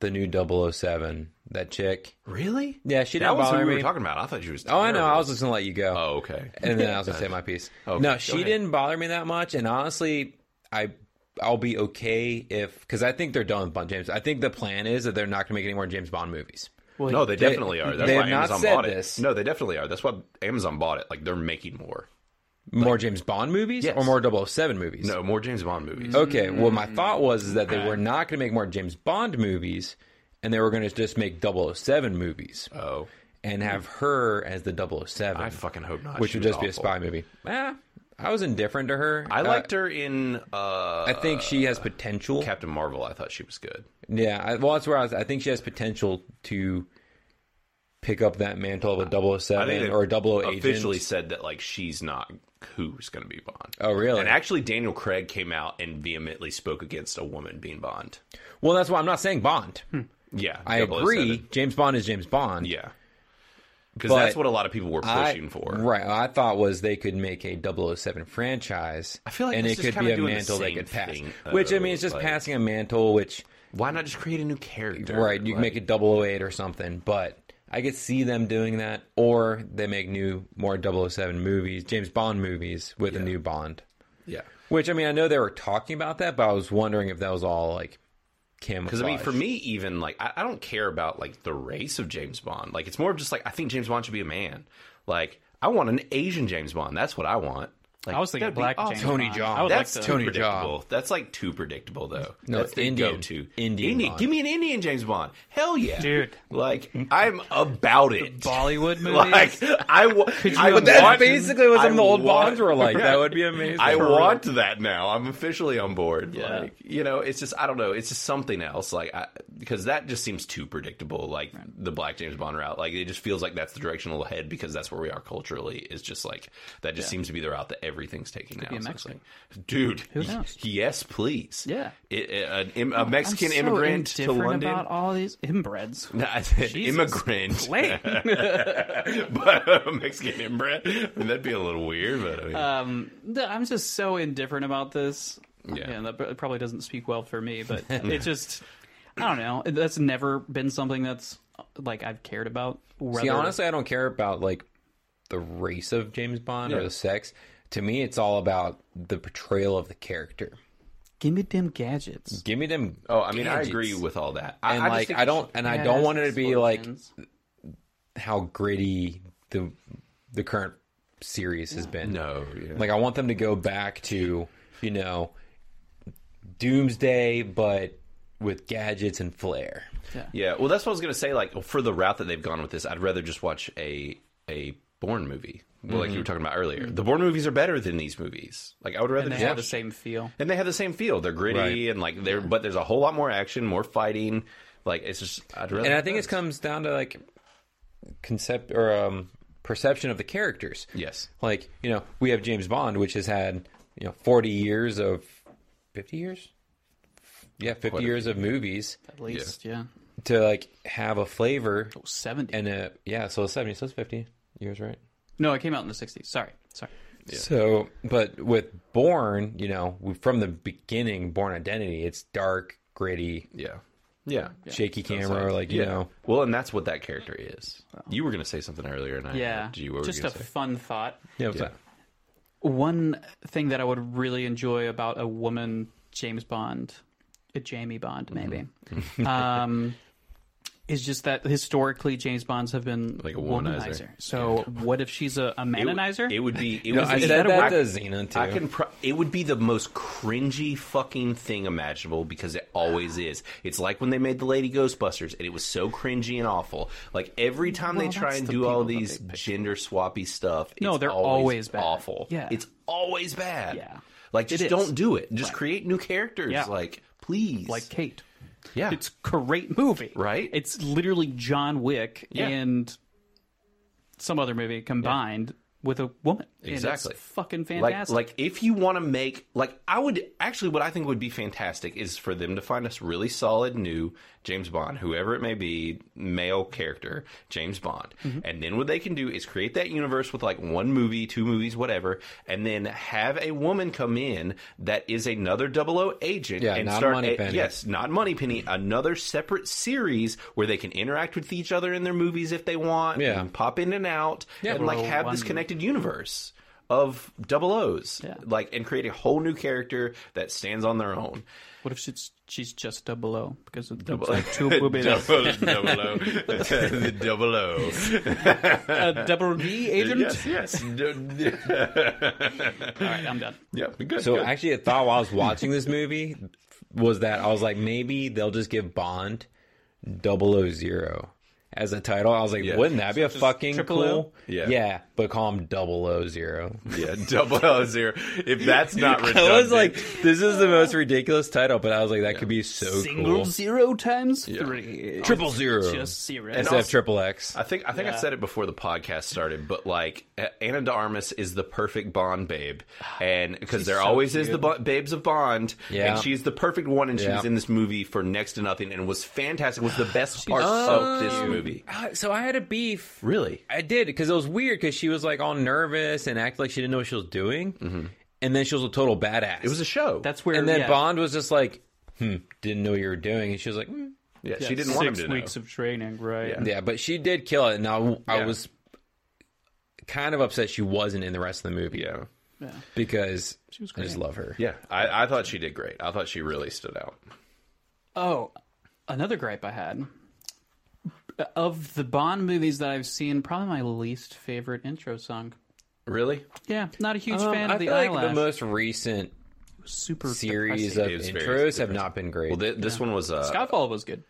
B: the new 007, that chick.
A: Really?
B: Yeah, she
A: That
B: didn't
A: was who
B: bother
A: we were
B: me.
A: talking about. I thought you was.
B: Oh, I know. I was just going to let you go.
A: Oh, okay.
B: and then I was gonna say my piece.
A: Okay,
B: no,
A: go
B: she
A: ahead.
B: didn't bother me that much, and honestly, I I'll be okay if because I think they're done with Bond James. I think the plan is that they're not going to make any more James Bond movies.
A: No, they definitely are. That's
B: they
A: why
B: have not
A: Amazon
B: said
A: bought it.
B: this.
A: No, they definitely are. That's why Amazon bought it. Like they're making more.
B: More James Bond movies
A: Yes.
B: or more 007 movies?
A: No, Mm, more James Bond movies.
B: Okay. Well, my thought was is that they were not going to make more James Bond movies, and they were going to just make 007 movies
A: Oh,
B: and have her as the 007,
A: I fucking hope not.
B: which
A: She
B: would
A: was
B: just be a
A: awful.
B: spy Uh, movie. Eh, I was indifferent to her.
A: I liked her in uh,
B: I think she has potential.
A: Captain Marvel. I thought she was good.
B: Yeah, I, well, that's where I was. I think she has potential to pick up that mantle of a 007
A: they
B: or a 00
A: officially
B: agent.
A: said that like she's not who's going to be Bond.
B: Oh, really?
A: And actually, Daniel Craig came out and vehemently spoke against a woman being Bond.
B: well, that's why I'm not saying Bond.
A: Hmm. Yeah,
B: I
A: 007.
B: agree. James Bond is James Bond.
A: Yeah, because
B: But
A: that's what a lot of people were
B: I-
A: pushing for.
B: Right. I thought was they could make a 007 franchise. I
A: feel like
B: and
A: that's
B: it
A: just
B: could
A: kinda
B: be a
A: doing the
B: mantle they
A: same
B: could pass.
A: thing,
B: which I
A: though,
B: mean, it's just
A: like-
B: passing a mantle. Which
A: Why not just create a new character?
B: right, you can make it 008 or something. But I could see them doing that, or they make new more 007 movies, James Bond movies with a new Bond.
A: Yeah,
B: Which I mean, I know they were talking about that, but I was wondering if that was all like camouflage.
A: because I mean, for me, even like I, I don't care about like the race of James Bond. Like it's more of just like I think James Bond should be a man. Like I want an Asian James Bond. That's what I want. Like,
C: I was thinking
A: that'd be
C: black
A: awesome.
C: James
B: Tony
C: Bond.
B: John.
C: I would
A: That's
C: like to.
A: too
B: Tony Jaa.
A: predictable. That's like too predictable, though.
B: No,
A: That's
B: it's
A: the
B: Indian.
A: go-to.
B: Indian Bond.
A: Give me an Indian James Bond. Hell yeah,
C: Dude.
A: Like I'm about it.
C: Bollywood movies.
A: Like I, wa- I
B: but that's
A: want-
B: basically what some
A: I
B: of the old
A: want-
B: Bonds were like. That would be amazing.
A: I want that now. I'm officially on board.
C: Yeah.
A: Like, you know, it's just I don't know. It's just something else. Like, I, because that just seems too predictable. Like the Black James Bond route. Like it just feels like that's the directional head because that's where we are culturally. It's just like that. Just seems to be the route that everything's taking now.
C: be a
A: So it's
C: Mexican.
A: like, dude. y-
C: knows?
A: yes, please.
C: Yeah. Oh,
A: It, an, im- a Mexican
C: I'm so
A: immigrant to
C: indifferent
A: London.
C: about all these inbreds.
A: No, I said
C: Jesus.
A: immigrant,
C: Lame.
A: but a Mexican immigrant. I mean, that'd be a little weird, but I mean,
B: Uh,
C: um, th- I'm just so indifferent about this.
A: Yeah.
C: Yeah, that pr- probably doesn't speak well for me, but it just, I don't know. That's never been something that's like I've cared about. Whether,
B: See, honestly, I don't care about like the race of James Bond or the sex. To me, it's all about the portrayal of the character.
C: give me them gadgets.
B: Give me them.
A: Oh, I mean,
B: gadgets.
A: I agree with all that.
B: And
A: I, I just
B: like,
A: think
B: I
A: you
B: don't,
A: should-
B: and I don't want it to be like
C: Explosions.
B: how gritty the the current series has been.
A: No, yeah.
B: Like I want them to go back to, you know, Doomsday but with gadgets and flair.
A: yeah. Well, that's what I was gonna say. Like for the route that they've gone with this, I'd rather just watch a a Bourne movie. Well,
B: Mm-hmm.
A: like you were talking about earlier, the Bourne movies are better than these movies. Like I would rather
C: and they
A: just
C: have the
A: watch-
C: same feel.
A: and they have the same feel. They're gritty
B: Right.
A: and like they're, but there's a whole lot more action, more fighting. Like it's just I'd rather.
B: And I think it comes down to like concept or um perception of the characters.
A: yes,
B: Like, you know, we have James Bond which has had, you know, 40 years of 50 years? Yeah, 50 years of movies
C: At least, yeah.
B: to like have a flavor
C: Seventy.
B: and a yeah, so 70, so it's 50 years, right?
C: no, it came out in the '60s. Sorry, sorry.
B: So, but with Born, you know, we- from the beginning, Born Identity, it's dark, gritty,
A: yeah, yeah.
B: shaky camera, like you know,
A: Well, and that's what that character is. You were gonna say something earlier,
B: Uh,
A: and I
C: Yeah,
A: Do you what were
C: just
A: you
C: a
A: gonna say?
C: fun thought.
B: yeah, it's
A: Yeah.
B: like-
C: One thing that I would really enjoy about a woman James Bond, a Jamie Bond
A: Mm-hmm.
C: maybe, um, is just that historically James Bonds have been
A: Like a womanizer.
C: So what if she's a, a
A: It would-
C: mananizer?
A: It would be. It
B: No,
A: would
B: I
A: be-
B: said
C: that a
B: that
C: word?
B: to Xena too.
A: I can. Pro- it would be the most cringy fucking thing imaginable because it always is. It's like when they made the Lady Ghostbusters, and it was so cringy and awful. Like every time they
C: Well,
A: try
C: that's
A: and
C: the
A: do all
C: people that they
A: these
C: pick.
A: gender swappy stuff,
C: No,
A: it's
C: they're always bad.
A: awful.
C: Yeah.
A: it's always bad.
C: Yeah.
A: like
C: It
A: just
C: is.
A: don't do it. Just create new characters.
C: Yeah.
A: Like please,
C: like Kate.
A: yeah,
C: It's great movie,
A: Right?
C: It's literally John Wick
A: Yeah.
C: and some other movie combined with a woman. And it's
A: Exactly.
C: fucking
A: like
C: fantastic.
A: like if you want to make like I would actually what I think would be fantastic is for them to find us really solid new James Bond, whoever it may be, male character James Bond,
B: Mm-hmm.
A: and then what they can do is create that universe with like one movie, two movies, whatever, and then have a woman come in that is another 00 agent
B: Yeah,
A: and
B: not
A: start
B: Moneypenny.
A: a- yes, not Moneypenny, another separate series where they can interact with each other in their movies if they want,
B: Yeah.
A: and pop in and out, and like
C: Well,
A: have
C: one
A: this connected universe. of double O's,
C: Yeah.
A: like, and create a whole new character that stands on their own.
C: What if she's she's just double O because of
A: Double
C: double
A: O.
C: like two boobies.
D: Double, double O. the double O.
C: uh, double D agent.
A: Yes, yes.
C: All right, I'm done.
A: yeah, good.
B: So
A: good.
B: actually, a thought while I was watching this movie was that I was like, maybe they'll just give Bond 000 as a title. I was like,
A: Yeah.
B: wouldn't that be a fucking
C: triple O?
B: cool?
A: Yeah.
B: yeah, but call him 000.
A: yeah, double O zero. If that's not redundant,
B: I was like, this is the most ridiculous title, but I was like, that could be so
C: Single
B: cool.
C: zero times three.
B: Triple zero.
C: Just zero.
B: Instead of triple X.
A: I think I think I
C: Yeah.
A: said it before the podcast started, but like A- Anna de Armas is the perfect Bond babe, and because there
C: so
A: always is the
C: cute.
A: bo- babes of Bond,
B: Yeah.
A: and she's the perfect one, and she
B: Yeah.
A: was in this movie for next to nothing, and was fantastic. Was the best part of this movie,
B: Uh, So I had a beef.
A: really?
B: I did because it was weird because she was like all nervous and acted like she didn't know what she was doing, and then she was a total badass.
A: Mm-hmm. It was a show.
C: That's where.
B: and then
C: yeah,
B: Bond was just like, hmm, didn't know what you were doing, and she was like, hmm.
A: yeah,
C: yeah,
A: she didn't
C: six
A: want him to know.
C: weeks of training, right?
A: Yeah.
B: yeah, but she did kill it, and I, I
A: Yeah.
B: was kind of upset she wasn't in the rest of the movie
A: Yeah,
B: because
C: was
B: I just
C: great.
B: love her.
A: yeah. I, I thought she did great. I thought she really stood out.
C: Oh, another gripe I had. Of the Bond movies that I've seen, probably my least favorite intro song.
A: Really?
C: Yeah, not a huge
B: Um,
C: fan
B: I
C: of the
B: feel like
C: eyelash.
B: the most recent
C: Super
B: series
C: depressing.
A: It
B: of
A: was very
B: intros have not been great.
A: Well, th- this one was. Uh,
C: Skyfall was good.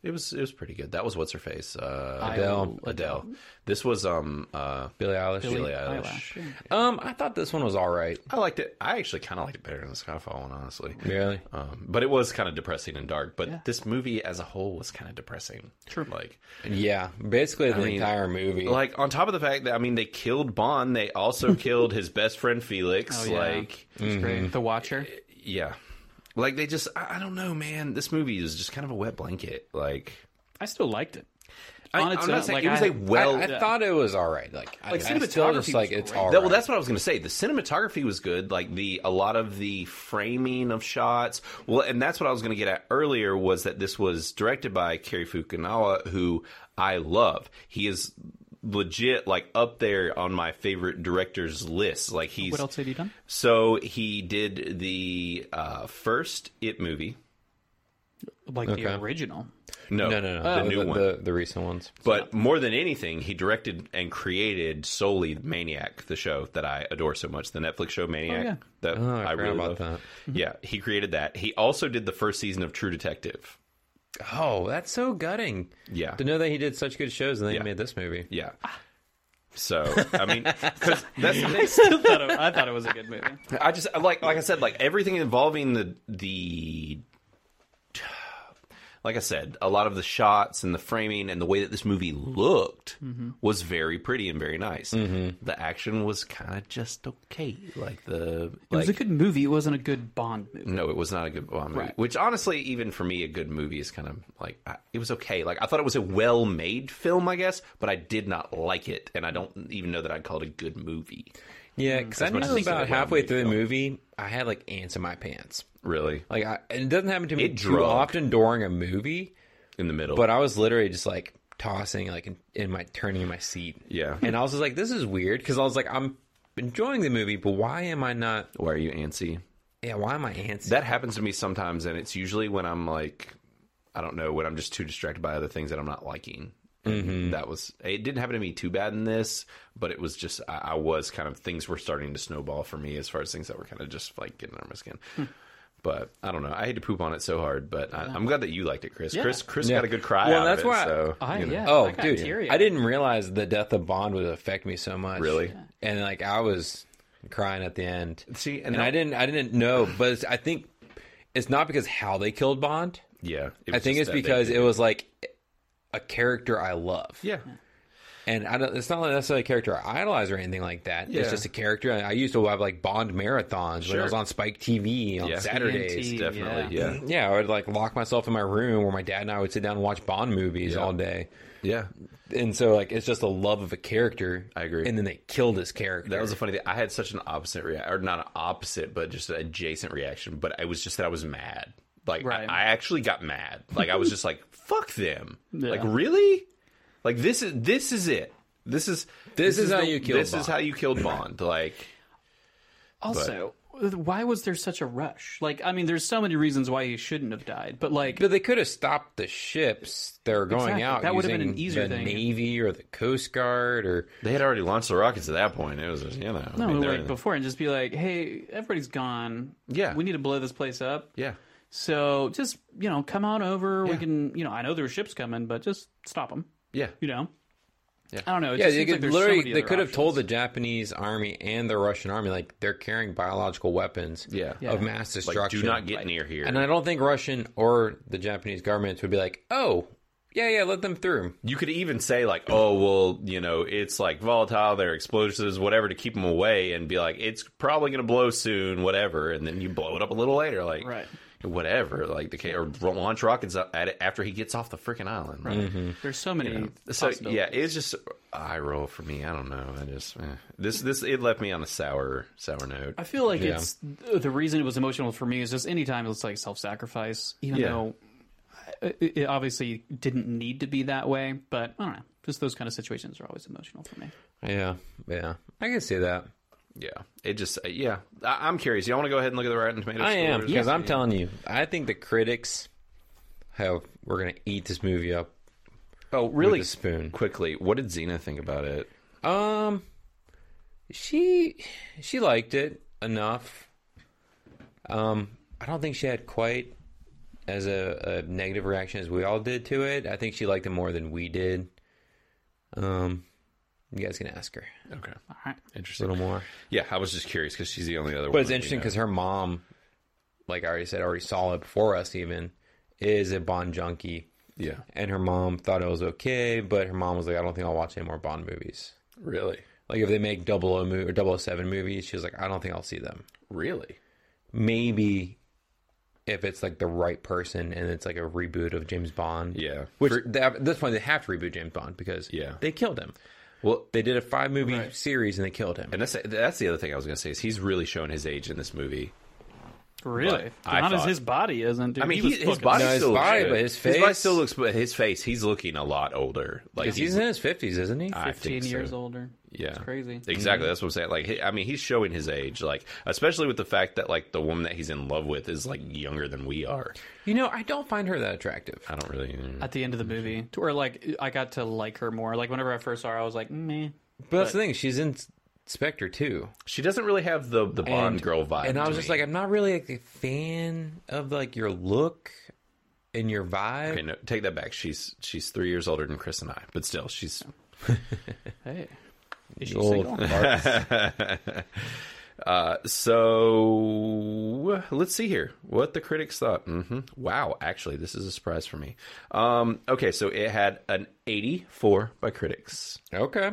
A: it was. It was pretty good. That was what's her face. Uh,
B: Adele.
A: Adele. This was um uh
B: Billie Eilish.
A: Billie
C: Eyelash,
A: Eilish.
B: Um, I thought this one was all right.
A: I liked it. I actually kind of liked it better than the Skyfall one, honestly.
B: Really?
A: Um, but it was kind of depressing and dark. But this movie as a whole was kind of depressing. True. Like,
B: Yeah, basically the
A: mean,
B: entire movie.
A: like on top of the fact that I mean, they killed Bond. They also killed his best friend Felix.
C: Oh, yeah.
A: Like,
C: It was great. The Watcher.
A: yeah, like they just. I, I don't know, man. This movie is just kind of a wet blanket. Like,
C: I still liked it.
A: I,
C: On its
A: am not
C: own,
A: saying
C: like,
A: it was
C: I-
A: a well.
B: I, I thought it was all right. Like, I,
A: Like,
B: I still just
A: cinematography
B: like
A: was
B: it's
A: great.
B: all right.
A: That- Well, that's what I was going to say. The cinematography was good. Like the a lot of the framing of shots. Well, and that's what I was going to get at earlier was that this was directed by Kerry Fukunawa, who I love. He is legit like up there on my favorite directors list. Like he's
C: What else have you done?
A: so he did the uh, first It movie.
C: Like the original.
A: No,
B: no, no, no.
C: Oh,
A: the new
B: the,
A: one.
B: the, the recent ones.
A: But more than anything, he directed and created solely Maniac, the show that I adore so much, the Netflix show Maniac.
C: yeah.
A: That
B: Oh, I
A: I
B: forgot
A: really
B: about
A: love. Yeah, he created that. He also did the first season of True Detective.
B: Oh, that's so gutting.
A: Yeah.
B: To know that he did such good shows and then
A: Yeah.
B: he made this movie.
A: Yeah. So I mean, 'cause that's the thing.
C: I, thought it, I thought it was a good movie.
A: I just like like I said, like everything involving the the like I said, a lot of the shots and the framing and the way that this movie looked
C: Mm-hmm.
A: was very pretty and very nice. The action was kind of just okay. Like the
C: It was
A: like,
C: a good movie. It wasn't a good Bond movie.
A: no, it was not a good Bond movie.
C: Right.
A: Which honestly, even for me, a good movie is kind of like I, it was okay. Like I thought it was a well-made film, I guess, but I did not like it, and I don't even know that I'd call it a good movie.
B: Yeah, because I
A: much as
B: knew
A: it's a
B: about
A: well-made
B: halfway through the
A: film.
B: movie, I had like ants in my pants.
A: Really,
B: Like, I, and it doesn't happen to me
A: It
B: too
A: drug.
B: often during a movie,
A: in the middle,
B: but I was literally just like tossing, like in, in my turning in my seat.
A: Yeah.
B: and I was just like, this is weird because I was like, I'm enjoying the movie, but why am I not?
A: why are you antsy?
B: Yeah, why am I antsy?
A: That happens to me sometimes, and it's usually when I'm like, I don't know, when I'm just too distracted by other things that I'm not liking. And
B: Mm-hmm.
A: That was it. Didn't happen to me too bad in this, but it was just I, I was kind of things were starting to snowball for me as far as things that were kind of just like getting under my skin. But I don't know. I had to poop on it so hard, but I, I'm glad that you liked it, Chris. Chris, Chris got a good cry.
B: Well,
A: out
B: that's
A: of it,
B: why-
A: So,
C: I,
A: you know.
C: yeah,
B: Oh,
C: I got
B: dude,
C: teary-eyed.
B: I didn't realize the death of Bond would affect me so much.
A: Really?
B: And like I was crying at the end.
A: See, and
B: and, I
A: that-
B: didn't, I didn't know, but it's- I think it's not because how they killed Bond.
A: yeah. it
B: I
A: was
B: think
A: just
B: it's
A: that they
B: because
A: did
B: it was like a character I love.
A: Yeah,
B: And I don't, it's not necessarily a character I idolize or anything like that.
A: Yeah.
B: It's just a character. I used to have like Bond marathons when
A: Sure.
B: I was on Spike TV on
A: Yeah.
B: Saturdays.
C: TNT.
A: definitely. Yeah, yeah.
B: Yeah, I would like lock myself in my room where my dad and I would sit down and watch Bond movies all day and so like it's just a love of a character.
A: I agree.
B: And then they killed his character.
A: That was a funny thing. I had such an opposite reaction, or not an opposite, but just an adjacent reaction. But it was just that I was mad. Like I-
C: Right.
A: I, actually got mad. Like I was just like, "Fuck them!"
C: Yeah.
A: Like really? Like this is this is it. This is
B: This is how you killed
A: This is
B: Bond.
A: how you killed Bond. Like
C: Also, why was there such a rush? Like, I mean, there's so many reasons why he shouldn't have died, but like,
B: But they could have stopped the ships that are going
C: Exactly.
B: out.
C: That would have
B: using
C: been an easier
B: the
C: thing.
B: Navy or the Coast Guard or
A: they had already launched the rockets at that point. It was you know I
C: no,
A: mean, they're
C: like
A: in-
C: before, and just be like, hey, everybody's gone.
A: Yeah.
C: we need to blow this place up.
A: yeah.
C: So just you know, come on over. We
A: Yeah.
C: can, you know, I know there were ships coming, but just stop them.
A: Yeah.
C: You know.
A: Yeah.
C: I don't know. It
B: yeah,
C: just
B: they
C: seems like
B: could
C: there's so
B: literally
C: many
B: they
C: other
B: could have
C: options.
B: told the Japanese army and the Russian army like they're carrying biological weapons
A: Yeah. Yeah.
B: of mass
A: Like
B: destruction.
A: do not get near here.
B: And I don't think Russian or the Japanese governments would be like, oh, yeah, yeah, let them through.
A: you could even say like, oh well, you know, it's like volatile, they're explosives, whatever, to keep them away, and be like, it's probably going to blow soon, whatever, and then you blow it up a little later, like
C: Right.
A: whatever, like the ca- or launch rockets at it after he gets off the freaking island, right?
C: There's so many.
A: So
C: possibilities.
A: yeah, it's just eye roll for me. I don't know. I just eh. this this it left me on a sour sour note.
C: I feel like it's the reason it was emotional for me is just anytime it's like self sacrifice, even
A: Yeah.
C: though it, it obviously didn't need to be that way. But I don't know. Just those kind of situations are always emotional for me.
B: Yeah, yeah. I can see that.
A: Yeah, it just uh, yeah. I, I'm curious. You want to go ahead and look at the Rotten Tomatoes?
B: I am
A: scores?
B: because I'm telling you, I think the critics have we're gonna eat this movie up.
A: Oh, really?
B: With a spoon.
A: Quickly, what did Xena think about it?
B: Um, she she liked it enough. Um, I don't think she had quite as a, a negative reaction as we all did to it. I think she liked it more than we did. Um, you guys can ask her
A: Okay,
C: All right.
B: a
A: interesting.
B: little more.
A: Yeah, I was just curious because she's the only other.
B: But it's interesting because her mom, like I already said, already saw it before us. Even is a Bond junkie,
A: yeah,
B: and her mom thought it was okay, but her mom was like, "I don't think I'll watch any more Bond movies."
A: really,
B: Like if they make double O mo- or 007 movies, she was like, I don't think I'll see them.
A: really.
B: Maybe if it's like the right person and it's like a reboot of James Bond.
A: Yeah.
B: Which they have, at this point they have to reboot James Bond because
A: Yeah.
B: they killed him.
A: Well,
B: They did a five movie series and they killed him.
A: and that's that's the other thing I was going to say is he's really showing his age in this movie.
C: Really?
A: I
C: Not as
A: thought-
C: his body isn't. Dude.
A: I mean,
C: he was
A: he, his
C: fucking-
A: body
B: No, his
A: still
B: body,
A: looks good.
B: but his
A: his body
B: face-
A: still looks, but his face he's looking a lot older. Like
B: 'Cause he's in his fifties, isn't he?
A: I think
C: fifteen years
A: so.
C: older.
A: Yeah,
C: It's crazy.
A: Exactly.
B: Mm-hmm.
A: That's what I'm saying. Like, he- I mean, he's showing his age. Like, especially with the fact that like the woman that he's in love with is like younger than we are.
B: you know, I don't find her that attractive.
A: I don't really.
C: At the end of the movie, to where like I got to like her more. Like whenever I first saw her, I was like, meh.
B: But, that's the thing, she's in Spectre too.
A: She doesn't really have the the Bond girl vibe.
B: And I
A: to
B: was just
A: me.
B: like, I'm not really like, a fan of like your look and your vibe.
A: okay, no, take that back. She's she's three years older than Chris and I, but still, she's.
C: Hey, is she
B: Old
C: single?
B: farts.
A: So let's see here what the critics thought. hmm Wow, actually, this is a surprise for me. Um, okay, so it had an 84 by critics.
B: Okay.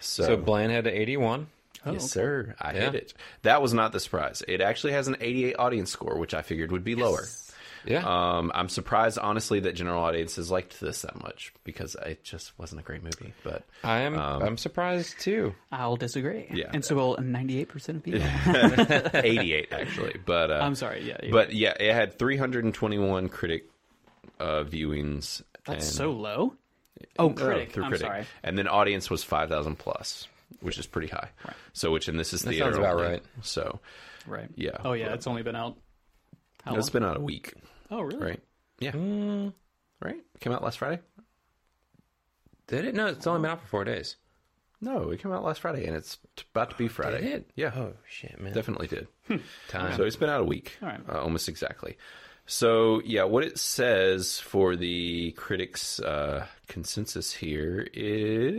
A: So,
B: So Bland had an 81.
C: Oh,
A: yes, sir, I
B: Yeah.
A: hit it. That was not the surprise. It actually has an 88 audience score, which I figured would be lower.
B: Yeah.
A: Um, I'm surprised, honestly, that general audiences liked this that much because it just wasn't a great movie. But
B: I am I'm surprised too.
C: I'll disagree.
A: Yeah.
C: And so will ninety-eight percent of people.
A: 88 actually. But uh,
C: I'm sorry. Yeah. yeah.
A: But yeah, it had 321 critic uh, viewings.
C: that's
A: and-
C: so low. Oh, critic.
A: through
C: I'm
A: critic.
C: sorry.
A: And then audience was 5,000 plus, which is pretty high. So, which, and this is theater.
B: sounds about
A: only.
B: right.
A: So,
C: Right.
A: Yeah.
C: Oh yeah,
A: But-
C: it's only been out. How long?
A: it's been out a week,
C: oh really?
A: right? Yeah.
B: Mm,
A: Right? Came out last Friday?
B: Did it? No, it's only been out for four days.
A: No, it came out last Friday, and it's t- about to be Friday.
B: it?
A: Yeah.
B: Oh shit, man.
A: Definitely did.
B: Time.
A: So it's been out a week,
C: Hmm. All right.
A: uh, almost exactly. So yeah, what it says for the critics' uh, consensus here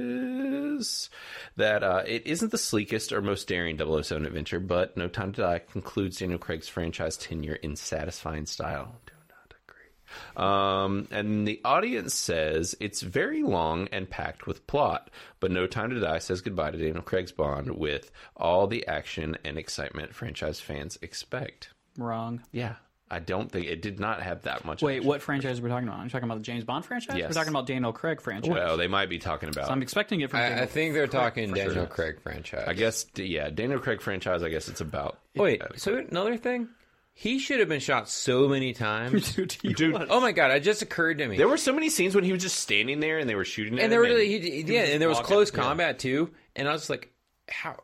A: is that uh, it isn't the sleekest or most daring 007 adventure, but No Time to Die concludes Daniel Craig's franchise tenure in satisfying style. Do not agree. Um, and the audience says it's very long and packed with plot, but No Time to Die says goodbye to Daniel Craig's Bond with all the action and excitement franchise fans expect.
C: Wrong.
A: Yeah, I don't think it did not have that much.
C: Wait,
A: action.
C: what franchise are we talking about? Are you talking about the James Bond franchise?
A: Yes.
C: We're talking about Daniel Craig franchise.
A: Well, they might be talking about.
C: I'm expecting it from.
B: I,
C: Daniel
B: I think they're talking
C: franchise.
B: Daniel Craig franchise.
A: I guess, yeah, Daniel Craig franchise. I guess it's about.
B: Wait, so another thing? He should have been shot so many times.
C: Dude, he
A: Dude,
C: was.
B: oh my god! It just occurred to me.
A: There were so many scenes when he was just standing there and they were shooting at
B: and
A: him.
B: there were really, he, yeah, and there was
C: walking.
B: close combat too. And I was like, how?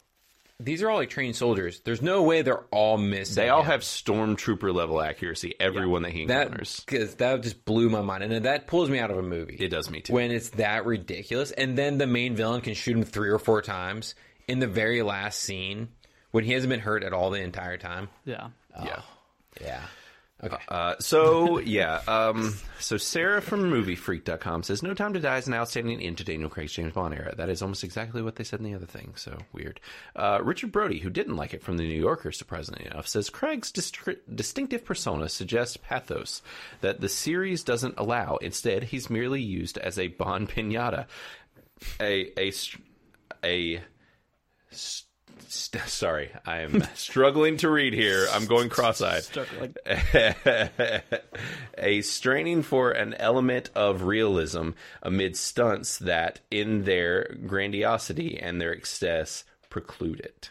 B: These are all like trained soldiers. There's no way they're all missing.
A: they all
B: him.
A: have stormtrooper level accuracy. Everyone that he
B: that
A: encounters.
B: because that just blew my mind, and then that pulls me out of a movie.
A: It does me too.
B: When it's that ridiculous, and then the main villain can shoot him three or four times in the very last scene when he hasn't been hurt at all the entire time.
C: Yeah.
A: yeah.
B: Yeah. Okay.
A: Uh, so yeah, um, so Sarah from MovieFreak.com says No Time to Die is an outstanding end to Daniel Craig's James Bond era. That is almost exactly what they said in the other thing. So weird. Uh, Richard Brody, who didn't like it from the New Yorker, surprisingly enough, says Craig's distri- distinctive persona suggests pathos that the series doesn't allow. Instead, he's merely used as a Bond pinata, a a str- a st- sorry, I am struggling to read here. I'm going cross-eyed.
C: Like,
A: a straining for an element of realism amid stunts that, in their grandiosity and their excess, preclude it.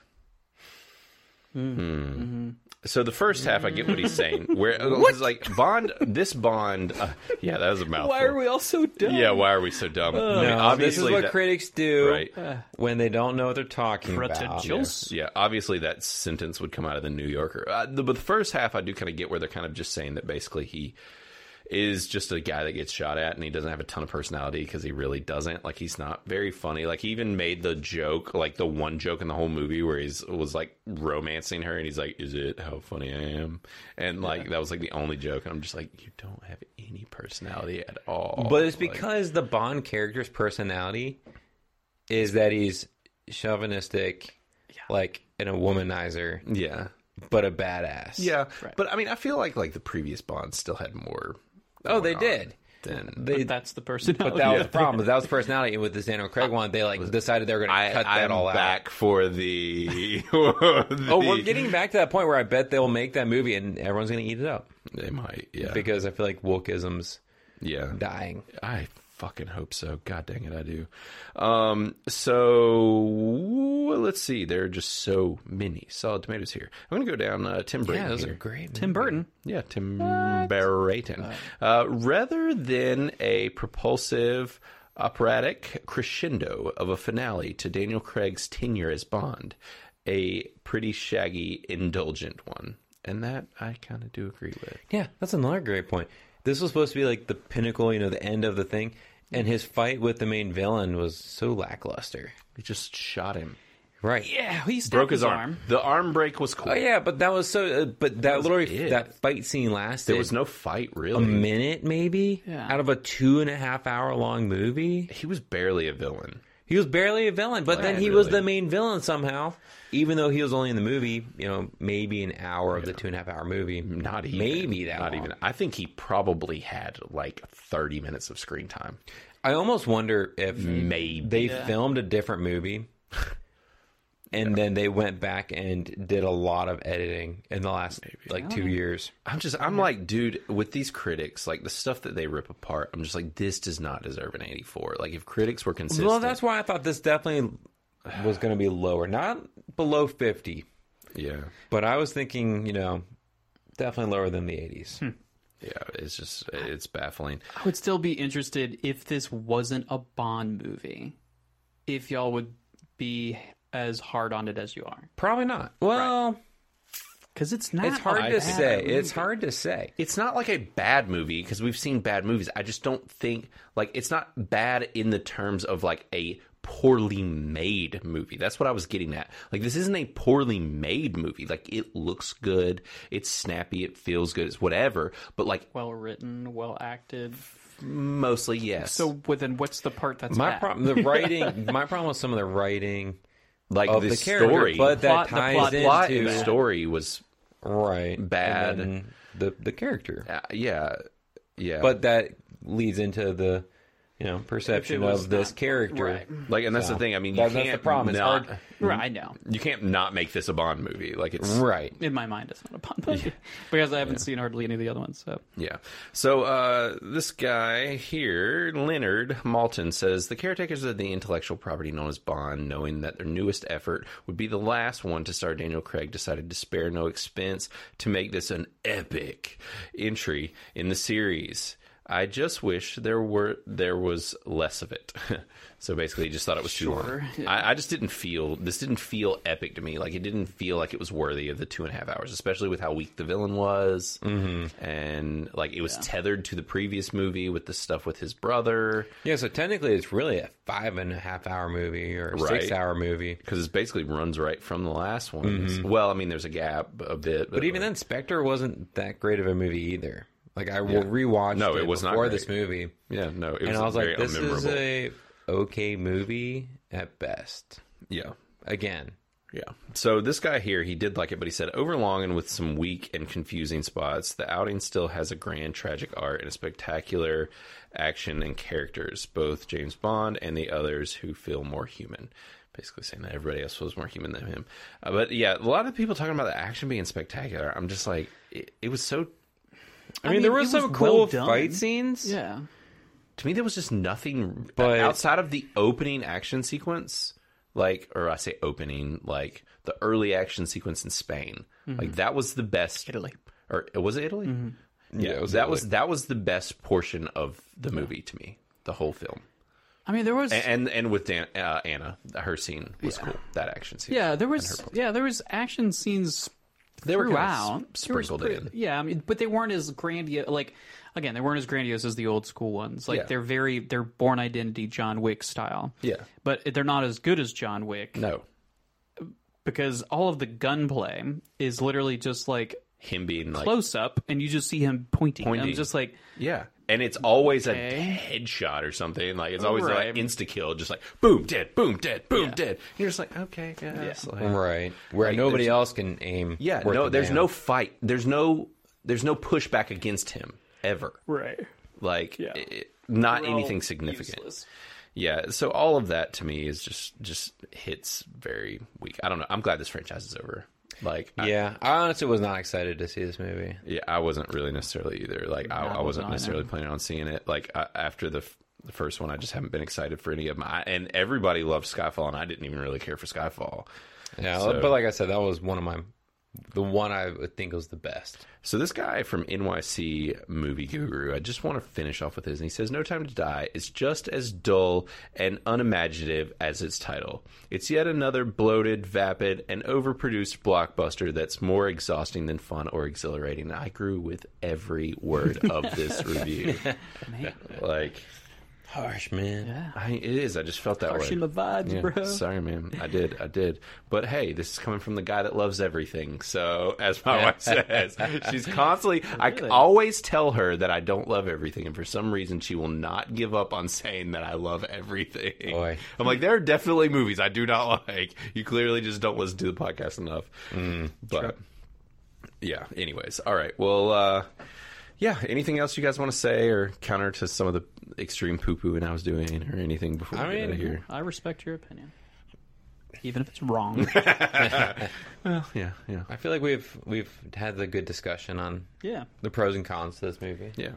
C: Mm-hmm.
A: Hmm. So the first half, I get what he's saying. Where it's like Bond, this Bond, uh, yeah, that was a mouthful.
C: why are we all so dumb?
A: Yeah, why are we so dumb? I mean,
B: Uh, No, Um, this is what
A: that-
B: critics do uh,
A: Right.
B: when they don't know what they're talking about.
C: Pretentious.
A: Yeah, obviously that sentence would come out of the New Yorker. Uh, the, but the first half, I do kind of get where they're kind of just saying that basically he is just a guy that gets shot at and he doesn't have a ton of personality because he really doesn't. Like he's not very funny. Like he even made the joke, like the one joke in the whole movie where he's was like romancing her and he's like, "Is it how funny I am?" And like that was like the only joke. And I'm just like, you don't have any personality at all.
B: But it's
A: Like,
B: because the Bond character's personality is that he's chauvinistic, like and a womanizer,
A: yeah.
B: but a badass.
A: Yeah, but I mean, I feel like like the previous Bond still had more.
B: Oh, they
A: going on
B: did.
A: Than
B: They, that
C: That's the person.
B: but that was the problem. That was personality. And with the Daniel Craig one, they like decided they were going
A: I,
B: to cut that
A: I'm
B: all out.
A: back for the,
B: Oh, we're getting back to that point where I bet they'll make that movie and everyone's going to eat it up
A: They might, yeah,
B: because I feel like wokeism's
A: yeah.
B: dying.
A: I fucking hope so. God dang it, I do. Um, so let's see. There are just so many solid tomatoes here. I'm gonna go down uh, Tim Burton.
B: Yeah, those
A: here.
B: are great.
C: Tim Burton.
A: Yeah, Tim Burton. Uh, rather than a propulsive operatic crescendo of a finale to Daniel Craig's tenure as Bond, a pretty shaggy, indulgent one. And that I kind of do agree with.
B: Yeah, that's another great point. This was supposed to be like the pinnacle, you know, the end of the thing, and his fight with the main villain was so lackluster.
A: He just shot him.
B: Right.
C: Yeah, he
A: Broke his arm. The arm break was cool.
B: Oh yeah, but that was so. Uh, but that, literally
A: it.
B: that fight scene lasted.
A: There was no fight,
B: a
A: really.
B: minute, maybe,
C: Yeah.
B: out of a two and a half hour long movie.
A: he was barely a villain.
B: He was barely a villain, but then
A: Like,
B: he was
A: really.
B: the main villain somehow, even though he was only in the movie, you know, maybe an hour of the two and a half hour movie.
A: Not even.
B: Maybe that
A: Not
B: long.
A: even. I think he probably had like 30 minutes of screen time.
B: I almost wonder if
A: Maybe.
B: they filmed a different movie and then they went back and did a lot of editing in the last like two years.
A: I'm just, I'm like, dude, with these critics, like the stuff that they rip apart, I'm just like, this does not deserve an 84. Like, if critics were consistent,
B: Well, that's why I thought this definitely was going to be lower, not below 50,
A: yeah,
B: but I was thinking, you know, definitely lower than the 80s.
A: yeah, it's just, it's baffling.
C: I would still be interested if this wasn't a Bond movie. If y'all would be as hard on it as you are,
B: Probably not. Well,
C: because it's not.
B: it's hard
C: a
B: to
C: bad
B: say.
C: movie.
B: It's hard to say.
A: It's not like a bad movie because we've seen bad movies. I just don't think, like, it's not bad in the terms of like a poorly made movie. That's what I was getting at. Like, this isn't a poorly made movie. Like, it looks good, it's snappy, it feels good, it's whatever, but like,
C: well written, well acted.
A: mostly, yes.
C: So, well, then what's the part that's
B: My
C: bad?
B: problem, the writing, my problem with some of the writing
A: like,
B: of
A: the,
B: the character,
A: story.
B: but that
C: Plot- the
B: ties
C: plot-
B: into
A: plot and the story was
B: right
A: Bad.
B: and then the the character
A: uh, yeah yeah
B: but that leads into the you know perception
C: was
B: of this
C: not-
B: character.
C: right.
A: Like, and that's the thing. I mean, you
B: That-
A: can't
B: that's the problem. It's
A: not.
B: hard- Mm-hmm.
C: Right, I know.
A: You can't not make this a Bond movie. Like it's
B: Right.
C: In my mind, it's not a Bond movie because I haven't seen hardly any of the other ones. So
A: Yeah. So uh, this guy here, Leonard Malton, says the caretakers of the intellectual property known as Bond, knowing that their newest effort would be the last one to star Daniel Craig, decided to spare no expense to make this an epic entry in the series. I just wish there were there was less of it. so basically, he just thought it was
C: Sure.
A: too long. I, I just didn't feel this didn't feel epic to me. Like it didn't feel like it was worthy of the two and a half hours, especially with how weak the villain was, mm-hmm. and like it was tethered to the previous movie with the stuff with his brother
B: Yeah, so technically it's really a five and a half hour movie or a
A: Right.
B: six hour movie.
A: because it basically runs right from the last one. Well, I mean, there's a gap a bit,
B: Mm-hmm. But even then, Spectre wasn't that great of a movie either. Like I will rewatched
A: No,
B: it,
A: it was not
B: before
A: great.
B: this movie,
A: yeah, no, it was,
B: and I was
A: very
B: like, "This is
A: unmemorable.
B: a okay movie at best."
A: yeah.
B: Again,
A: Yeah. So this guy here, he did like it, but he said overlong and with some weak and confusing spots, the outing still has a grand tragic art and a spectacular action and characters, both James Bond and the others who feel more human. Basically saying that everybody else feels more human than him. Uh, but yeah, a lot of people talking about the action being spectacular. I'm just like, it, it was so.
B: I, mean, there
C: mean,
B: were
C: it
B: some
C: was
B: cool
C: well done.
B: fight scenes.
C: yeah,
A: To me, there was just nothing
B: But-
A: outside of the opening action sequence. Like, or I say opening, like the early action sequence in Spain. Like that was the best
C: Italy.
A: or was it Italy? Yeah,
B: it was
A: that
B: Italy.
A: was that was the best portion of the movie to me, the whole film,
C: I mean there was
A: and and, and with Dan, uh, Anna, her scene was cool. That action scene,
C: yeah there was yeah there was action scenes
A: they were
C: throughout
A: kind of
C: There was
A: sprinkled
C: pretty-
A: in.
C: Yeah, I mean, but they weren't as grandiose. Like again, they weren't as grandiose as the old school ones. Like
A: Yeah.
C: they're very they're born identity John Wick style.
A: Yeah.
C: but they're not as good as John Wick
A: No,
C: because all of the gunplay is literally just like
A: him being like
C: close up, and you just see him pointing. And
A: Pointing.
C: I'm just like,
A: yeah, and it's always
C: Okay.
A: a headshot or something. Like it's always
C: Right.
A: like insta kill, just like boom dead, boom dead, boom dead. And you're just like okay, yeah, it's like-
B: Right, where nobody else can aim.
A: yeah.
B: worth
A: No,
B: a
A: there's
B: damn.
A: no fight. There's no there's no pushback against him ever.
C: right,
A: Like
C: Yeah.
A: it- not anything significant. Yeah, so all of that to me is just just hits very weak. I don't know. I'm glad this franchise is over. Like, I, yeah,
B: Yeah, I honestly was not excited to see this movie.
A: I wasn't really necessarily either. Like, I, I wasn't
C: wasn't
A: necessarily planning on seeing it. Like I, after the f- the first one, I just haven't been excited for any of them. I, and everybody loved Skyfall, and I didn't even really care for Skyfall.
B: Yeah, but like I said, that was one of my, the one I would think was the best.
A: So this guy from NYC Movie Guru, I just want to finish off with this. And he says, "No Time to Die is just as dull and unimaginative as its title. It's yet another bloated, vapid, and overproduced blockbuster that's more exhausting than fun or exhilarating." I grew with every word of this review.
C: Man.
A: Like
B: Harsh man.
A: I, it is. I just felt that way.
C: Harshing the vibes,
A: Yeah,
C: bro.
A: Sorry, man. I did. I did. But hey, this is coming from the guy that loves everything. So, as my wife says, she's constantly. I
C: Really?
A: always tell her that I don't love everything, and for some reason, she will not give up on saying that I love everything.
B: Boy.
A: I'm like, there are definitely movies I do not like. You clearly just don't listen to the podcast enough. but yeah. Anyways, all right. Well. uh yeah, anything else you guys want to say or counter to some of the extreme poo pooing I was doing or anything before we
B: I
A: get out of
B: mean,
A: here?
C: I respect your opinion, even if it's wrong.
A: Yeah, yeah,
B: I feel like we've we've had the good discussion on
C: yeah,
B: the pros and cons to this movie.
A: yeah.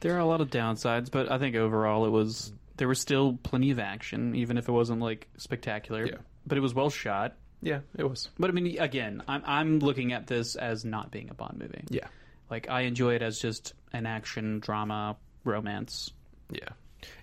C: there are a lot of downsides, but I think overall it was there was still plenty of action, even if it wasn't like spectacular.
A: Yeah.
C: But it was well shot.
A: Yeah, it was.
C: But I mean, again, I'm I'm looking at this as not being a Bond movie.
A: Yeah,
C: Like I enjoy it as just an action drama romance.
A: yeah.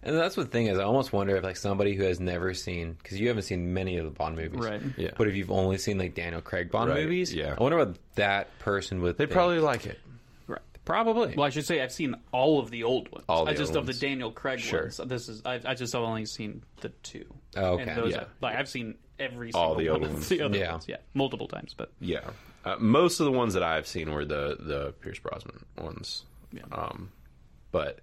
B: And that's the thing is, I almost wonder if like somebody who has never seen because you haven't seen many of the Bond movies,
C: Right.
A: Yeah.
B: But if you've only seen like Daniel Craig Bond
A: Right,
B: movies,
A: yeah.
B: I wonder what that person would.
A: They
B: think.
A: probably like it.
C: Right.
B: probably.
C: Well, I should say I've seen all of the old ones.
A: All the
C: I just
A: old
C: of the
A: ones.
C: Daniel Craig
A: Sure.
C: ones. This is I, I just have only seen the two.
B: Oh, okay.
C: And those
A: Yeah.
C: I- like I've seen every single
A: All the
C: one
A: old
C: of
A: ones.
C: The other
B: Yeah.
C: ones. Yeah. Multiple times, but
A: Yeah. Uh, most of the ones that I've seen were the the Pierce Brosnan ones.
C: Yeah.
A: Um, but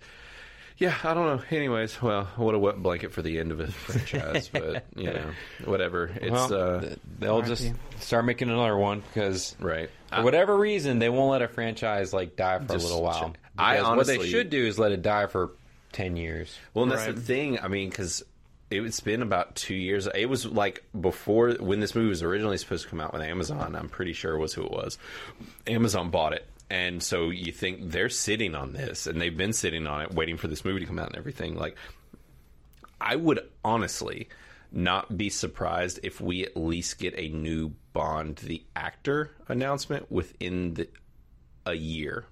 A: yeah, I don't know. Anyways, well, what a wet blanket for the end of a franchise, but you know, whatever. It's
B: Well,
A: uh,
B: th- they'll just start making another one because
A: right.
B: For whatever reason, they won't let a franchise like die for a little while.
A: I
B: Because what
A: honestly-
B: they should do is let it die for ten years.
A: Well, and that's the
C: Right.
A: thing. I mean, because it's been about two years. It was like before when this movie was originally supposed to come out with Amazon. I'm pretty sure was who it was. Amazon bought it, and so you think they're sitting on this, and they've been sitting on it, waiting for this movie to come out and everything. Like, I would honestly not be surprised if we at least get a new Bond the actor announcement within the, a year,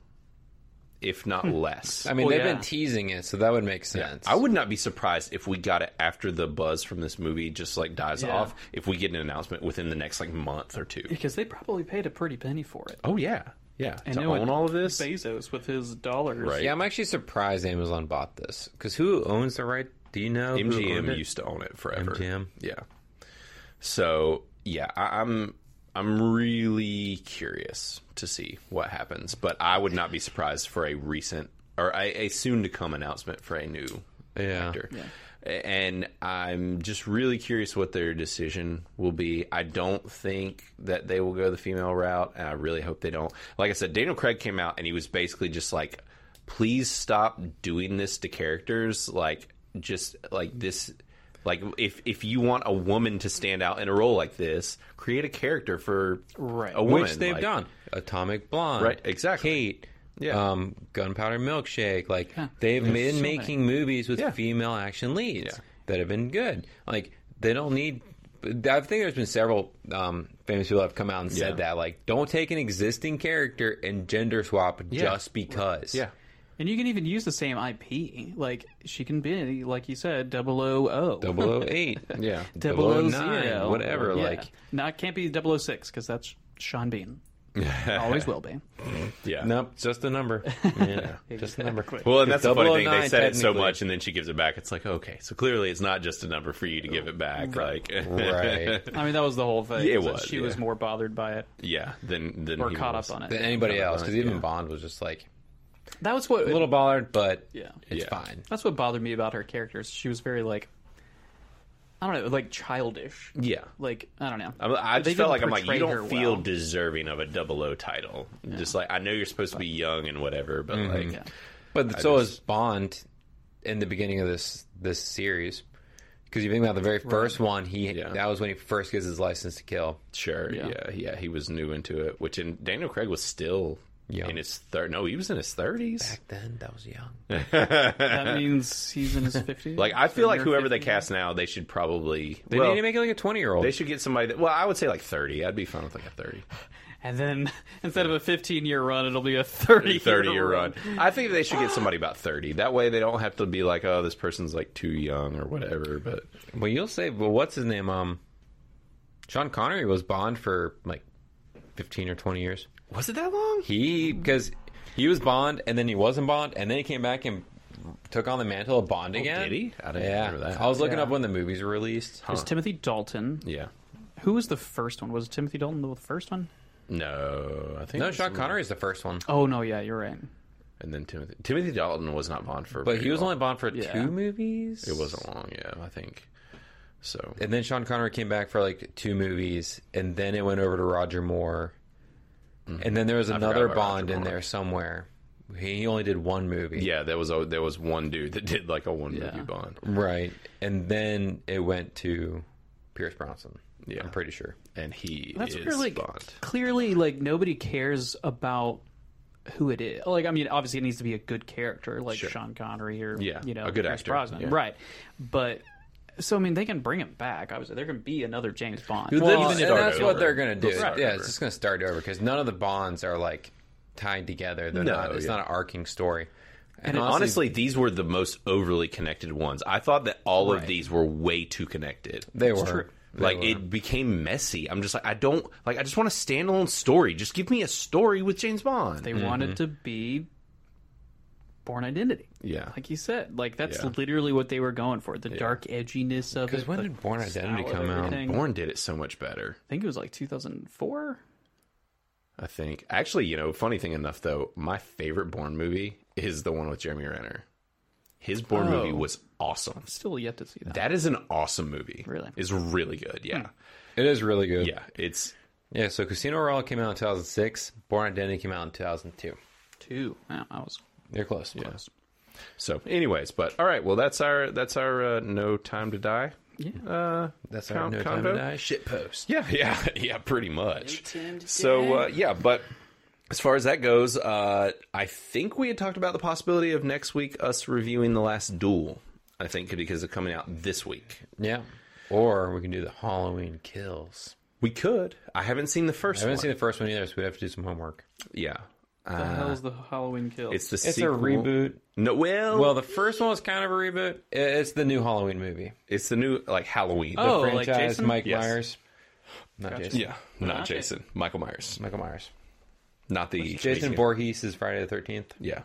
A: if not less.
B: I mean,
C: Well,
B: they've
C: yeah.
B: been teasing it, so that would make sense.
A: I would not be surprised if we got it after the buzz from this movie just like dies
C: Yeah.
A: off. If we get an announcement within the next like month or two.
C: because they probably paid a pretty penny for it.
A: Oh yeah, yeah.
C: I
A: to
C: know
A: own
C: it-
A: all of this,
C: Bezos with his dollars,
A: Right.
B: Yeah, I'm actually surprised Amazon bought this because who owns the right? Do you know? who owned
A: MGM
B: it?
A: used to own it forever.
B: MGM.
A: yeah. So yeah, I, I'm I'm really curious to see what happens, but I would not be surprised for a recent or a, a soon to come announcement for a new
B: Yeah.
A: actor. A- And I'm just really curious what their decision will be. I don't think that they will go the female route, and I really hope they don't. Like I said, Daniel Craig came out and he was basically just like, please stop doing this to characters. Like, just like this. Like if if you want a woman to stand out in a role like this, create a character for
C: Right.
A: a woman,
B: Which they've
A: like-
B: done. Atomic Blonde,
A: Right, exactly.
B: Kate,
A: Yeah.
B: um, Gunpowder Milkshake. Like they've been
C: so
B: making movies with
A: Yeah.
B: female action leads
A: Yeah.
B: that have been good. Like they don't need. I think there's been several um, famous people that have come out and said
A: Yeah.
B: that. Like, don't take an existing character and gender swap just because.
A: Yeah,
C: And you can even use the same IP. Like she can be, like you said, 000.
B: 008.
A: yeah.
B: 009,
C: 009,
B: whatever, like-
C: no, it can't be 006 because that's Sean Bean. Always will be.
A: Yeah.
B: Nope, just a number. Yeah, just a number.
A: Well, and that's the funny
C: oh
A: thing. They
B: 009
A: said it so
B: technically-
A: much, and then she gives it back. It's like, okay, so clearly it's not just a number for you to give it back. Like,
B: Right.
C: I mean, that was the whole thing.
A: Yeah, it
C: is that
A: was,
C: She
A: yeah.
C: was more bothered by it
A: yeah, then then
C: or
A: he
C: caught
A: was.
C: up on
B: Than
C: it.
B: anybody else, because even
A: Yeah.
B: Bond was just like
C: That was what
B: a little bothered, but
C: Yeah.
B: it's
A: Yeah.
B: fine.
C: That's what bothered me about her characters. She was very like, I don't know, like childish.
A: Yeah,
C: Like I don't know.
A: I'm, I
C: They
A: just felt like
C: didn't
A: I'm like you
C: portray
A: don't
C: her
A: feel
C: well.
A: deserving of a double O title. Just like I know you're supposed to be young and whatever, but like,
C: Mm-hmm. Yeah.
B: But so is Bond in the beginning of this this series, because you think about the very first one. He
A: Yeah.
B: that was when he first gets his license to kill.
A: sure, yeah.
C: Yeah.
A: yeah, he was new into it. Which in Daniel Craig was still
B: Young.
A: in his third. No, he was in his thirties.
B: Then that was young.
C: That means he's in his fifties.
A: Like I feel like whoever they cast now, they should probably
B: They
A: well,
B: need to make it like a twenty year old.
A: They should get somebody. That, well, I would say like thirty. I'd be fine with like a thirty.
C: and then instead of a fifteen-year run, it'll be a thirty-year
A: 30 year run. I think they should get somebody about 30. That way they don't have to be like, oh, this person's like too young or whatever. But
B: Well, you'll say, well, what's his name? Um, Sean Connery was Bond for like fifteen or twenty years.
A: was it that long?
B: He
C: Mm.
B: because he was Bond, and then he wasn't Bond, and then he came back and took on the mantle of Bond again.
A: Oh, did he? I didn't
B: yeah.
A: remember that.
B: I was looking
C: Yeah.
B: up when the movies were released.
C: It was Timothy Dalton.
A: Yeah.
C: Who was the first one? Was it Timothy Dalton the first one?
A: No, I think. it
B: No,
A: was
B: Sean
A: some-
B: Connery is the first one,
C: Oh no, yeah, you're right.
A: And then Timothy. Timothy Dalton was not Bond for.
B: but he
A: very
B: was
A: long.
B: only Bond for
C: Yeah.
B: two movies.
A: It wasn't long, yeah, I think. So.
B: and then Sean Connery came back for like two movies, and then it went over to Roger Moore, and then there was
A: forgot
B: another
A: about Roger
B: Bond in
A: Moore.
B: there somewhere. He only did one movie.
A: Yeah, there was a, there was one dude that did like a one movie
C: Yeah.
A: Bond.
B: Right. And then it went to Pierce Bronson.
A: Yeah.
B: I'm pretty sure.
A: And he
C: That's
A: is
C: really
A: Bond.
C: clearly like nobody cares about who it is. Like I mean, obviously it needs to be a good character, like Sean Connery or
A: Yeah,
C: you know,
A: a good
C: Pierce
A: actor,
C: Brosnan,
A: yeah.
C: right? But so I mean, they can bring him back. Obviously, there can be another James Bond.
A: Well,
B: Well, and
A: start
B: that's what
A: over.
B: they're going to do.
A: They'll start
B: yeah,
A: over.
B: it's just going to start over because none of the bonds are like tied together. They're
A: No,
B: not. It's
A: yeah.
B: not an arcing story. And,
A: Honestly, these were the most overly connected ones. I thought that all of
C: Right.
A: these were way too connected.
B: they were.
C: true.
B: They
A: like
B: were.
A: it became messy. I'm just like I don't like I just want a standalone story. Just give me a story with James Bond.
C: They wanted to be Born Identity,
A: Mm-hmm. yeah.
C: like you said. Like that's
A: Yeah.
C: literally what they were going for. The dark edginess of
B: Because
C: it.
B: when
C: the
B: did Born Identity
C: style of
B: come out?
C: everything.
A: Bourne did it so much better,
C: I think it was like 2004.
A: I think. Actually, you know, funny thing enough though, my favorite Bourne movie is the one with Jeremy Renner. His
C: Oh.
A: Bourne movie was awesome.
C: Still yet to see that.
A: That is an awesome movie.
C: Really? Hmm.
A: It's really good. Yeah.
B: It is really good.
A: Yeah. It's
B: Yeah, so Casino Royale came out in 2006. Born Identity came out in 2002.
C: Two. Wow, I was
B: You're close. Yeah.
C: close.
A: So, anyways, but all right. Well, that's our that's our uh, no time to die. Yeah. Uh,
B: That's
A: our
B: our
A: no
B: no
A: time to die
B: shit post.
A: yeah, yeah, yeah, pretty much. so uh, yeah, but as far as that goes, uh, I think we had talked about the possibility of next week us reviewing the last duel. I think because it's coming out this week.
B: Yeah. Or we can do the Halloween kills.
A: We could. I haven't seen the first
B: I haven't
A: one.
B: seen the first one either, so we have to do some homework.
A: yeah, Uh,
C: What the hell's the Halloween kill?
A: it's the
B: It's
A: sequel.
B: a reboot.
A: No, well,
B: Well, the first one was kind of a reboot. It's the new Halloween movie.
A: it's the new like Halloween.
C: Oh, like
B: Franchise
C: Jason?
B: Mike
A: Yes.
B: Myers. Not Jason.
A: yeah, not
C: Okay.
A: Jason. Michael Myers,
B: Michael Myers.
A: not the
B: Jason
A: Canadian.
B: Voorhees is Friday the Thirteenth.
A: Yeah,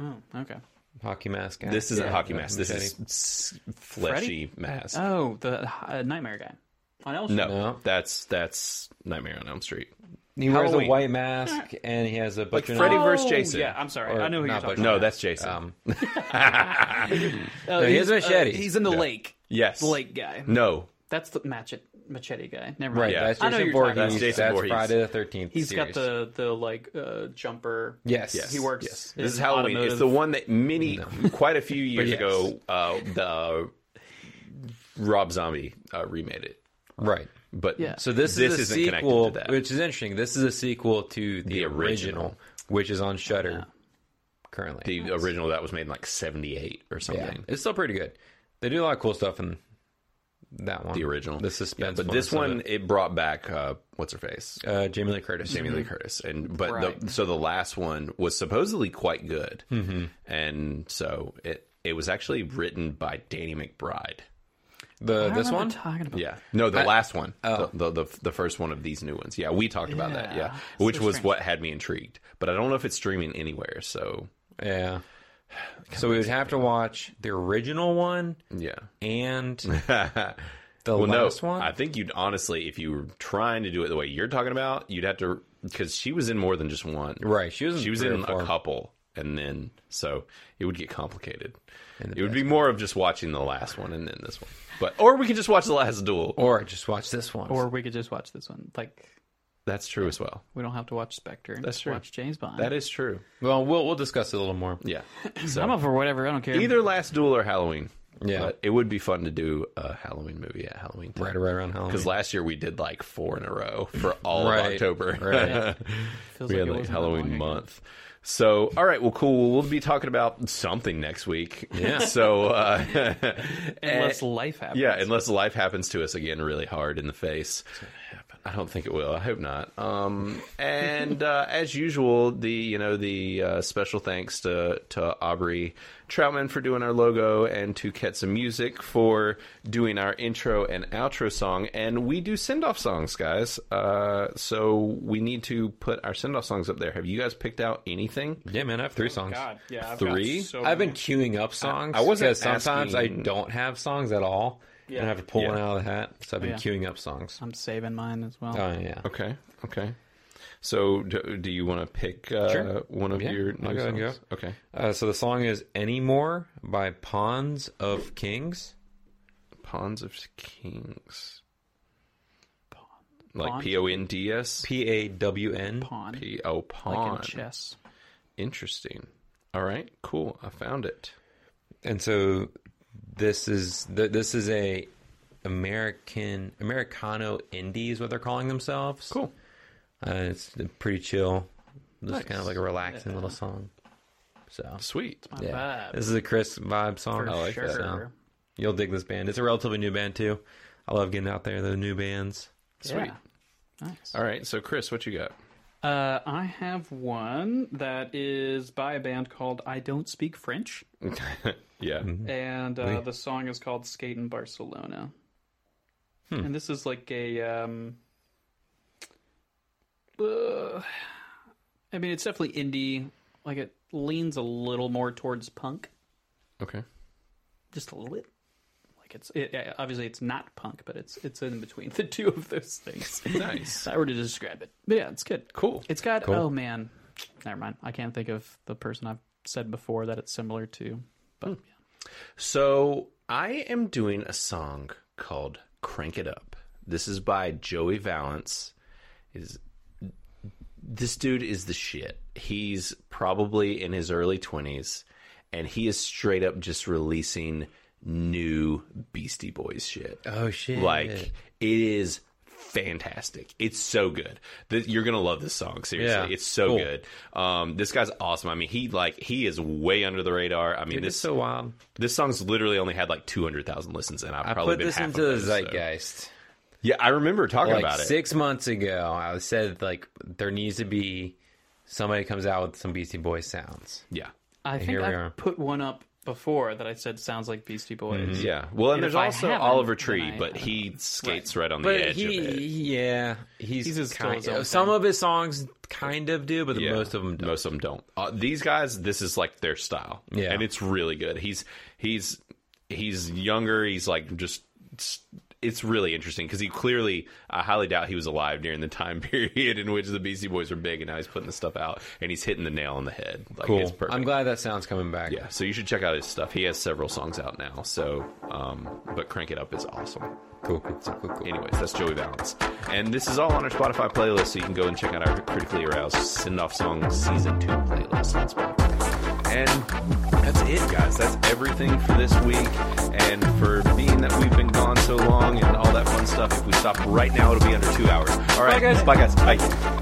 C: oh, okay.
B: Hockey mask. guy.
A: this isn't
B: Yeah.
A: hockey mask. This
B: Machete.
A: is s- fleshy mask.
C: Oh, the uh, nightmare guy on Elm Street.
A: no,
B: No.
A: that's that's Nightmare on Elm Street.
B: He wears
A: Halloween.
B: a white mask and he has a butcher
A: Freddy
B: knife.
A: versus- Reverse Jason.
C: Oh, Yeah, I'm sorry.
B: Or
C: I know who you're
B: not
C: talking
B: Butcher.
A: No,
C: about.
A: that's Jason.
B: Um,
C: Oh,
B: no, he
C: he's-
B: has a machete.
C: uh, he's in the lake.
A: yes.
C: The lake guy.
A: No.
C: That's the machete, machete guy. Never mind.
B: right,
A: Yeah.
B: that's
C: I know
B: Jason
C: you're talking
B: Voorhees.
C: about.
B: That's,
A: That's Jason Voorhees.
B: Friday the Thirteenth.
C: He's got the the like uh, jumper.
B: yes.
A: Yes.
C: He works
A: Yes.
C: in
A: This is Halloween.
C: automotive-
A: It's the one that many, quite a few years
B: yes.
A: ago, uh, the Rob Zombie uh, remade it.
B: Right.
A: But
C: Yeah.
B: So this,
A: This
B: is a
A: isn't connected to
B: sequel,
A: that.
B: which is interesting. This is a sequel to the,
A: The
B: original,
A: original.
B: which is on Shutter currently.
A: the original that was made in like '78 or
B: yeah,
A: something.
B: it's still pretty good. They do a lot of cool stuff in that one.
A: The original,
B: the suspense.
A: Yeah, but this
B: bonus of
A: one, it. brought back uh, what's her face,
B: it. uh, Jamie Lee Curtis.
A: Jamie Lee Curtis, and but the,
C: Mm-hmm. Right.
A: so the last one was supposedly quite good,
B: Mm-hmm.
A: and so it it was actually written by Danny McBride.
B: The
C: I
B: this
C: remember
B: one.
C: talking about.
A: Yeah. No, the last one.
B: oh.
A: The, the, the the first one of these new ones. Yeah, we talked about that. Yeah.
C: Yeah.
A: Which
C: So
A: was
C: strange.
A: what had me intrigued. But I don't know if it's streaming anywhere, so
B: Yeah. So we would have to watch the original one
A: yeah.
B: and the
A: Well,
B: last
A: no.
B: one.
A: I think you'd honestly if you were trying to do it the way you're talking about, you'd have to cuz she was in more than just one.
B: right. She was in
A: She was
B: three or
A: in
B: four.
A: a couple and then so it would get complicated. It would be more of just watching the last one and then this one. But or we could just watch the last duel.
B: or just watch this one.
C: Or we could just watch this one. Like
A: That's true as well.
C: we don't have to watch Spectre.
A: That's
C: Just
A: true.
C: Watch James Bond.
A: That is true.
B: well, we'll we'll discuss it a little more.
A: Yeah.
C: I'm up for whatever. I don't care.
A: either last duel or Halloween.
B: Yeah.
A: but it would be fun to do a Halloween movie at Halloween time.
B: Right, right around Halloween.
A: Because last year we did like four in a row for all of
B: Right.
A: October.
B: Right.
C: Feels
A: we had like
C: like it wasn't that long
A: Halloween
C: ago.
A: month. So, all right, well, cool. We'll be talking about something next week.
B: Yeah.
A: So, uh,
C: Unless life happens.
A: Eh. yeah, unless life happens to us again really hard in the face. I don't think it will. I hope not. Um, and uh, as usual, the you know the uh, special thanks to to Aubrey Troutman for doing our logo and to Ketsa Music for doing our intro and outro song. And we do send off songs, guys. Uh, so we need to put our send off songs up there. Have you guys picked out anything?
B: yeah, man, I have three songs.
C: God, yeah. I've
A: Three?
C: Got so
B: I've been queuing up songs.
A: I wasn't
B: 'cause sometimes
A: asking-
B: I don't have songs at all,
C: Yeah.
B: and I have to pull one
A: Yeah.
B: out of the hat. So I've been
C: Yeah.
B: queuing up songs.
C: I'm saving mine as well.
B: Oh yeah.
A: Okay, okay. So do, do you want to pick uh,
B: Sure.
A: one of
B: Yeah,
A: your?
B: I'll
A: new
B: go ahead and
A: songs?
B: go.
A: Okay.
B: Uh, so the song is "Anymore" by Pawns of Kings.
A: Pawns of Kings. Like
C: Pawns?
A: P O N D S?
B: P A W N.
C: Pawn.
A: P O
C: Like
A: Pawn.
C: in chess.
A: Interesting. All right, cool. I found it.
B: And so this is th- this is a American Americano indie is what they're calling themselves.
A: Cool.
B: Uh, it's pretty chill. Just
A: Nice.
B: kind of like a relaxing little song. So
A: Sweet.
C: My
B: yeah,
C: vibe.
B: this is a Chris vibe song.
C: For
A: I like that.
C: sure.
B: So, you'll dig this band. It's a relatively new band too. I love getting out there the new bands.
A: Sweet.
C: Yeah. Nice.
A: All right, so Chris, what you got?
C: Uh, I have one that is by a band called I Don't Speak French,
A: Yeah.
C: and uh, the song is called Skate in Barcelona.
A: Hmm.
C: And this is like a. Um, uh, I mean, it's definitely indie. Like it leans a little more towards punk,
A: Okay.
C: just a little. Like it's it, yeah, obviously it's not punk, but it's it's in between the two of those things.
A: Nice.
C: if I were to describe it, but yeah, it's good.
A: Cool.
C: It's got oh man, never mind. I can't think of the person I've said before that it's similar to. But
A: So I am doing a song called Crank It Up. This is by Joey Valance. Is this dude is the shit. He's probably in his early 20s and he is straight up just releasing new Beastie Boys shit.
B: Oh shit!
A: Like it is fantastic. It's so good. Th- you're gonna love this song. Seriously,
B: Yeah.
A: it's so
B: Cool.
A: good. Um, this guy's awesome. I mean, he like he is way under the radar. I mean,
B: it's
A: this
B: so wild.
A: this song's literally only had like 200,000 listens, and I've
B: I
A: probably
B: put
A: been
B: this
A: half
B: into
A: of those,
B: the
A: so-
B: zeitgeist.
A: Yeah, I remember talking
B: like
A: about it.
B: six months ago, I said like there needs to be somebody comes out with some Beastie Boys sounds.
A: Yeah.
C: I think
B: Here we
C: I
B: are.
C: have put one up before that I said sounds like Beastie Boys.
A: Yeah. Well, and
C: And
A: there's
C: if I
A: also
C: haven't,
A: Oliver
C: then
A: Tree,
C: I
A: but
C: haven't.
A: he skates right, on the
B: But
A: edge
B: he,
A: of it.
B: yeah, he's,
C: He's just still
B: kind
C: his own
B: some
C: thing.
B: of his songs kind of do, but
A: Yeah.
B: most of them don't.
A: Most of them don't. Uh, these guys, this is like their style.
B: Yeah.
A: and it's really good. He's he's he's younger. He's like just. It's, it's really interesting because he clearly, I highly doubt he was alive during the time period in which the Beastie Boys were big, and now he's putting this stuff out and he's hitting the nail on the head. Like,
B: cool.
A: It's perfect.
B: I'm glad that sound's coming back.
A: Yeah, so you should check out his stuff. He has several songs out now. So, um, but Crank It Up is awesome.
B: Cool, cool, cool, cool, cool.
A: Anyways, that's Joey Valance. And this is all on our Spotify playlist, so you can go and check out our Critically Aroused Send Off Song Season 2 playlist on Spotify. And that's it, guys. That's everything for this week. And for being that we've been gone so long and all that fun stuff, if we stop right now, it'll be under two hours. All right,
C: guys.
A: Bye, guys. Bye.